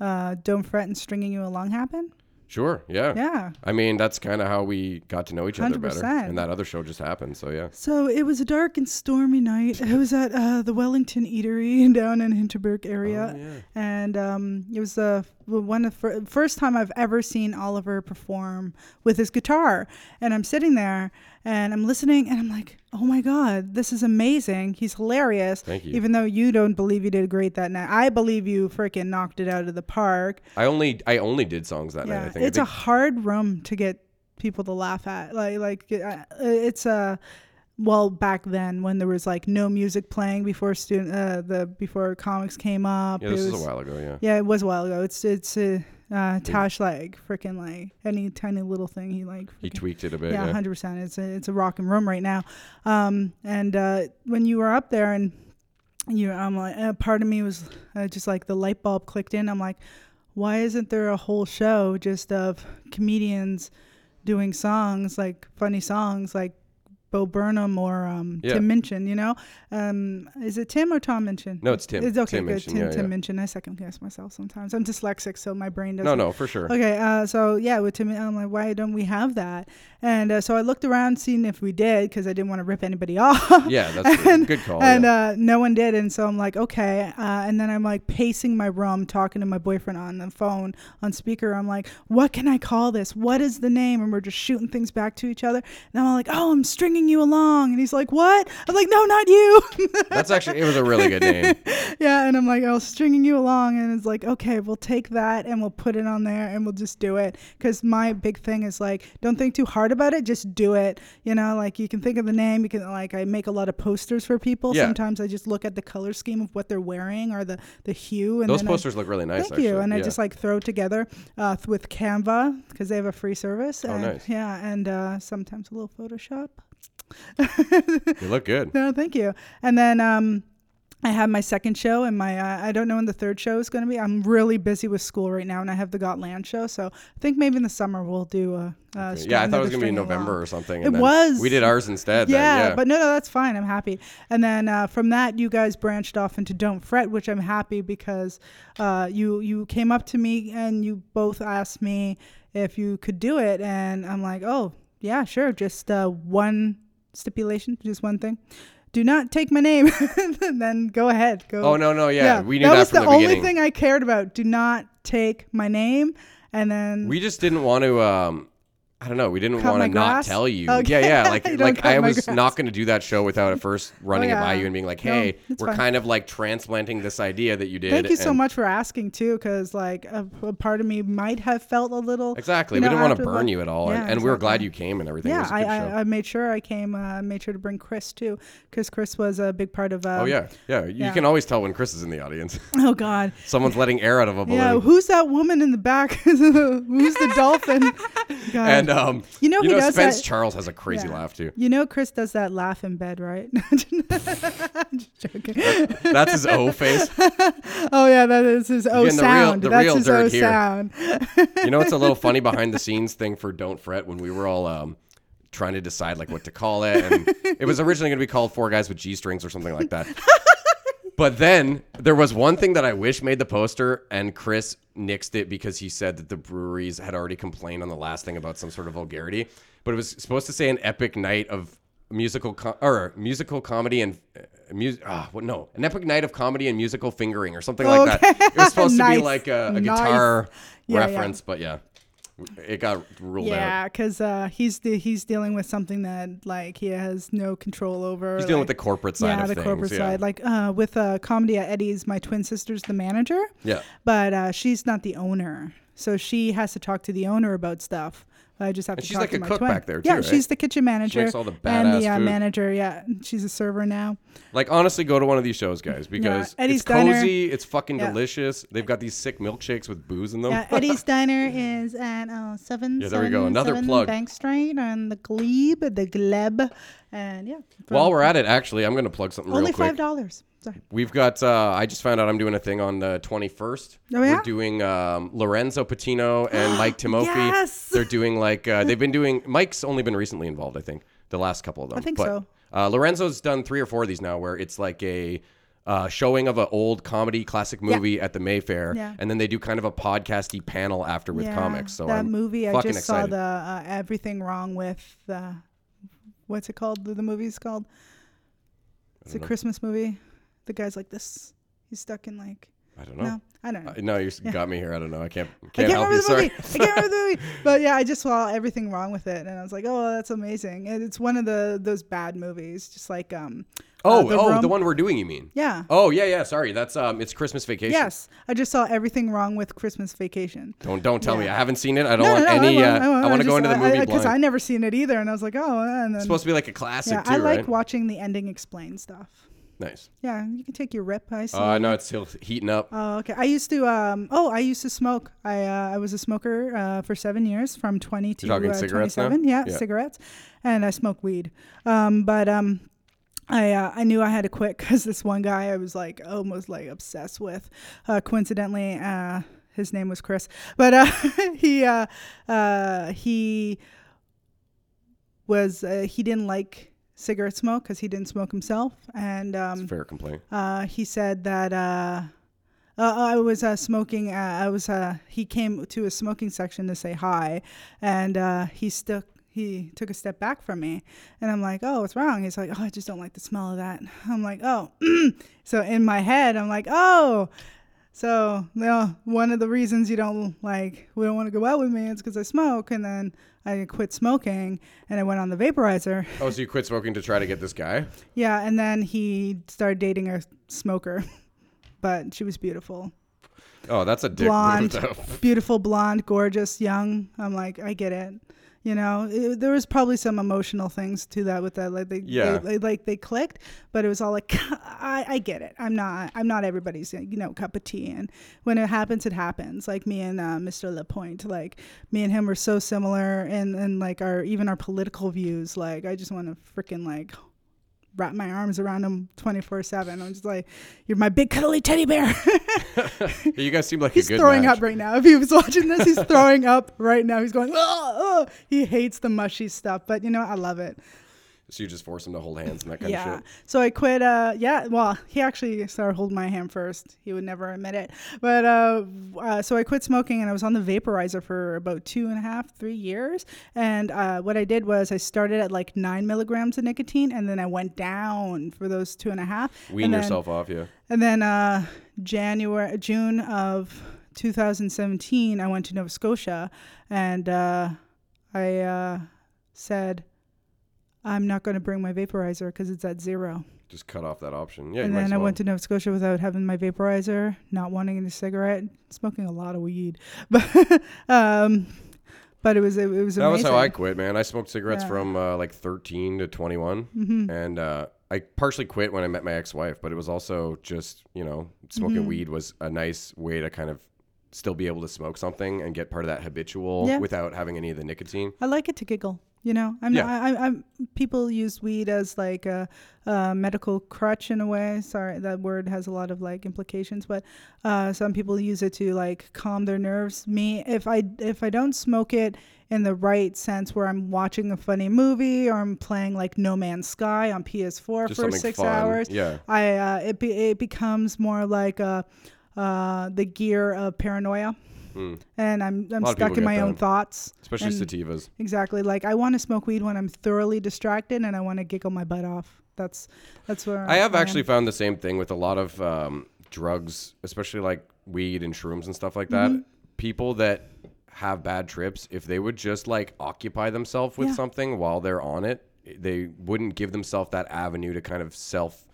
[SPEAKER 3] uh, don't fret and stringing you along happen?
[SPEAKER 2] sure yeah
[SPEAKER 3] Yeah.
[SPEAKER 2] i mean that's kind of how we got to know each other better
[SPEAKER 3] 100%.
[SPEAKER 2] and that other show just happened so yeah
[SPEAKER 3] So it was a dark and stormy night. I was at uh, the Wellington Eatery down in Hinterberg
[SPEAKER 2] Oh,
[SPEAKER 3] area, and um, it was the well, one of the fir- first time I've ever seen Oliver perform with his guitar. And I'm sitting there and I'm listening, and I'm like, "Oh my God, this is amazing! He's hilarious."
[SPEAKER 2] Thank you.
[SPEAKER 3] Even though you don't believe you did great that night, I believe you freaking knocked it out of the park.
[SPEAKER 2] i only i only did songs that night i
[SPEAKER 3] Yeah,
[SPEAKER 2] think I
[SPEAKER 3] it's a
[SPEAKER 2] think-
[SPEAKER 3] hard room to get people to laugh at. Like, like uh, it's a well back then when there was like no music playing before student uh, the before comics came up.
[SPEAKER 2] yeah
[SPEAKER 3] it
[SPEAKER 2] this
[SPEAKER 3] was,
[SPEAKER 2] was a while ago yeah
[SPEAKER 3] Yeah, it was a while ago. It's it's uh, uh, Tash like freaking like any tiny little thing he like.
[SPEAKER 2] he
[SPEAKER 3] frickin-
[SPEAKER 2] tweaked it a bit
[SPEAKER 3] yeah,
[SPEAKER 2] yeah,
[SPEAKER 3] hundred percent. It's a, it's a rock and room right now. Um, and uh, when you were up there, and you, I'm like, uh, part of me was uh, just like the light bulb clicked in. I'm like, why isn't there a whole show just of comedians doing songs like funny songs like Bo Burnham or um,
[SPEAKER 2] Yeah.
[SPEAKER 3] Tim Minchin? You know, um, is it Tim or Tom Minchin?
[SPEAKER 2] No, it's Tim.
[SPEAKER 3] It's okay.
[SPEAKER 2] Tim
[SPEAKER 3] good.
[SPEAKER 2] Minchin,
[SPEAKER 3] Tim,
[SPEAKER 2] yeah,
[SPEAKER 3] Tim
[SPEAKER 2] yeah.
[SPEAKER 3] Minchin. I second guess myself sometimes. I'm dyslexic, so my brain doesn't.
[SPEAKER 2] no no for sure
[SPEAKER 3] Okay, uh, so yeah, with Timmy, I'm like, why don't we have that? And uh, so I looked around, seeing if we did, because I didn't want to rip anybody off.
[SPEAKER 2] yeah that's
[SPEAKER 3] And-
[SPEAKER 2] good call
[SPEAKER 3] and
[SPEAKER 2] yeah.
[SPEAKER 3] uh, no one did, and so I'm like, okay. Uh, and then I'm like pacing my room, talking to my boyfriend on the phone on speaker. I'm like, what can I call this? What is the name? And we're just shooting things back to each other. And I'm like, oh, I'm stringing you along. And he's like, what? I'm like, no, not you.
[SPEAKER 2] that's actually it was a really good name
[SPEAKER 3] yeah, and I'm like, I was stringing you along, and it's like, okay, we'll take that and we'll put it on there and we'll just do it. Because my big thing is like, don't think too hard about it, just do it. You know, like you can think of the name, you can like, I make a lot of posters for people.
[SPEAKER 2] Yeah.
[SPEAKER 3] Sometimes I just look at the color scheme of what they're wearing or the the hue, and
[SPEAKER 2] those
[SPEAKER 3] then I-
[SPEAKER 2] posters look really nice
[SPEAKER 3] uh, Thank
[SPEAKER 2] actually
[SPEAKER 3] you, and I
[SPEAKER 2] yeah.
[SPEAKER 3] just like throw together uh, th- with Canva because they have a free service. Oh, and,
[SPEAKER 2] nice.
[SPEAKER 3] Yeah, and uh, sometimes a little Photoshop.
[SPEAKER 2] they look good
[SPEAKER 3] No, thank you. And then um, I have my second show, and my uh, I don't know when the third show is going to be. I'm really busy with school right now, and I have the Got Land show, so I think maybe in the summer we'll do a. a string-
[SPEAKER 2] Yeah, I thought it
[SPEAKER 3] another
[SPEAKER 2] was gonna be in
[SPEAKER 3] string along.
[SPEAKER 2] November or something.
[SPEAKER 3] It
[SPEAKER 2] and then
[SPEAKER 3] was.
[SPEAKER 2] We did ours instead. then,
[SPEAKER 3] Yeah,
[SPEAKER 2] Yeah,
[SPEAKER 3] but no, no, that's fine. I'm happy. And then uh, from that, you guys branched off into Don't Fret, which I'm happy because uh, you you came up to me and you both asked me if you could do it, and I'm like, oh yeah, sure, just uh, one stipulation, just one thing. Do not take my name. and then go ahead. Go.
[SPEAKER 2] Oh, no, no, yeah, we knew that
[SPEAKER 3] was
[SPEAKER 2] from
[SPEAKER 3] the,
[SPEAKER 2] the
[SPEAKER 3] only
[SPEAKER 2] beginning.
[SPEAKER 3] thing I cared about. Do not take my name. And then
[SPEAKER 2] We just didn't want to. Um, I don't know. We didn't
[SPEAKER 3] Cut
[SPEAKER 2] want
[SPEAKER 3] my
[SPEAKER 2] to not
[SPEAKER 3] grass?
[SPEAKER 2] tell you.
[SPEAKER 3] Okay.
[SPEAKER 2] Yeah, yeah.
[SPEAKER 3] I
[SPEAKER 2] Like,
[SPEAKER 3] don't
[SPEAKER 2] like
[SPEAKER 3] cut
[SPEAKER 2] I
[SPEAKER 3] my
[SPEAKER 2] was
[SPEAKER 3] grass. Oh,
[SPEAKER 2] not going to do that show without at first running it by
[SPEAKER 3] yeah.
[SPEAKER 2] you and being like,
[SPEAKER 3] No,
[SPEAKER 2] "Hey,
[SPEAKER 3] it's
[SPEAKER 2] we're
[SPEAKER 3] fine.
[SPEAKER 2] kind of like transplanting this idea that you did."
[SPEAKER 3] Thank you so
[SPEAKER 2] and-
[SPEAKER 3] much for asking too, because like a, a part of me might have felt a little
[SPEAKER 2] Exactly.
[SPEAKER 3] you
[SPEAKER 2] we
[SPEAKER 3] know,
[SPEAKER 2] didn't want to
[SPEAKER 3] after,
[SPEAKER 2] burn
[SPEAKER 3] like-
[SPEAKER 2] you at all, and,
[SPEAKER 3] Yeah,
[SPEAKER 2] and we were
[SPEAKER 3] exactly.
[SPEAKER 2] glad you came and everything. it
[SPEAKER 3] Yeah,
[SPEAKER 2] was a
[SPEAKER 3] I,
[SPEAKER 2] good show.
[SPEAKER 3] I, I made sure I came. Uh, made sure to bring Chris too, because Chris was a big part of. Uh,
[SPEAKER 2] oh yeah, yeah. You
[SPEAKER 3] yeah.
[SPEAKER 2] can always tell when Chris is in the audience.
[SPEAKER 3] Oh God.
[SPEAKER 2] Someone's letting air out of a balloon.
[SPEAKER 3] Yeah, who's that woman in the back? who's the dolphin? God.
[SPEAKER 2] and um,
[SPEAKER 3] uh, You know he does
[SPEAKER 2] Spence
[SPEAKER 3] that-
[SPEAKER 2] Charles has a crazy
[SPEAKER 3] Yeah.
[SPEAKER 2] laugh too.
[SPEAKER 3] you know, Chris does that laugh in bed, right? Just joking.
[SPEAKER 2] That's his O face.
[SPEAKER 3] Oh yeah, that is his O
[SPEAKER 2] getting the real-
[SPEAKER 3] sound.
[SPEAKER 2] the
[SPEAKER 3] That's
[SPEAKER 2] real
[SPEAKER 3] his O
[SPEAKER 2] dirt here.
[SPEAKER 3] sound.
[SPEAKER 2] You know, it's a little funny behind the scenes thing for Don't Fret when we were all um, trying to decide like what to call it, and it was originally going to be called Four Guys with G Strings or something like that. But then there was one thing that I wish made the poster, and Chris nixed it because he said that the breweries had already complained on the last thing about some sort of vulgarity. But it was supposed to say an epic night of musical com- or musical comedy and uh, music. Ah, what? No, an epic night of comedy and musical fingering or something like that.
[SPEAKER 3] Okay.
[SPEAKER 2] It was supposed to
[SPEAKER 3] Nice.
[SPEAKER 2] be like a, a
[SPEAKER 3] Nice.
[SPEAKER 2] guitar
[SPEAKER 3] Yeah, yeah.
[SPEAKER 2] reference, but yeah, it got ruled out.
[SPEAKER 3] Yeah, because uh, he's de- he's dealing with something that like he has no control over.
[SPEAKER 2] He's dealing
[SPEAKER 3] like-
[SPEAKER 2] with the corporate side
[SPEAKER 3] yeah,
[SPEAKER 2] of
[SPEAKER 3] the
[SPEAKER 2] things.
[SPEAKER 3] corporate
[SPEAKER 2] yeah.
[SPEAKER 3] side. Like uh, with uh, comedy at Eddie's, my twin sister's the manager.
[SPEAKER 2] Yeah.
[SPEAKER 3] but uh, she's not the owner, so she has to talk to the owner about stuff. I just have
[SPEAKER 2] And
[SPEAKER 3] to
[SPEAKER 2] she's
[SPEAKER 3] talk
[SPEAKER 2] like
[SPEAKER 3] to
[SPEAKER 2] a
[SPEAKER 3] my
[SPEAKER 2] cook
[SPEAKER 3] twin.
[SPEAKER 2] back there,
[SPEAKER 3] Yeah,
[SPEAKER 2] too, right?
[SPEAKER 3] she's the kitchen manager
[SPEAKER 2] all the
[SPEAKER 3] and the
[SPEAKER 2] badass
[SPEAKER 3] uh,
[SPEAKER 2] food.
[SPEAKER 3] manager. Yeah, she's a server now.
[SPEAKER 2] Like honestly, go to one of these shows, guys, because
[SPEAKER 3] Eddie's
[SPEAKER 2] it's
[SPEAKER 3] Diner.
[SPEAKER 2] cozy, it's fucking
[SPEAKER 3] Yeah.
[SPEAKER 2] delicious. They've got these sick milkshakes with booze in them.
[SPEAKER 3] Yeah, Eddie's Diner is at uh, seven.
[SPEAKER 2] Yeah, there we go. Another
[SPEAKER 3] 7
[SPEAKER 2] plug.
[SPEAKER 3] Bank Street on the Glebe, the Gleb, and yeah.
[SPEAKER 2] While
[SPEAKER 3] from-
[SPEAKER 2] we're at it, actually, I'm gonna plug something
[SPEAKER 3] only
[SPEAKER 2] real quick.
[SPEAKER 3] five dollars. Sorry.
[SPEAKER 2] We've got. Uh, I just found out I'm doing a thing on the 21st.
[SPEAKER 3] Oh, yeah?
[SPEAKER 2] We're doing um, Lorenzo Patino and Mike Timofey.
[SPEAKER 3] Yes!
[SPEAKER 2] They're doing like uh, they've been doing. Mike's only been recently involved, I think. The last couple of them. I
[SPEAKER 3] think
[SPEAKER 2] but,
[SPEAKER 3] so.
[SPEAKER 2] Uh, Lorenzo's done three or four of these now, where it's like a. Uh, showing of an old comedy classic movie at the Mayfair,
[SPEAKER 3] Yeah.
[SPEAKER 2] and then they do kind of a podcasty panel after with
[SPEAKER 3] Yeah,
[SPEAKER 2] comics. So
[SPEAKER 3] that
[SPEAKER 2] I'm
[SPEAKER 3] movie I
[SPEAKER 2] fucking
[SPEAKER 3] just saw
[SPEAKER 2] excited.
[SPEAKER 3] the uh, everything wrong with uh, what's it called? The, the movie's called. It's a Christmas movie. The guy's like this. He's stuck in like
[SPEAKER 2] I don't know.
[SPEAKER 3] no, I don't know.
[SPEAKER 2] Uh, No, you s got me here. I don't know. I can't
[SPEAKER 3] I
[SPEAKER 2] can't,
[SPEAKER 3] can't
[SPEAKER 2] help
[SPEAKER 3] remember
[SPEAKER 2] you. Sorry.
[SPEAKER 3] the movie. Uh, I can't remember the movie. But yeah, I just saw everything wrong with it, and I was like, "Oh, that's amazing!" And it's one of the those bad movies, just like um.
[SPEAKER 2] Oh,
[SPEAKER 3] uh, the
[SPEAKER 2] oh,
[SPEAKER 3] Rum-
[SPEAKER 2] the one we're doing. You mean?
[SPEAKER 3] Yeah.
[SPEAKER 2] Oh yeah, yeah. Sorry, that's um, it's Christmas Vacation.
[SPEAKER 3] Yes, I just saw everything wrong with Christmas Vacation.
[SPEAKER 2] Don't don't tell me.
[SPEAKER 3] Yeah.
[SPEAKER 2] I haven't seen it. I don't want
[SPEAKER 3] I
[SPEAKER 2] any.
[SPEAKER 3] won't,
[SPEAKER 2] uh, I,
[SPEAKER 3] won't.
[SPEAKER 2] want to go
[SPEAKER 3] just-
[SPEAKER 2] into the
[SPEAKER 3] I- I-
[SPEAKER 2] movie blind.
[SPEAKER 3] I never seen it either, and I was like, "Oh," and then
[SPEAKER 2] it's supposed to be like a classic
[SPEAKER 3] yeah,
[SPEAKER 2] too,
[SPEAKER 3] I like
[SPEAKER 2] right?
[SPEAKER 3] watching the ending explain stuff.
[SPEAKER 2] nice.
[SPEAKER 3] Yeah, you can take your rip. I see.
[SPEAKER 2] Uh, no, it's still heating up.
[SPEAKER 3] Oh, okay. I used to. Um, oh, I used to smoke. I uh, I was a smoker uh, for seven years, from twenty to
[SPEAKER 2] You're talking
[SPEAKER 3] uh,
[SPEAKER 2] cigarettes now?
[SPEAKER 3] twenty-seven. Yeah,
[SPEAKER 2] Yeah.
[SPEAKER 3] cigarettes, and I smoked weed. Um, but um, I uh, I knew I had to quit because this one guy I was like almost like obsessed with. Uh, coincidentally, uh, his name was Chris, but uh, he uh, uh, he was uh, he didn't like cigarette smoke because he didn't smoke himself, and um,
[SPEAKER 2] Fair complaint.
[SPEAKER 3] uh, he said that uh, uh, I was uh, smoking. Uh, I was. Uh, he came to a smoking section to say hi, and uh, he stuck. He took a step back from me, and I'm like, "Oh, what's wrong?" He's like, "Oh, I just don't like the smell of that." I'm like, "Oh," so in my head, I'm like, "Oh." So, you know, one of the reasons you don't like, we don't want to go out with me is because I smoke. And then I quit smoking and I went on the vaporizer.
[SPEAKER 2] Oh, so you quit smoking to try to get this guy?
[SPEAKER 3] Yeah, and then he started dating a smoker, but she was beautiful,
[SPEAKER 2] Oh, that's a dick move.
[SPEAKER 3] blonde,
[SPEAKER 2] though.
[SPEAKER 3] beautiful blonde, gorgeous, young. I'm like, I get it. You know, it, there was probably some emotional things to that with that, like they,
[SPEAKER 2] Yeah.
[SPEAKER 3] they, like they clicked, but it was all like, I, I get it. I'm not, I'm not everybody's, you know, cup of tea. And when it happens, it happens. Like me and uh, Mr. Lapointe, like me and him were so similar, and and like our even our political views. Like I just want to freaking like wrap my arms around him 24 7 i'm just like you're my big cuddly teddy bear
[SPEAKER 2] Hey, you guys seem like
[SPEAKER 3] he's
[SPEAKER 2] a good
[SPEAKER 3] throwing
[SPEAKER 2] match.
[SPEAKER 3] up right now if he was watching this he's throwing up right now he's going oh, oh he hates the mushy stuff but you know i love it
[SPEAKER 2] So you just force them to hold hands and that kind
[SPEAKER 3] Yeah.
[SPEAKER 2] of shit.
[SPEAKER 3] So I quit. Uh, yeah. Well, he actually started holding my hand first. He would never admit it. But uh, uh, so I quit smoking, and I was on the vaporizer for about two and a half, three years. And uh, what I did was I started at like nine milligrams of nicotine, and then I went down for those two and a half.
[SPEAKER 2] Wean
[SPEAKER 3] and then-
[SPEAKER 2] yourself off, yeah.
[SPEAKER 3] And then uh, January, June of 2017, I went to Nova Scotia, and uh, I uh, said, "I'm not going to bring my vaporizer because it's at zero.
[SPEAKER 2] Just cut off that option. Yeah,
[SPEAKER 3] and
[SPEAKER 2] you might
[SPEAKER 3] then
[SPEAKER 2] as
[SPEAKER 3] I
[SPEAKER 2] well.
[SPEAKER 3] went to Nova Scotia without having my vaporizer, not wanting a cigarette, smoking a lot of weed, but um, but it was it, was
[SPEAKER 2] That was
[SPEAKER 3] amazing.
[SPEAKER 2] how I quit, man. I smoked cigarettes
[SPEAKER 3] Yeah. Mm-hmm.
[SPEAKER 2] from uh, like 13 to 21, and uh, I partially quit when I met my ex-wife. But it was also just you know smoking
[SPEAKER 3] Mm-hmm.
[SPEAKER 2] weed was a nice way to kind of still be able to smoke something and get part of that habitual
[SPEAKER 3] Yeah.
[SPEAKER 2] without having any of the nicotine.
[SPEAKER 3] I like it to giggle. You know, I'm
[SPEAKER 2] Yeah.
[SPEAKER 3] not. I, I'm. People use weed as like a, a medical crutch in a way. Sorry, that word has a lot of like implications, but uh, some people use it to like calm their nerves. Me, if I if I don't smoke it in the right sense, where I'm watching a funny movie or I'm playing like No Man's Sky on
[SPEAKER 2] Just
[SPEAKER 3] PS4 for
[SPEAKER 2] something
[SPEAKER 3] six
[SPEAKER 2] fun.
[SPEAKER 3] hours,
[SPEAKER 2] Yeah.
[SPEAKER 3] I uh, it be, it becomes more like uh uh, the gear of paranoia, and I'm I'm
[SPEAKER 2] Hmm. lot of
[SPEAKER 3] stuck
[SPEAKER 2] people
[SPEAKER 3] in my
[SPEAKER 2] get
[SPEAKER 3] own
[SPEAKER 2] that.
[SPEAKER 3] thoughts,
[SPEAKER 2] Especially
[SPEAKER 3] and-
[SPEAKER 2] sativas.
[SPEAKER 3] Exactly. Like I want to smoke weed when I'm thoroughly distracted and I want to giggle my butt off. That's that's where
[SPEAKER 2] I have
[SPEAKER 3] am.
[SPEAKER 2] actually found the same thing with a lot of um, drugs, especially like weed and shrooms and stuff like that.
[SPEAKER 3] Mm-hmm.
[SPEAKER 2] People that have bad trips, if they would just like occupy themselves with
[SPEAKER 3] Yeah.
[SPEAKER 2] something while they're on it, they wouldn't give themselves that avenue to kind of self,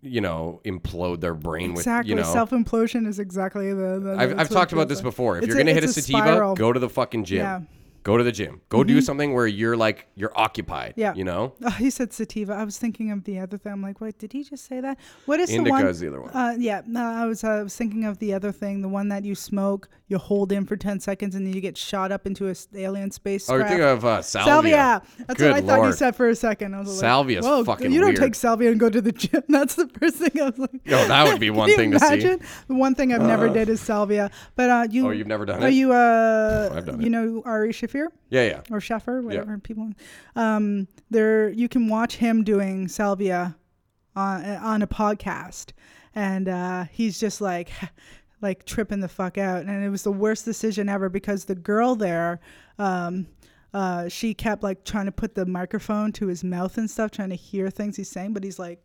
[SPEAKER 2] you know, implode their brain
[SPEAKER 3] exactly
[SPEAKER 2] with, you know.
[SPEAKER 3] self implosion is exactly the. the
[SPEAKER 2] I've,
[SPEAKER 3] that's
[SPEAKER 2] I've
[SPEAKER 3] what
[SPEAKER 2] talked
[SPEAKER 3] it
[SPEAKER 2] about
[SPEAKER 3] feels
[SPEAKER 2] this
[SPEAKER 3] like.
[SPEAKER 2] before. If
[SPEAKER 3] It's
[SPEAKER 2] you're going to
[SPEAKER 3] a-
[SPEAKER 2] hit a
[SPEAKER 3] it's
[SPEAKER 2] sativa,
[SPEAKER 3] spiral.
[SPEAKER 2] go to the fucking gym.
[SPEAKER 3] Yeah. Mm-hmm.
[SPEAKER 2] Go to the gym. Go do something where you're like, you're occupied.
[SPEAKER 3] Yeah.
[SPEAKER 2] You know?
[SPEAKER 3] Oh, he said sativa. I was thinking of the other thing. I'm like, wait, did he just say that? What is the
[SPEAKER 2] Indica
[SPEAKER 3] one?
[SPEAKER 2] is the other one.
[SPEAKER 3] Uh, yeah, no, I was uh, I was thinking of the other thing, the one that you smoke, you hold in for ten seconds, and then you get shot up into a s- alien space.
[SPEAKER 2] Oh, you're thinking of uh,
[SPEAKER 3] Salvia. That's
[SPEAKER 2] Good
[SPEAKER 3] what I thought you
[SPEAKER 2] Lord.
[SPEAKER 3] said for a second. I was like,
[SPEAKER 2] Salvia's
[SPEAKER 3] Whoa,
[SPEAKER 2] fucking
[SPEAKER 3] You don't
[SPEAKER 2] weird.
[SPEAKER 3] take salvia and go to the gym. That's the first thing I was like.
[SPEAKER 2] No, that would be
[SPEAKER 3] Can
[SPEAKER 2] one
[SPEAKER 3] you
[SPEAKER 2] thing to see.
[SPEAKER 3] imagine? The one thing I've never did is salvia. But uh, you.
[SPEAKER 2] Oh, you've never done
[SPEAKER 3] Are
[SPEAKER 2] it?
[SPEAKER 3] you? Uh,
[SPEAKER 2] I've done
[SPEAKER 3] you
[SPEAKER 2] it.
[SPEAKER 3] know Ari Shafir
[SPEAKER 2] Yeah, yeah.
[SPEAKER 3] or Shaffer, whatever people. Um, there you can watch him doing salvia on on a podcast, and uh, he's just like. Like tripping the fuck out, and it was the worst decision ever because the girl there, um, uh, she kept like trying to put the microphone to his mouth and stuff, trying to hear things he's saying, but he's like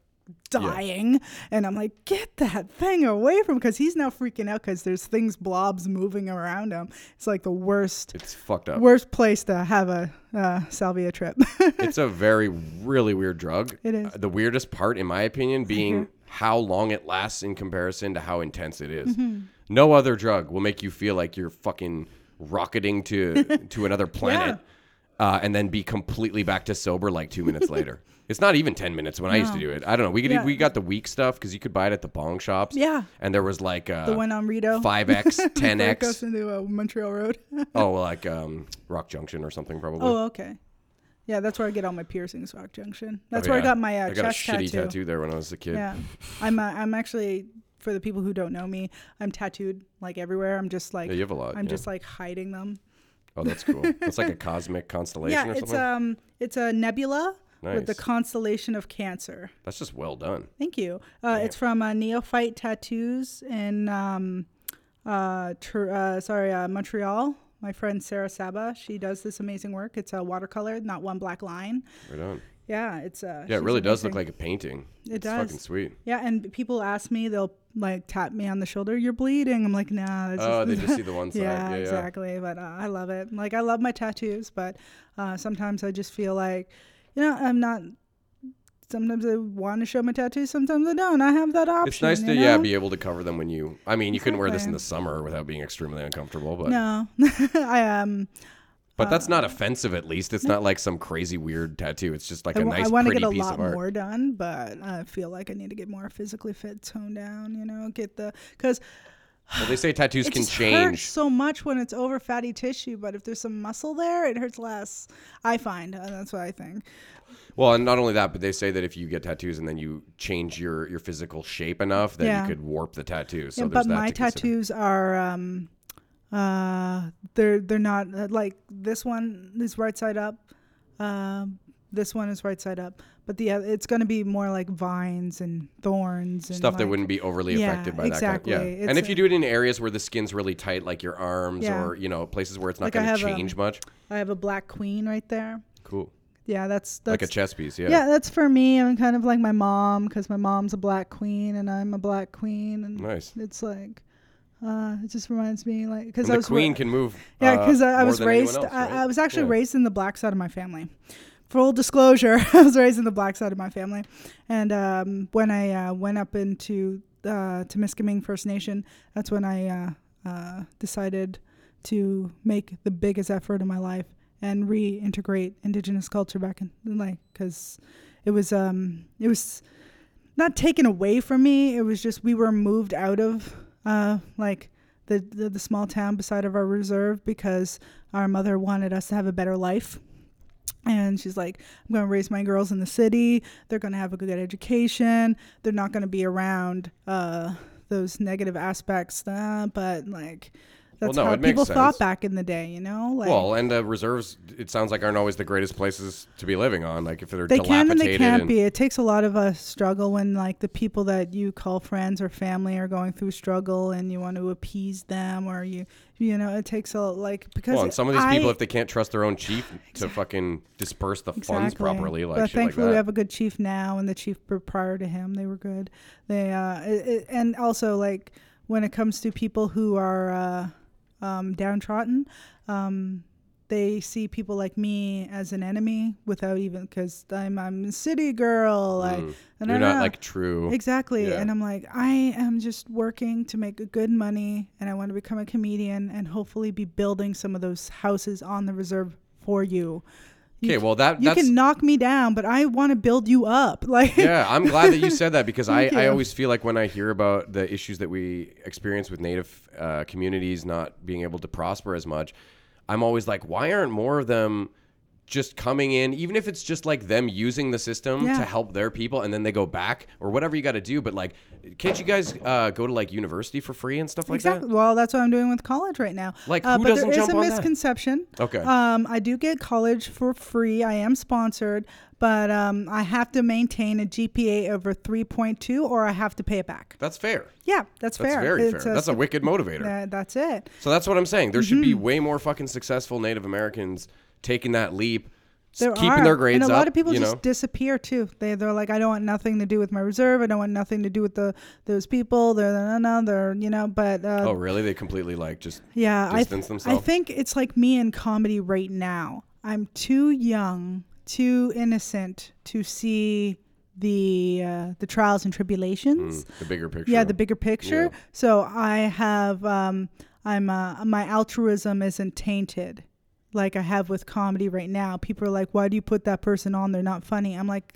[SPEAKER 3] dying. And I'm like, get that thing away from because he's now freaking out because there's things, blobs moving around him. It's like the worst,
[SPEAKER 2] It's fucked up.
[SPEAKER 3] worst place to have a uh, salvia trip.
[SPEAKER 2] it's a very, really weird drug.
[SPEAKER 3] It is. Mm-hmm.
[SPEAKER 2] Uh, the weirdest part, in my opinion, being how long it lasts in comparison to how intense it is.
[SPEAKER 3] Mm-hmm.
[SPEAKER 2] No other drug will make you feel like you're fucking rocketing to to another planet. Uh, and then be completely back to sober like two minutes later. It's not even ten minutes when I used to do it. I don't know. We could,
[SPEAKER 3] Yeah.
[SPEAKER 2] we got the weak stuff because you could buy it at the bong shops.
[SPEAKER 3] Yeah.
[SPEAKER 2] and there was like uh,
[SPEAKER 3] the one on Rito.
[SPEAKER 2] five x, ten
[SPEAKER 3] Before it goes
[SPEAKER 2] x.
[SPEAKER 3] into uh, Montreal Road.
[SPEAKER 2] Oh, like um, Rock Junction or something probably.
[SPEAKER 3] oh, okay. Yeah, that's where I get all my piercings, Rock Junction. That's
[SPEAKER 2] Oh,
[SPEAKER 3] where
[SPEAKER 2] yeah.
[SPEAKER 3] I got my uh,
[SPEAKER 2] I got
[SPEAKER 3] chest
[SPEAKER 2] a shitty
[SPEAKER 3] tattoo.
[SPEAKER 2] tattoo. there when I was a kid.
[SPEAKER 3] Yeah, I'm. Uh, I'm actually for the people who don't know me, I'm tattooed like everywhere. I'm just like
[SPEAKER 2] Yeah, you have a lot,
[SPEAKER 3] I'm
[SPEAKER 2] yeah.
[SPEAKER 3] just like hiding them.
[SPEAKER 2] Oh, that's cool. It's like a cosmic constellation
[SPEAKER 3] Yeah,
[SPEAKER 2] or
[SPEAKER 3] it's
[SPEAKER 2] something.
[SPEAKER 3] um, it's a nebula with the
[SPEAKER 2] Nice.
[SPEAKER 3] constellation of Cancer.
[SPEAKER 2] that's just well done.
[SPEAKER 3] Thank you. Uh, it's from uh, Neophyte Tattoos in um, uh, Tur- uh, sorry, uh, Montreal. My friend Sarah Saba, she does this amazing work. It's a watercolor, not one black line.
[SPEAKER 2] Right on.
[SPEAKER 3] Yeah, it's uh,
[SPEAKER 2] Yeah, it
[SPEAKER 3] she's
[SPEAKER 2] really does
[SPEAKER 3] amazing.
[SPEAKER 2] look like a painting.
[SPEAKER 3] It
[SPEAKER 2] it's
[SPEAKER 3] does.
[SPEAKER 2] fucking sweet.
[SPEAKER 3] Yeah, and people ask me, they'll like tap me on the shoulder, you're bleeding. I'm like, nah. That's
[SPEAKER 2] Oh,
[SPEAKER 3] just,
[SPEAKER 2] they just see the one side.
[SPEAKER 3] yeah,
[SPEAKER 2] Yeah, yeah.
[SPEAKER 3] exactly. But uh, I love it. Like, I love my tattoos, but uh, sometimes I just feel like, you know, I'm not. Sometimes I want to show my tattoos. Sometimes I don't. I have that option.
[SPEAKER 2] It's nice
[SPEAKER 3] you
[SPEAKER 2] to yeah
[SPEAKER 3] know?
[SPEAKER 2] be able to cover them when you. I mean, you couldn't wear this in
[SPEAKER 3] Exactly.
[SPEAKER 2] the summer without being extremely uncomfortable, but
[SPEAKER 3] No, uh, I um.
[SPEAKER 2] but that's not offensive. At least it's not like some crazy weird tattoo. It's just like
[SPEAKER 3] I
[SPEAKER 2] a nice,
[SPEAKER 3] want to
[SPEAKER 2] pretty
[SPEAKER 3] get a
[SPEAKER 2] piece
[SPEAKER 3] lot
[SPEAKER 2] of art.
[SPEAKER 3] more done, but I feel like I need to get more physically fit, toned down. You know, get the because
[SPEAKER 2] Well, they say tattoos
[SPEAKER 3] it
[SPEAKER 2] can
[SPEAKER 3] just hurts
[SPEAKER 2] change.
[SPEAKER 3] so much when it's over fatty tissue. But if there's some muscle there, it hurts less. I find uh, that's what I think.
[SPEAKER 2] Well, and not only that, but they say that if you get tattoos and then you change your your physical shape enough, that
[SPEAKER 3] Yeah.
[SPEAKER 2] you could warp the tattoo. So
[SPEAKER 3] yeah,
[SPEAKER 2] there's
[SPEAKER 3] but
[SPEAKER 2] that
[SPEAKER 3] my
[SPEAKER 2] to consider.
[SPEAKER 3] tattoos are um, uh, they're they're not uh, like this one is right side up. Um, This one is right side up, but the oth- it's going to be more like vines and thorns and
[SPEAKER 2] Stuff that
[SPEAKER 3] like-
[SPEAKER 2] wouldn't be overly
[SPEAKER 3] Yeah,
[SPEAKER 2] affected by
[SPEAKER 3] exactly.
[SPEAKER 2] that. Kind yeah.
[SPEAKER 3] It's
[SPEAKER 2] And if you
[SPEAKER 3] a-
[SPEAKER 2] do it in areas where the skin's really tight, like your arms
[SPEAKER 3] Yeah.
[SPEAKER 2] or you know places where it's not
[SPEAKER 3] Like I
[SPEAKER 2] going
[SPEAKER 3] have,
[SPEAKER 2] to change
[SPEAKER 3] um,
[SPEAKER 2] much.
[SPEAKER 3] I have a black queen right there.
[SPEAKER 2] Cool.
[SPEAKER 3] Yeah, that's that's
[SPEAKER 2] like a chess piece. Yeah.
[SPEAKER 3] yeah, that's for me. I'm kind of like my mom because my mom's a black queen and I'm a black queen, and
[SPEAKER 2] Nice.
[SPEAKER 3] it's like uh, it just reminds me like because
[SPEAKER 2] And
[SPEAKER 3] I
[SPEAKER 2] the
[SPEAKER 3] was ra-
[SPEAKER 2] queen can move.
[SPEAKER 3] yeah
[SPEAKER 2] uh,
[SPEAKER 3] because I, I
[SPEAKER 2] more
[SPEAKER 3] was
[SPEAKER 2] than anyone
[SPEAKER 3] raised
[SPEAKER 2] else, right?
[SPEAKER 3] I, I was actually
[SPEAKER 2] Yeah.
[SPEAKER 3] raised in the black side of my family. Full disclosure, I was raised in the black side of my family, and um, when I uh, went up into uh, Temiskaming First Nation, that's when I uh, uh, decided to make the biggest effort in my life and reintegrate Indigenous culture back in, like because it was um it was not taken away from me. It was just we were moved out of uh like the the, the small town beside of our reserve because our mother wanted us to have a better life. And she's like, I'm going to raise my girls in the city. They're going to have a good education. They're not going to be around uh, those negative aspects. Uh, but like, that's
[SPEAKER 2] no,
[SPEAKER 3] how
[SPEAKER 2] it makes
[SPEAKER 3] people thought
[SPEAKER 2] sense.
[SPEAKER 3] back in the day, you know? Like,
[SPEAKER 2] Well, and uh, reserves, it sounds like aren't always the greatest places to be living on. Like if they're
[SPEAKER 3] they can
[SPEAKER 2] dilapidated
[SPEAKER 3] and they can't
[SPEAKER 2] and-
[SPEAKER 3] be. It takes a lot of a struggle when like the people that you call friends or family are going through struggle, and you want to appease them, or you you know it takes a like because
[SPEAKER 2] Well, and some of these
[SPEAKER 3] I-
[SPEAKER 2] people, if they can't trust their own chief to fucking disperse the funds
[SPEAKER 3] Exactly.
[SPEAKER 2] properly, like
[SPEAKER 3] but
[SPEAKER 2] shit like
[SPEAKER 3] thankfully we
[SPEAKER 2] that.
[SPEAKER 3] have a good chief now, and the chief pr- prior to him, they were good. They uh, it, it- and also like when it comes to people who are uh, um, downtrodden, um, they see people like me as an enemy without even because I'm I'm a city girl. I, and I
[SPEAKER 2] Mm. You're
[SPEAKER 3] don't
[SPEAKER 2] not
[SPEAKER 3] know.
[SPEAKER 2] like true.
[SPEAKER 3] Exactly.
[SPEAKER 2] Yeah.
[SPEAKER 3] And I'm like, I am just working to make good money and I want to become a comedian and hopefully be building some of those houses on the reserve for you. You
[SPEAKER 2] Okay, well that
[SPEAKER 3] you
[SPEAKER 2] that's
[SPEAKER 3] can knock me down, but I want to build you up. Like
[SPEAKER 2] yeah, I'm glad that you said that because I,
[SPEAKER 3] Thank
[SPEAKER 2] I
[SPEAKER 3] you.
[SPEAKER 2] always feel like when I hear about the issues that we experience with Native uh, communities not being able to prosper as much, I'm always like, why aren't more of them just coming in, even if it's just like them using the system
[SPEAKER 3] Yeah.
[SPEAKER 2] to help their people and then they go back or whatever you got to do? But like, can't you guys uh, go to like university for free and stuff like
[SPEAKER 3] exactly. Well, that's what I'm doing with college right now.
[SPEAKER 2] Like, who
[SPEAKER 3] uh, but there
[SPEAKER 2] doesn't
[SPEAKER 3] is
[SPEAKER 2] jump
[SPEAKER 3] a
[SPEAKER 2] on that?
[SPEAKER 3] misconception.
[SPEAKER 2] Okay.
[SPEAKER 3] Um, I do get college for free. I am sponsored, but um, I have to maintain a GPA over 3.2, or I have to pay it back.
[SPEAKER 2] that? That's fair.
[SPEAKER 3] Yeah,
[SPEAKER 2] That's
[SPEAKER 3] that's, fair.
[SPEAKER 2] very
[SPEAKER 3] It's
[SPEAKER 2] fair. That's a wicked motivator.
[SPEAKER 3] that- that's it.
[SPEAKER 2] So that's what I'm saying. There should be
[SPEAKER 3] Mm-hmm.
[SPEAKER 2] way more fucking successful Native Americans taking that leap, s-
[SPEAKER 3] There
[SPEAKER 2] keeping
[SPEAKER 3] are.
[SPEAKER 2] their grades
[SPEAKER 3] and a
[SPEAKER 2] up.
[SPEAKER 3] lot of people
[SPEAKER 2] you
[SPEAKER 3] just
[SPEAKER 2] know?
[SPEAKER 3] disappear too. They they're like, I don't want nothing to do with my reserve. I don't want nothing to do with the those people. They're no no. They're you know. But uh,
[SPEAKER 2] Oh, really? They completely like just
[SPEAKER 3] yeah, I
[SPEAKER 2] distance
[SPEAKER 3] I
[SPEAKER 2] themselves?
[SPEAKER 3] think it's like me in comedy right now. I'm too young, too innocent to see the uh, the trials and tribulations.
[SPEAKER 2] the bigger picture.
[SPEAKER 3] Yeah, the bigger picture. So I have um I'm uh, my altruism isn't tainted like I have with comedy right now. People are like, "Why do you put that person on? They're not funny." I'm like,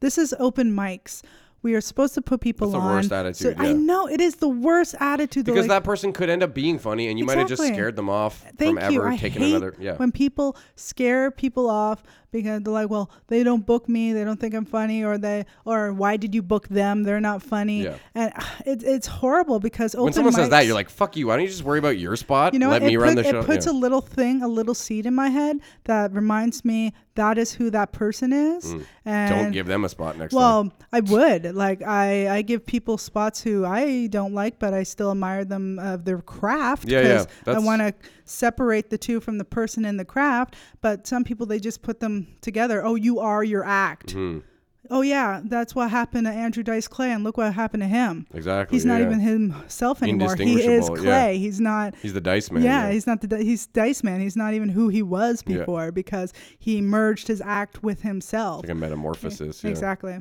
[SPEAKER 3] "This is open mics. We are supposed to put people
[SPEAKER 2] That's the
[SPEAKER 3] on."
[SPEAKER 2] worst
[SPEAKER 3] So-
[SPEAKER 2] attitude,
[SPEAKER 3] I
[SPEAKER 2] yeah.
[SPEAKER 3] know it is the worst attitude. They're
[SPEAKER 2] because
[SPEAKER 3] like,
[SPEAKER 2] that person could end up being funny, and you might have just
[SPEAKER 3] Exactly.
[SPEAKER 2] scared them off
[SPEAKER 3] Thank
[SPEAKER 2] from
[SPEAKER 3] you.
[SPEAKER 2] ever
[SPEAKER 3] I
[SPEAKER 2] taking
[SPEAKER 3] hate
[SPEAKER 2] another. Yeah.
[SPEAKER 3] when people scare people off because they're like, "Well, they don't book me. They don't think I'm funny, or they, or why did you book them? They're not funny."
[SPEAKER 2] Yeah.
[SPEAKER 3] And ah, it, it's horrible because open
[SPEAKER 2] When someone says that,
[SPEAKER 3] mics-
[SPEAKER 2] you're like, "Fuck you! Why don't you just worry about your spot?
[SPEAKER 3] you know,
[SPEAKER 2] Let
[SPEAKER 3] what?
[SPEAKER 2] me
[SPEAKER 3] it,
[SPEAKER 2] run
[SPEAKER 3] put-
[SPEAKER 2] the show."
[SPEAKER 3] it puts
[SPEAKER 2] Yeah.
[SPEAKER 3] a little thing, a little seed in my head that reminds me that is who that person is. And
[SPEAKER 2] Mm. don't give them a spot next time.
[SPEAKER 3] well, I would like I I give people spots who I don't like, but I still admire them of their craft.
[SPEAKER 2] Yeah, yeah,
[SPEAKER 3] 'cause I
[SPEAKER 2] that's-
[SPEAKER 3] want to separate the two from the person in the craft. But some people they just put them together. Oh, you are your act.
[SPEAKER 2] Mm-hmm.
[SPEAKER 3] Oh yeah, that's what happened to Andrew Dice Clay, and look what happened to him.
[SPEAKER 2] Exactly,
[SPEAKER 3] He's not
[SPEAKER 2] yeah.
[SPEAKER 3] even himself anymore. He is
[SPEAKER 2] Indistinguishable, yeah.
[SPEAKER 3] Clay. He's not.
[SPEAKER 2] He's the dice man.
[SPEAKER 3] Yeah, he's not the di- he's Dice Man. He's not even who he was
[SPEAKER 2] Yeah.
[SPEAKER 3] before because he merged his act with himself.
[SPEAKER 2] like a metamorphosis. Yeah.
[SPEAKER 3] Exactly.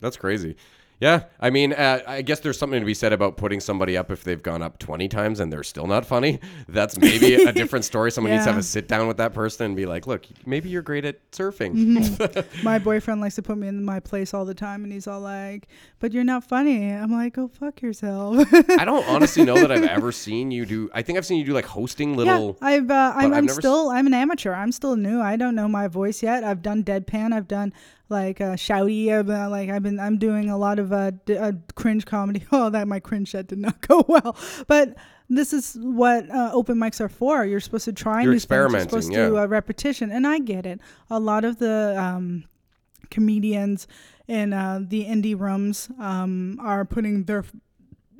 [SPEAKER 2] That's crazy. Yeah, I mean, uh, I guess there's something to be said about putting somebody up if they've gone up 20 times and they're still not funny. That's maybe a different story. Someone needs to have
[SPEAKER 3] Yeah.
[SPEAKER 2] a sit down with that person and be like, "Look, maybe you're great at surfing."
[SPEAKER 3] Mm-hmm. My boyfriend likes to put me in my place all the time, and he's all like, "But you're not funny." I'm like, "Go fuck yourself."
[SPEAKER 2] I don't honestly know that I've ever seen you do. I think I've seen you do like hosting
[SPEAKER 3] yeah,
[SPEAKER 2] little.
[SPEAKER 3] I've uh, I'm,
[SPEAKER 2] I've
[SPEAKER 3] I'm
[SPEAKER 2] never s-
[SPEAKER 3] still I'm an amateur. I'm still new. I don't know my voice yet. I've done deadpan. I've done like uh, shouty. I've been, like I've been I'm doing a lot of uh, d- uh, cringe comedy. Oh, that my cringe set did not go well, but. This is what uh, open mics are for. You're supposed to uh, try
[SPEAKER 2] You're
[SPEAKER 3] new things. You're
[SPEAKER 2] experimenting,
[SPEAKER 3] supposed
[SPEAKER 2] yeah.
[SPEAKER 3] to uh, repetition, and I get it. A lot of the um, comedians in uh, the indie rooms um, are putting their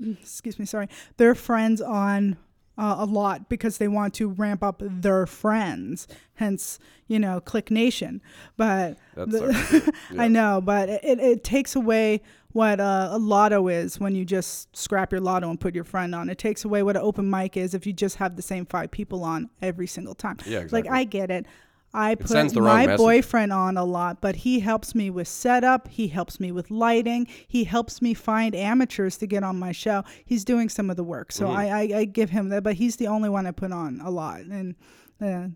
[SPEAKER 3] excuse me sorry their friends on uh, a lot because they want to ramp up their friends hence you know click nation but
[SPEAKER 2] That's
[SPEAKER 3] the-
[SPEAKER 2] sarcasm.
[SPEAKER 3] i know but it, it, it takes away what uh, a lotto is when you just scrap your lotto and put your friend on it takes away what an open mic is if you just have the same five people on every single time
[SPEAKER 2] Yeah,
[SPEAKER 3] like
[SPEAKER 2] exactly.
[SPEAKER 3] i get it i put
[SPEAKER 2] sends the wrong
[SPEAKER 3] my
[SPEAKER 2] message.
[SPEAKER 3] boyfriend on a lot, but he helps me with setup. He helps me with lighting. He helps me find amateurs to get on my show. He's doing some of the work, so
[SPEAKER 2] Mm-hmm.
[SPEAKER 3] I, I I give him that. But he's the only one I put on a lot, and uh, yeah,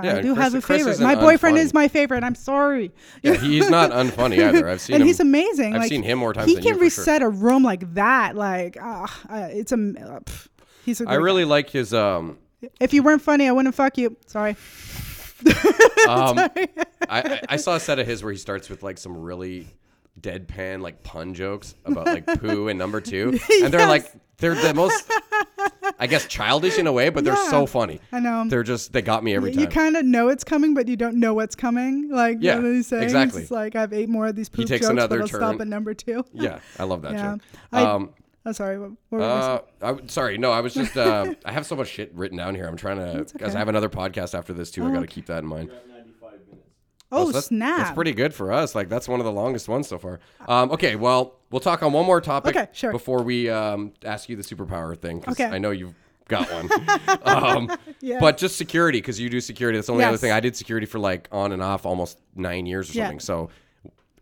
[SPEAKER 2] Yeah,
[SPEAKER 3] I do
[SPEAKER 2] Chris-
[SPEAKER 3] have a
[SPEAKER 2] Chris
[SPEAKER 3] favorite.
[SPEAKER 2] isn't
[SPEAKER 3] My boyfriend
[SPEAKER 2] unfunny.
[SPEAKER 3] is my favorite. I'm sorry,
[SPEAKER 2] Yeah, he's not unfunny either. I've seen
[SPEAKER 3] and
[SPEAKER 2] him.
[SPEAKER 3] he's amazing.
[SPEAKER 2] I've
[SPEAKER 3] like,
[SPEAKER 2] seen him more times
[SPEAKER 3] He
[SPEAKER 2] than
[SPEAKER 3] can
[SPEAKER 2] you, for sure.
[SPEAKER 3] reset a room like that. Like uh, uh, it's a. Uh, pff, he's a.
[SPEAKER 2] I
[SPEAKER 3] great
[SPEAKER 2] really like his um
[SPEAKER 3] guy. If you weren't funny, I wouldn't fuck you. Sorry.
[SPEAKER 2] Um, I, I, I saw a set of his where he starts with like some really deadpan like pun jokes about like poo and number two, and they're like they're the most, I guess, childish in a way, but they're so
[SPEAKER 3] Yeah.
[SPEAKER 2] funny.
[SPEAKER 3] I know.
[SPEAKER 2] They're just they got me every
[SPEAKER 3] You
[SPEAKER 2] time.
[SPEAKER 3] kind of know it's coming, but you don't know what's coming. Like,
[SPEAKER 2] Yeah,
[SPEAKER 3] you know what he's saying?
[SPEAKER 2] exactly.
[SPEAKER 3] It's just like, I have eight more of these poop
[SPEAKER 2] takes
[SPEAKER 3] jokes,
[SPEAKER 2] another
[SPEAKER 3] but I'll stop
[SPEAKER 2] turn.
[SPEAKER 3] at number two.
[SPEAKER 2] yeah, I love that
[SPEAKER 3] Yeah.
[SPEAKER 2] joke.
[SPEAKER 3] I-
[SPEAKER 2] um,
[SPEAKER 3] I'm sorry. What, what were we saying?
[SPEAKER 2] uh, I, sorry, no, I was just uh, I have so much shit written down here. I'm trying to because
[SPEAKER 3] okay. Uh-huh.
[SPEAKER 2] I have another podcast after this too. I got to keep that in mind.
[SPEAKER 5] We're at 95 minutes.
[SPEAKER 3] oh,
[SPEAKER 2] So that's,
[SPEAKER 3] snap.
[SPEAKER 2] That's pretty good for us. Like that's one of the longest ones so far. Um, okay, well, we'll talk on one more topic
[SPEAKER 3] Okay, sure.
[SPEAKER 2] before we um, ask you the superpower thing. 'cause
[SPEAKER 3] Okay.
[SPEAKER 2] I know you've got one. um, But just security, because you do security. That's the only other
[SPEAKER 3] Yes.
[SPEAKER 2] thing. I did security for like on and off almost nine years or
[SPEAKER 3] Yeah.
[SPEAKER 2] something. So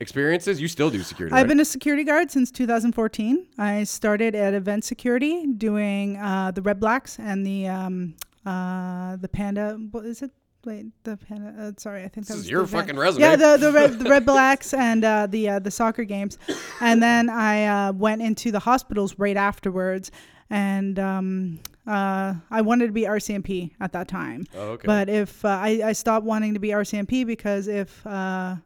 [SPEAKER 2] experiences, you still do security.
[SPEAKER 3] I've
[SPEAKER 2] right?
[SPEAKER 3] been a security guard since 2014. I started at event security doing uh, the Red Blacks and the um, uh, the Panda. What is it? Wait, the Panda. Uh, sorry, I think that
[SPEAKER 2] is
[SPEAKER 3] was the
[SPEAKER 2] your
[SPEAKER 3] event.
[SPEAKER 2] fucking resume.
[SPEAKER 3] Yeah, the the Red, the Red Blacks and uh, the uh, the soccer games, and then I uh, went into the hospitals right afterwards, and. Um, uh, I wanted to be RCMP at that time,
[SPEAKER 2] Oh, okay.
[SPEAKER 3] but if uh, I, I stopped wanting to be RCMP because if uh,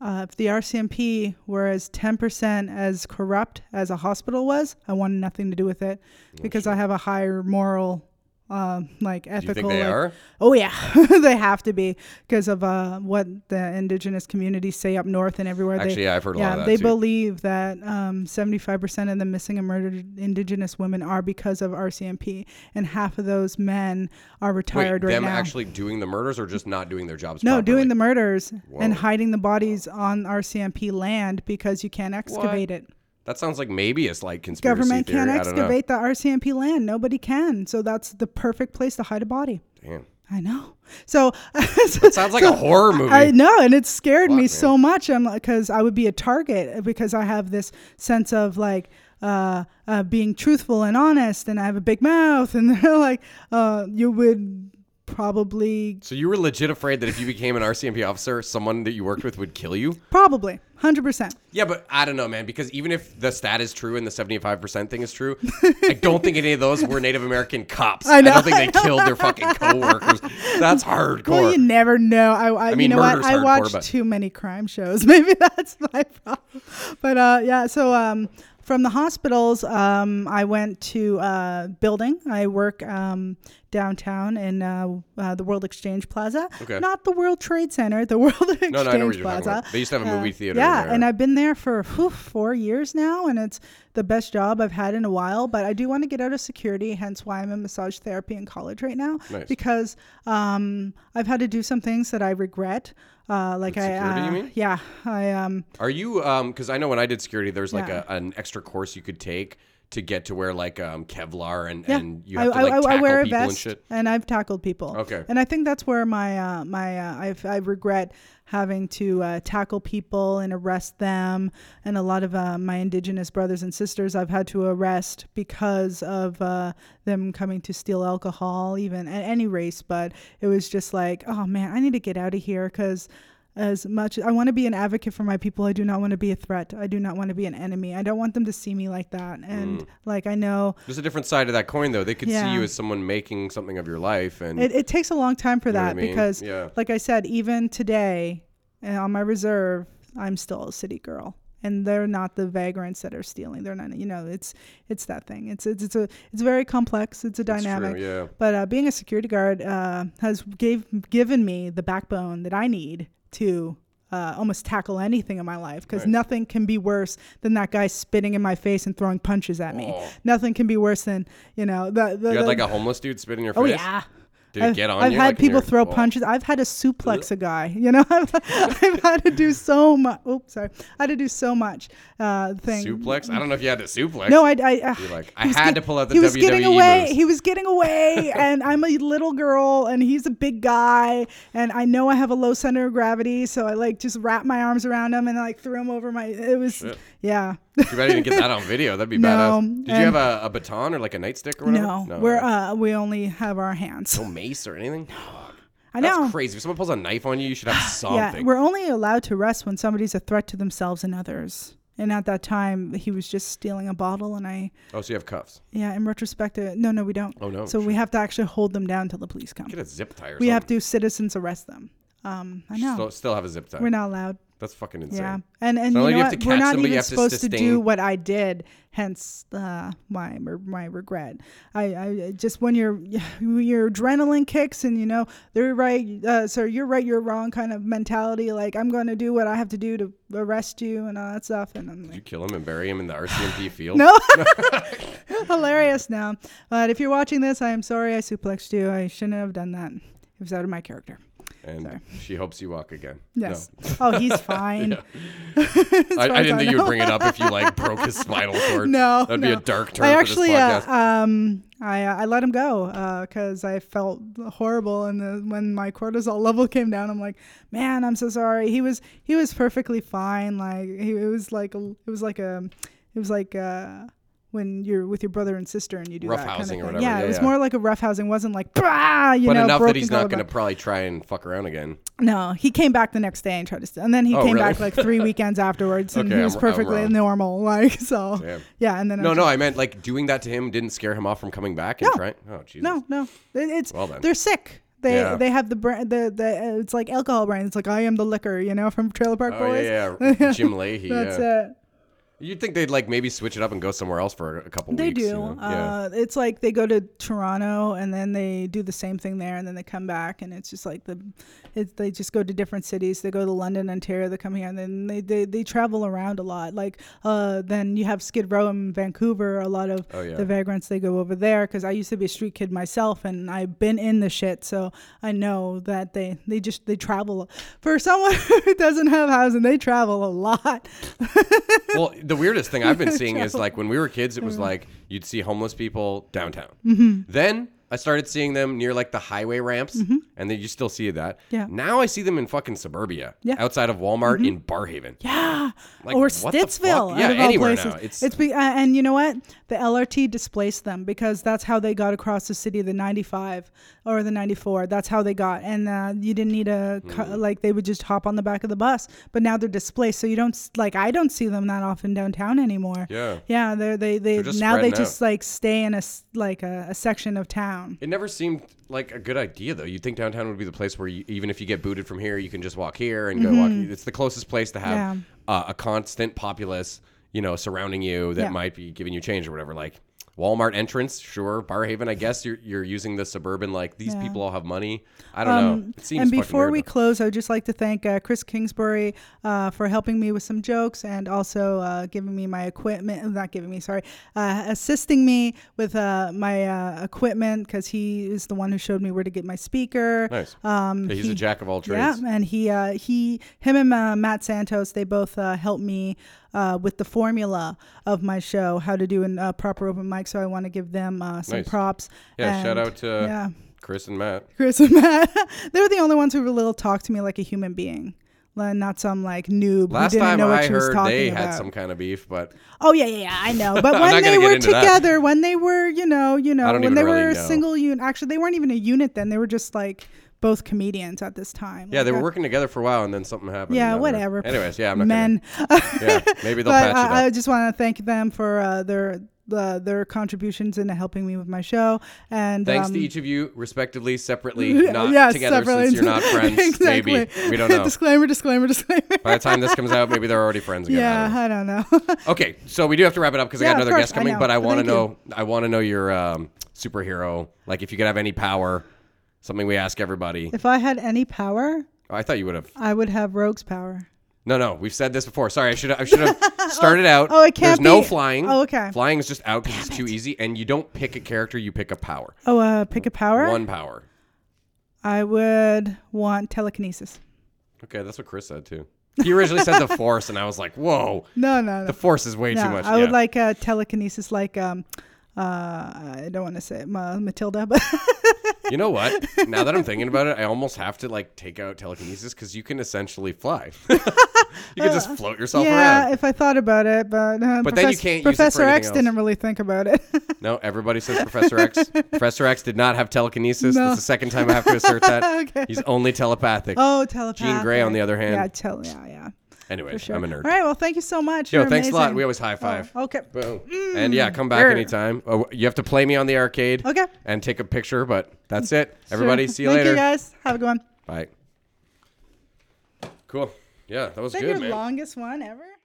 [SPEAKER 3] uh, if the RCMP were as 10% as corrupt as a hospital was, I wanted nothing to do with it
[SPEAKER 2] Oh,
[SPEAKER 3] because I have a higher moral, uh, like
[SPEAKER 2] do you
[SPEAKER 3] ethical.
[SPEAKER 2] think they
[SPEAKER 3] like-
[SPEAKER 2] are?
[SPEAKER 3] Oh, yeah. they have to be because of uh, what the indigenous communities say up north and everywhere.
[SPEAKER 2] Actually,
[SPEAKER 3] they,
[SPEAKER 2] yeah, I've heard a lot
[SPEAKER 3] yeah,
[SPEAKER 2] of that
[SPEAKER 3] they
[SPEAKER 2] too.
[SPEAKER 3] believe that um, 75% of the missing and murdered indigenous women are because of RCMP, and half of those men are
[SPEAKER 2] Wait,
[SPEAKER 3] retired right
[SPEAKER 2] them
[SPEAKER 3] now.
[SPEAKER 2] actually doing the murders or just not doing their jobs?
[SPEAKER 3] No, doing the
[SPEAKER 2] properly?
[SPEAKER 3] murders and
[SPEAKER 2] Whoa.
[SPEAKER 3] hiding the bodies on RCMP land because you can't excavate it.
[SPEAKER 2] That sounds like maybe it's like conspiracy
[SPEAKER 3] Government
[SPEAKER 2] theory.
[SPEAKER 3] can't
[SPEAKER 2] I don't know.
[SPEAKER 3] excavate the RCMP land. Nobody can. So that's the perfect place to hide a body.
[SPEAKER 2] Damn.
[SPEAKER 3] I know. So
[SPEAKER 2] Sounds like a horror movie.
[SPEAKER 3] I know, and it scared me
[SPEAKER 2] man.
[SPEAKER 3] so much. I'm because I would be a target because I have this sense of like uh, uh, being truthful and honest, and I have a big mouth, and they're like, uh, you would probably,
[SPEAKER 2] So you were legit afraid that if you became an RCMP officer, someone that you worked with would kill you?
[SPEAKER 3] probably, hundred percent.
[SPEAKER 2] Yeah, but I don't know, man, because even if the stat is true and the 75% thing is true, I don't think any of those were Native American cops. I,
[SPEAKER 3] know,
[SPEAKER 2] don't think they killed their fucking coworkers. That's hardcore.
[SPEAKER 3] Well, you never know. I, I,
[SPEAKER 2] mean,
[SPEAKER 3] you know what?
[SPEAKER 2] murder's
[SPEAKER 3] I
[SPEAKER 2] hardcore,
[SPEAKER 3] watch
[SPEAKER 2] but-
[SPEAKER 3] too many crime shows. Maybe that's my problem. But uh, yeah, so um, from the hospitals, um, I went to uh, building. I work um, downtown in uh, uh, the World Exchange Plaza.
[SPEAKER 2] Okay.
[SPEAKER 3] Not the World Trade Center, the World Exchange
[SPEAKER 2] no, I know what you're talking
[SPEAKER 3] Plaza. Uh,
[SPEAKER 2] about. They used to have a movie theater
[SPEAKER 3] Yeah,
[SPEAKER 2] in there.
[SPEAKER 3] and I've been there for whew, four years now, and it's the best job I've had in a while. But I do want to get out of security, hence why I'm in massage therapy in college right now,
[SPEAKER 2] Nice.
[SPEAKER 3] because um, I've had to do some things that I regret. Uh, like
[SPEAKER 2] With
[SPEAKER 3] I,
[SPEAKER 2] security, you
[SPEAKER 3] uh,
[SPEAKER 2] mean?
[SPEAKER 3] yeah, I um,
[SPEAKER 2] Are you, um, because I know when I did security, there's like
[SPEAKER 3] Yeah.
[SPEAKER 2] a, an extra course you could take to get to where like um, Kevlar and,
[SPEAKER 3] yeah,
[SPEAKER 2] and you
[SPEAKER 3] I,
[SPEAKER 2] have to like
[SPEAKER 3] I, I- I
[SPEAKER 2] tackle
[SPEAKER 3] wear a
[SPEAKER 2] people
[SPEAKER 3] vest,
[SPEAKER 2] and shit.
[SPEAKER 3] I've tackled people.
[SPEAKER 2] Okay.
[SPEAKER 3] and I think that's where my uh, my uh, I've, I regret having to uh, tackle people and arrest them, and a lot of uh, my indigenous brothers and sisters I've had to arrest because of uh, them coming to steal alcohol, even at any race. But it was just like, oh man, I need to get out of here because. As much I want to be an advocate for my people, I do not want to be a threat. I do not want to be an enemy. I don't want them to see me like that. And
[SPEAKER 2] Mm.
[SPEAKER 3] like I know
[SPEAKER 2] There's a different side of that coin, though. They could see
[SPEAKER 3] Yeah.
[SPEAKER 2] you as someone making something of your life. And
[SPEAKER 3] it, it takes a long time for
[SPEAKER 2] know what I
[SPEAKER 3] that
[SPEAKER 2] mean?
[SPEAKER 3] because
[SPEAKER 2] Yeah.
[SPEAKER 3] like i said even today uh, on my reserve i'm still a city girl and they're not the vagrants that are stealing they're not you know it's it's that thing it's it's, it's a it's very complex it's a
[SPEAKER 2] it's
[SPEAKER 3] dynamic
[SPEAKER 2] true, yeah.
[SPEAKER 3] but uh, being a security guard uh, has gave given me the backbone that i need to uh, uh, almost tackle anything in my life because
[SPEAKER 2] Right.
[SPEAKER 3] nothing can be worse than that guy spitting in my face and throwing punches at me.
[SPEAKER 2] Oh.
[SPEAKER 3] Nothing can be worse than you know the, the,
[SPEAKER 2] You had
[SPEAKER 3] the-
[SPEAKER 2] like a homeless dude spit in your face.
[SPEAKER 3] oh yeah.
[SPEAKER 2] Did it
[SPEAKER 3] I've,
[SPEAKER 2] get on
[SPEAKER 3] I've
[SPEAKER 2] you?
[SPEAKER 3] had
[SPEAKER 2] Like, in
[SPEAKER 3] people
[SPEAKER 2] your-
[SPEAKER 3] throw
[SPEAKER 2] Whoa.
[SPEAKER 3] punches. I've had to suplex a guy. You know, I've, I've had to do so much. Oops, sorry. I had to do so much uh, thing.
[SPEAKER 2] Suplex? I don't know if you had to suplex.
[SPEAKER 3] No, I. I uh,
[SPEAKER 2] You're like,
[SPEAKER 3] he
[SPEAKER 2] I
[SPEAKER 3] was
[SPEAKER 2] had
[SPEAKER 3] get-
[SPEAKER 2] to pull out the
[SPEAKER 3] He was
[SPEAKER 2] WWE
[SPEAKER 3] getting away.
[SPEAKER 2] moves.
[SPEAKER 3] He was getting away, and I'm a little girl, and he's a big guy, and I know I have a low center of gravity, so I like just wrapped my arms around him and like threw him over my. It was, yeah.
[SPEAKER 2] Too bad you didn't get that on video. That'd be
[SPEAKER 3] No,
[SPEAKER 2] badass. Did you have
[SPEAKER 3] and-
[SPEAKER 2] a, a baton or like a nightstick or whatever?
[SPEAKER 3] no, we're uh, we only have our hands.
[SPEAKER 2] no mace or anything.
[SPEAKER 3] I
[SPEAKER 2] That's
[SPEAKER 3] know.
[SPEAKER 2] crazy. If someone pulls a knife on you, you should have
[SPEAKER 3] Yeah,
[SPEAKER 2] something.
[SPEAKER 3] we're only allowed to rest when somebody's a threat to themselves and others. And at that time, he was just stealing a bottle, and I,
[SPEAKER 2] oh, so you have cuffs.
[SPEAKER 3] yeah. In retrospect, uh, no, no, we don't.
[SPEAKER 2] Oh, no,
[SPEAKER 3] So we have to actually hold them down till the police come.
[SPEAKER 2] Get a zip tie or
[SPEAKER 3] We
[SPEAKER 2] something.
[SPEAKER 3] have to citizens arrest them. Um, I know
[SPEAKER 2] Still, still have a zip tie.
[SPEAKER 3] we're not allowed.
[SPEAKER 2] That's fucking insane.
[SPEAKER 3] Yeah, and and
[SPEAKER 2] not
[SPEAKER 3] you
[SPEAKER 2] like
[SPEAKER 3] know
[SPEAKER 2] you have
[SPEAKER 3] what?
[SPEAKER 2] to
[SPEAKER 3] We're
[SPEAKER 2] catch
[SPEAKER 3] not
[SPEAKER 2] somebody, you
[SPEAKER 3] even
[SPEAKER 2] have to
[SPEAKER 3] supposed to do
[SPEAKER 2] sustain-
[SPEAKER 3] what I did. Hence uh, my my regret. I, I just when your your adrenaline kicks and you know they're right, uh, so you're right, you're wrong kind of mentality. Like I'm going to do what I have to do to arrest you and all that stuff. And I'm
[SPEAKER 2] Did you
[SPEAKER 3] like,
[SPEAKER 2] kill him and bury him in the RCMP field?
[SPEAKER 3] no, hilarious now. But if you're watching this, I am sorry I suplexed you. I shouldn't have done that. It was out of my character.
[SPEAKER 2] And
[SPEAKER 3] Sorry.
[SPEAKER 2] she hopes you walk again.
[SPEAKER 3] Yes.
[SPEAKER 2] No.
[SPEAKER 3] Oh, he's fine.
[SPEAKER 2] I,
[SPEAKER 3] far
[SPEAKER 2] I
[SPEAKER 3] as
[SPEAKER 2] didn't
[SPEAKER 3] I
[SPEAKER 2] think you would
[SPEAKER 3] know.
[SPEAKER 2] bring it up if you like broke his spinal cord.
[SPEAKER 3] No,
[SPEAKER 2] that'd
[SPEAKER 3] no.
[SPEAKER 2] be a dark turn.
[SPEAKER 3] I
[SPEAKER 2] for
[SPEAKER 3] actually,
[SPEAKER 2] this podcast.
[SPEAKER 3] Uh, um, I uh, I let him go because I felt horrible, and the, when my cortisol level came down, I'm like, man, I'm so sorry. He was he was perfectly fine. Like he it was like a- it was like a it was like uh when you're with your brother and sister and you do that kind of
[SPEAKER 2] Roughhousing
[SPEAKER 3] thing.
[SPEAKER 2] or whatever.
[SPEAKER 3] Yeah,
[SPEAKER 2] Yeah,
[SPEAKER 3] it was
[SPEAKER 2] yeah.
[SPEAKER 3] more like a rough housing. wasn't like bah, you
[SPEAKER 2] but
[SPEAKER 3] know,
[SPEAKER 2] enough that
[SPEAKER 3] broken
[SPEAKER 2] he's not
[SPEAKER 3] collarbone.
[SPEAKER 2] going to probably try and fuck around again.
[SPEAKER 3] No, he came back the next day and tried to, st- and then he
[SPEAKER 2] Oh,
[SPEAKER 3] came
[SPEAKER 2] really?
[SPEAKER 3] back like three weekends afterwards, and
[SPEAKER 2] Okay,
[SPEAKER 3] he
[SPEAKER 2] I'm-
[SPEAKER 3] was
[SPEAKER 2] I'm
[SPEAKER 3] perfectly
[SPEAKER 2] wrong.
[SPEAKER 3] normal. Like so,
[SPEAKER 2] Damn.
[SPEAKER 3] yeah, and then I
[SPEAKER 2] No,
[SPEAKER 3] was
[SPEAKER 2] no, I meant like doing that to him didn't scare him off from coming back and
[SPEAKER 3] No.
[SPEAKER 2] trying. Oh, Jesus.
[SPEAKER 3] No, no. It- it's
[SPEAKER 2] Well then.
[SPEAKER 3] they're sick. They
[SPEAKER 2] Yeah.
[SPEAKER 3] they have the brand the the uh, it's like alcohol brain. It's like I am the liquor, you know, from Trailer Park
[SPEAKER 2] Oh
[SPEAKER 3] Boys.
[SPEAKER 2] yeah, yeah. Jim Leahy.
[SPEAKER 3] That's
[SPEAKER 2] yeah.
[SPEAKER 3] it.
[SPEAKER 2] You'd think they'd like maybe switch it up and go somewhere else for a couple
[SPEAKER 3] They
[SPEAKER 2] weeks.
[SPEAKER 3] do.
[SPEAKER 2] you know? yeah.
[SPEAKER 3] uh, it's like they go to Toronto and then they do the same thing there, and then they come back, and it's just like the, it, they just go to different cities. They go to London, Ontario. They come here, and then they, they, they travel around a lot. Like uh, then you have Skid Row in Vancouver. A lot of
[SPEAKER 2] Oh, yeah.
[SPEAKER 3] the vagrants they go over there because I used to be a street kid myself, and I've been in the shit, so I know that they they just they travel. For someone who doesn't have housing, they travel a lot.
[SPEAKER 2] well, the weirdest thing I've been seeing is like when we were kids, it was like you'd see homeless people downtown.
[SPEAKER 3] Mm-hmm.
[SPEAKER 2] Then I started seeing them near like the highway ramps, and then you still see that.
[SPEAKER 3] Yeah.
[SPEAKER 2] Now I see them in fucking suburbia,
[SPEAKER 3] Yeah. Mm-hmm.
[SPEAKER 2] outside of Walmart in Barhaven.
[SPEAKER 3] Yeah.
[SPEAKER 2] Like,
[SPEAKER 3] or
[SPEAKER 2] what the fuck?
[SPEAKER 3] Stittsville.
[SPEAKER 2] Yeah,
[SPEAKER 3] out of
[SPEAKER 2] anywhere
[SPEAKER 3] all
[SPEAKER 2] now.
[SPEAKER 3] places.
[SPEAKER 2] It's-
[SPEAKER 3] It's, be, uh, and you know what? The LRT displaced them because that's how they got across the city. The 95 or the 94. That's how they got. And uh, you didn't need a
[SPEAKER 2] Hmm.
[SPEAKER 3] ca- like they would just hop on the back of the bus. But now they're displaced, so you don't s- like I don't see them that often downtown anymore.
[SPEAKER 2] Yeah.
[SPEAKER 3] Yeah. They're, they they
[SPEAKER 2] just
[SPEAKER 3] now they
[SPEAKER 2] spreading
[SPEAKER 3] just
[SPEAKER 2] out.
[SPEAKER 3] like stay in a s- like a, a section of town.
[SPEAKER 2] It never seemed like a good idea, though. You'd think downtown would be the place where, you, even if you get booted from here, you can just walk here and go
[SPEAKER 3] Mm-hmm.
[SPEAKER 2] walk. It's the closest place to have uh, a constant populace, you know, surrounding you that
[SPEAKER 3] Yeah.
[SPEAKER 2] might be giving you change or whatever. Like Walmart entrance, sure. Barhaven, I guess you're you're using the suburban. Like these
[SPEAKER 3] Yeah. Um,
[SPEAKER 2] people all have money. I don't know. It seems.
[SPEAKER 3] and
[SPEAKER 2] fucking
[SPEAKER 3] before
[SPEAKER 2] weird,
[SPEAKER 3] we
[SPEAKER 2] though.
[SPEAKER 3] close, I would just like to thank uh, Chris Kingsbury uh, for helping me with some jokes and also uh, giving me my equipment. Not giving me, sorry, uh, assisting me with uh, my uh, equipment because he is the one who showed me where to get my speaker.
[SPEAKER 2] nice.
[SPEAKER 3] Um,
[SPEAKER 2] Yeah, he's a
[SPEAKER 3] he-
[SPEAKER 2] jack of all
[SPEAKER 3] yeah,
[SPEAKER 2] trades.
[SPEAKER 3] and he, uh, he, him, and uh, Matt Santos, they both uh, helped me uh, with the formula of my show, how to do a uh, proper open mic. So I want to give them uh, some
[SPEAKER 2] Nice.
[SPEAKER 3] props.
[SPEAKER 2] Yeah, shout
[SPEAKER 3] and-
[SPEAKER 2] out to
[SPEAKER 3] yeah.
[SPEAKER 2] Chris and Matt.
[SPEAKER 3] Chris and Matt. they were the only ones who were little talked to me like a human being. Like, Not some like noob
[SPEAKER 2] Last
[SPEAKER 3] who didn't
[SPEAKER 2] time
[SPEAKER 3] know what
[SPEAKER 2] I
[SPEAKER 3] she was
[SPEAKER 2] heard
[SPEAKER 3] talking
[SPEAKER 2] they
[SPEAKER 3] about.
[SPEAKER 2] had some kind of beef, but
[SPEAKER 3] oh yeah, yeah, yeah, I know. But
[SPEAKER 2] I'm not
[SPEAKER 3] when
[SPEAKER 2] gonna
[SPEAKER 3] they
[SPEAKER 2] get
[SPEAKER 3] were
[SPEAKER 2] into that.
[SPEAKER 3] together, when they were, you know, you know,
[SPEAKER 2] don't
[SPEAKER 3] when
[SPEAKER 2] even
[SPEAKER 3] they
[SPEAKER 2] really
[SPEAKER 3] were a
[SPEAKER 2] know.
[SPEAKER 3] single unit. Actually, they weren't even a unit then. They were just like both comedians at this time.
[SPEAKER 2] yeah, they
[SPEAKER 3] Like,
[SPEAKER 2] were
[SPEAKER 3] uh,
[SPEAKER 2] working together for a while, and then something happened.
[SPEAKER 3] Yeah,
[SPEAKER 2] and now they're-
[SPEAKER 3] whatever.
[SPEAKER 2] Anyways, yeah, I'm not gonna-
[SPEAKER 3] Men.
[SPEAKER 2] yeah, maybe they'll
[SPEAKER 3] but uh,
[SPEAKER 2] patch it up.
[SPEAKER 3] I, I just want to thank them for uh, their the, their contributions into helping me with my show. And
[SPEAKER 2] Thanks
[SPEAKER 3] um,
[SPEAKER 2] to each of you, respectively, separately, not together since you're not friends. Maybe we don't know.
[SPEAKER 3] disclaimer, disclaimer, disclaimer.
[SPEAKER 2] By the time this comes out, maybe they're already friends again. I
[SPEAKER 3] yeah,
[SPEAKER 2] don't know.
[SPEAKER 3] I don't know.
[SPEAKER 2] Okay, so we do have to wrap it up because I
[SPEAKER 3] Yeah,
[SPEAKER 2] got
[SPEAKER 3] of
[SPEAKER 2] another guest
[SPEAKER 3] course, I
[SPEAKER 2] coming,
[SPEAKER 3] know.
[SPEAKER 2] but I
[SPEAKER 3] But
[SPEAKER 2] want to
[SPEAKER 3] thank you.
[SPEAKER 2] know. I want to know your um, superhero. Like, if you could have any power, something we ask everybody. Oh,
[SPEAKER 3] if I had any power,
[SPEAKER 2] I thought you would have.
[SPEAKER 3] I would have rogue's power.
[SPEAKER 2] No, no, we've said this before. Sorry, I should I should have started out.
[SPEAKER 3] oh, it can't
[SPEAKER 2] There's no
[SPEAKER 3] be-
[SPEAKER 2] flying.
[SPEAKER 3] oh, okay.
[SPEAKER 2] Flying is just out because it's too easy, and you don't pick a character. You pick a power.
[SPEAKER 3] Oh, uh, pick a power.
[SPEAKER 2] One power.
[SPEAKER 3] I would want telekinesis.
[SPEAKER 2] Okay, that's what Chris said too. He originally said the force, and I was like, "Whoa,
[SPEAKER 3] No, no, no.
[SPEAKER 2] the force is way
[SPEAKER 3] no
[SPEAKER 2] too much."
[SPEAKER 3] I would
[SPEAKER 2] Yeah.
[SPEAKER 3] like uh, telekinesis, like um, uh, I don't want to say it, Ma- Matilda, but
[SPEAKER 2] You know what? Now that I'm thinking about it, I almost have to like take out telekinesis because you can essentially fly. you can just float yourself
[SPEAKER 3] Uh, yeah,
[SPEAKER 2] around.
[SPEAKER 3] if I thought about it, but uh,
[SPEAKER 2] But
[SPEAKER 3] Professor,
[SPEAKER 2] then you can't use it for
[SPEAKER 3] Professor
[SPEAKER 2] anything
[SPEAKER 3] X
[SPEAKER 2] else.
[SPEAKER 3] didn't really think about it.
[SPEAKER 2] No, everybody says Professor X. Professor X did not have telekinesis.
[SPEAKER 3] No.
[SPEAKER 2] That's the second time I have to assert that.
[SPEAKER 3] Okay.
[SPEAKER 2] He's only telepathic.
[SPEAKER 3] oh, telepathy.
[SPEAKER 2] Grey, on the other hand.
[SPEAKER 3] yeah, tell, yeah, yeah,
[SPEAKER 2] anyway,
[SPEAKER 3] for sure.
[SPEAKER 2] I'm a nerd.
[SPEAKER 3] All right, well, thank you so much.
[SPEAKER 2] Yo,
[SPEAKER 3] You're
[SPEAKER 2] thanks a lot.
[SPEAKER 3] amazing.
[SPEAKER 2] We always high five.
[SPEAKER 3] Oh, okay.
[SPEAKER 2] Boom. And yeah, come back
[SPEAKER 3] Grr.
[SPEAKER 2] anytime. Oh, you have to play me on the arcade.
[SPEAKER 3] Okay.
[SPEAKER 2] And take a picture, but that's it.
[SPEAKER 3] Sure.
[SPEAKER 2] Everybody, see you
[SPEAKER 3] Thank
[SPEAKER 2] later.
[SPEAKER 3] you guys. Have a good one.
[SPEAKER 2] Bye. Cool. Yeah, that was
[SPEAKER 3] Is that
[SPEAKER 2] good,
[SPEAKER 3] your
[SPEAKER 2] man.
[SPEAKER 3] longest one ever?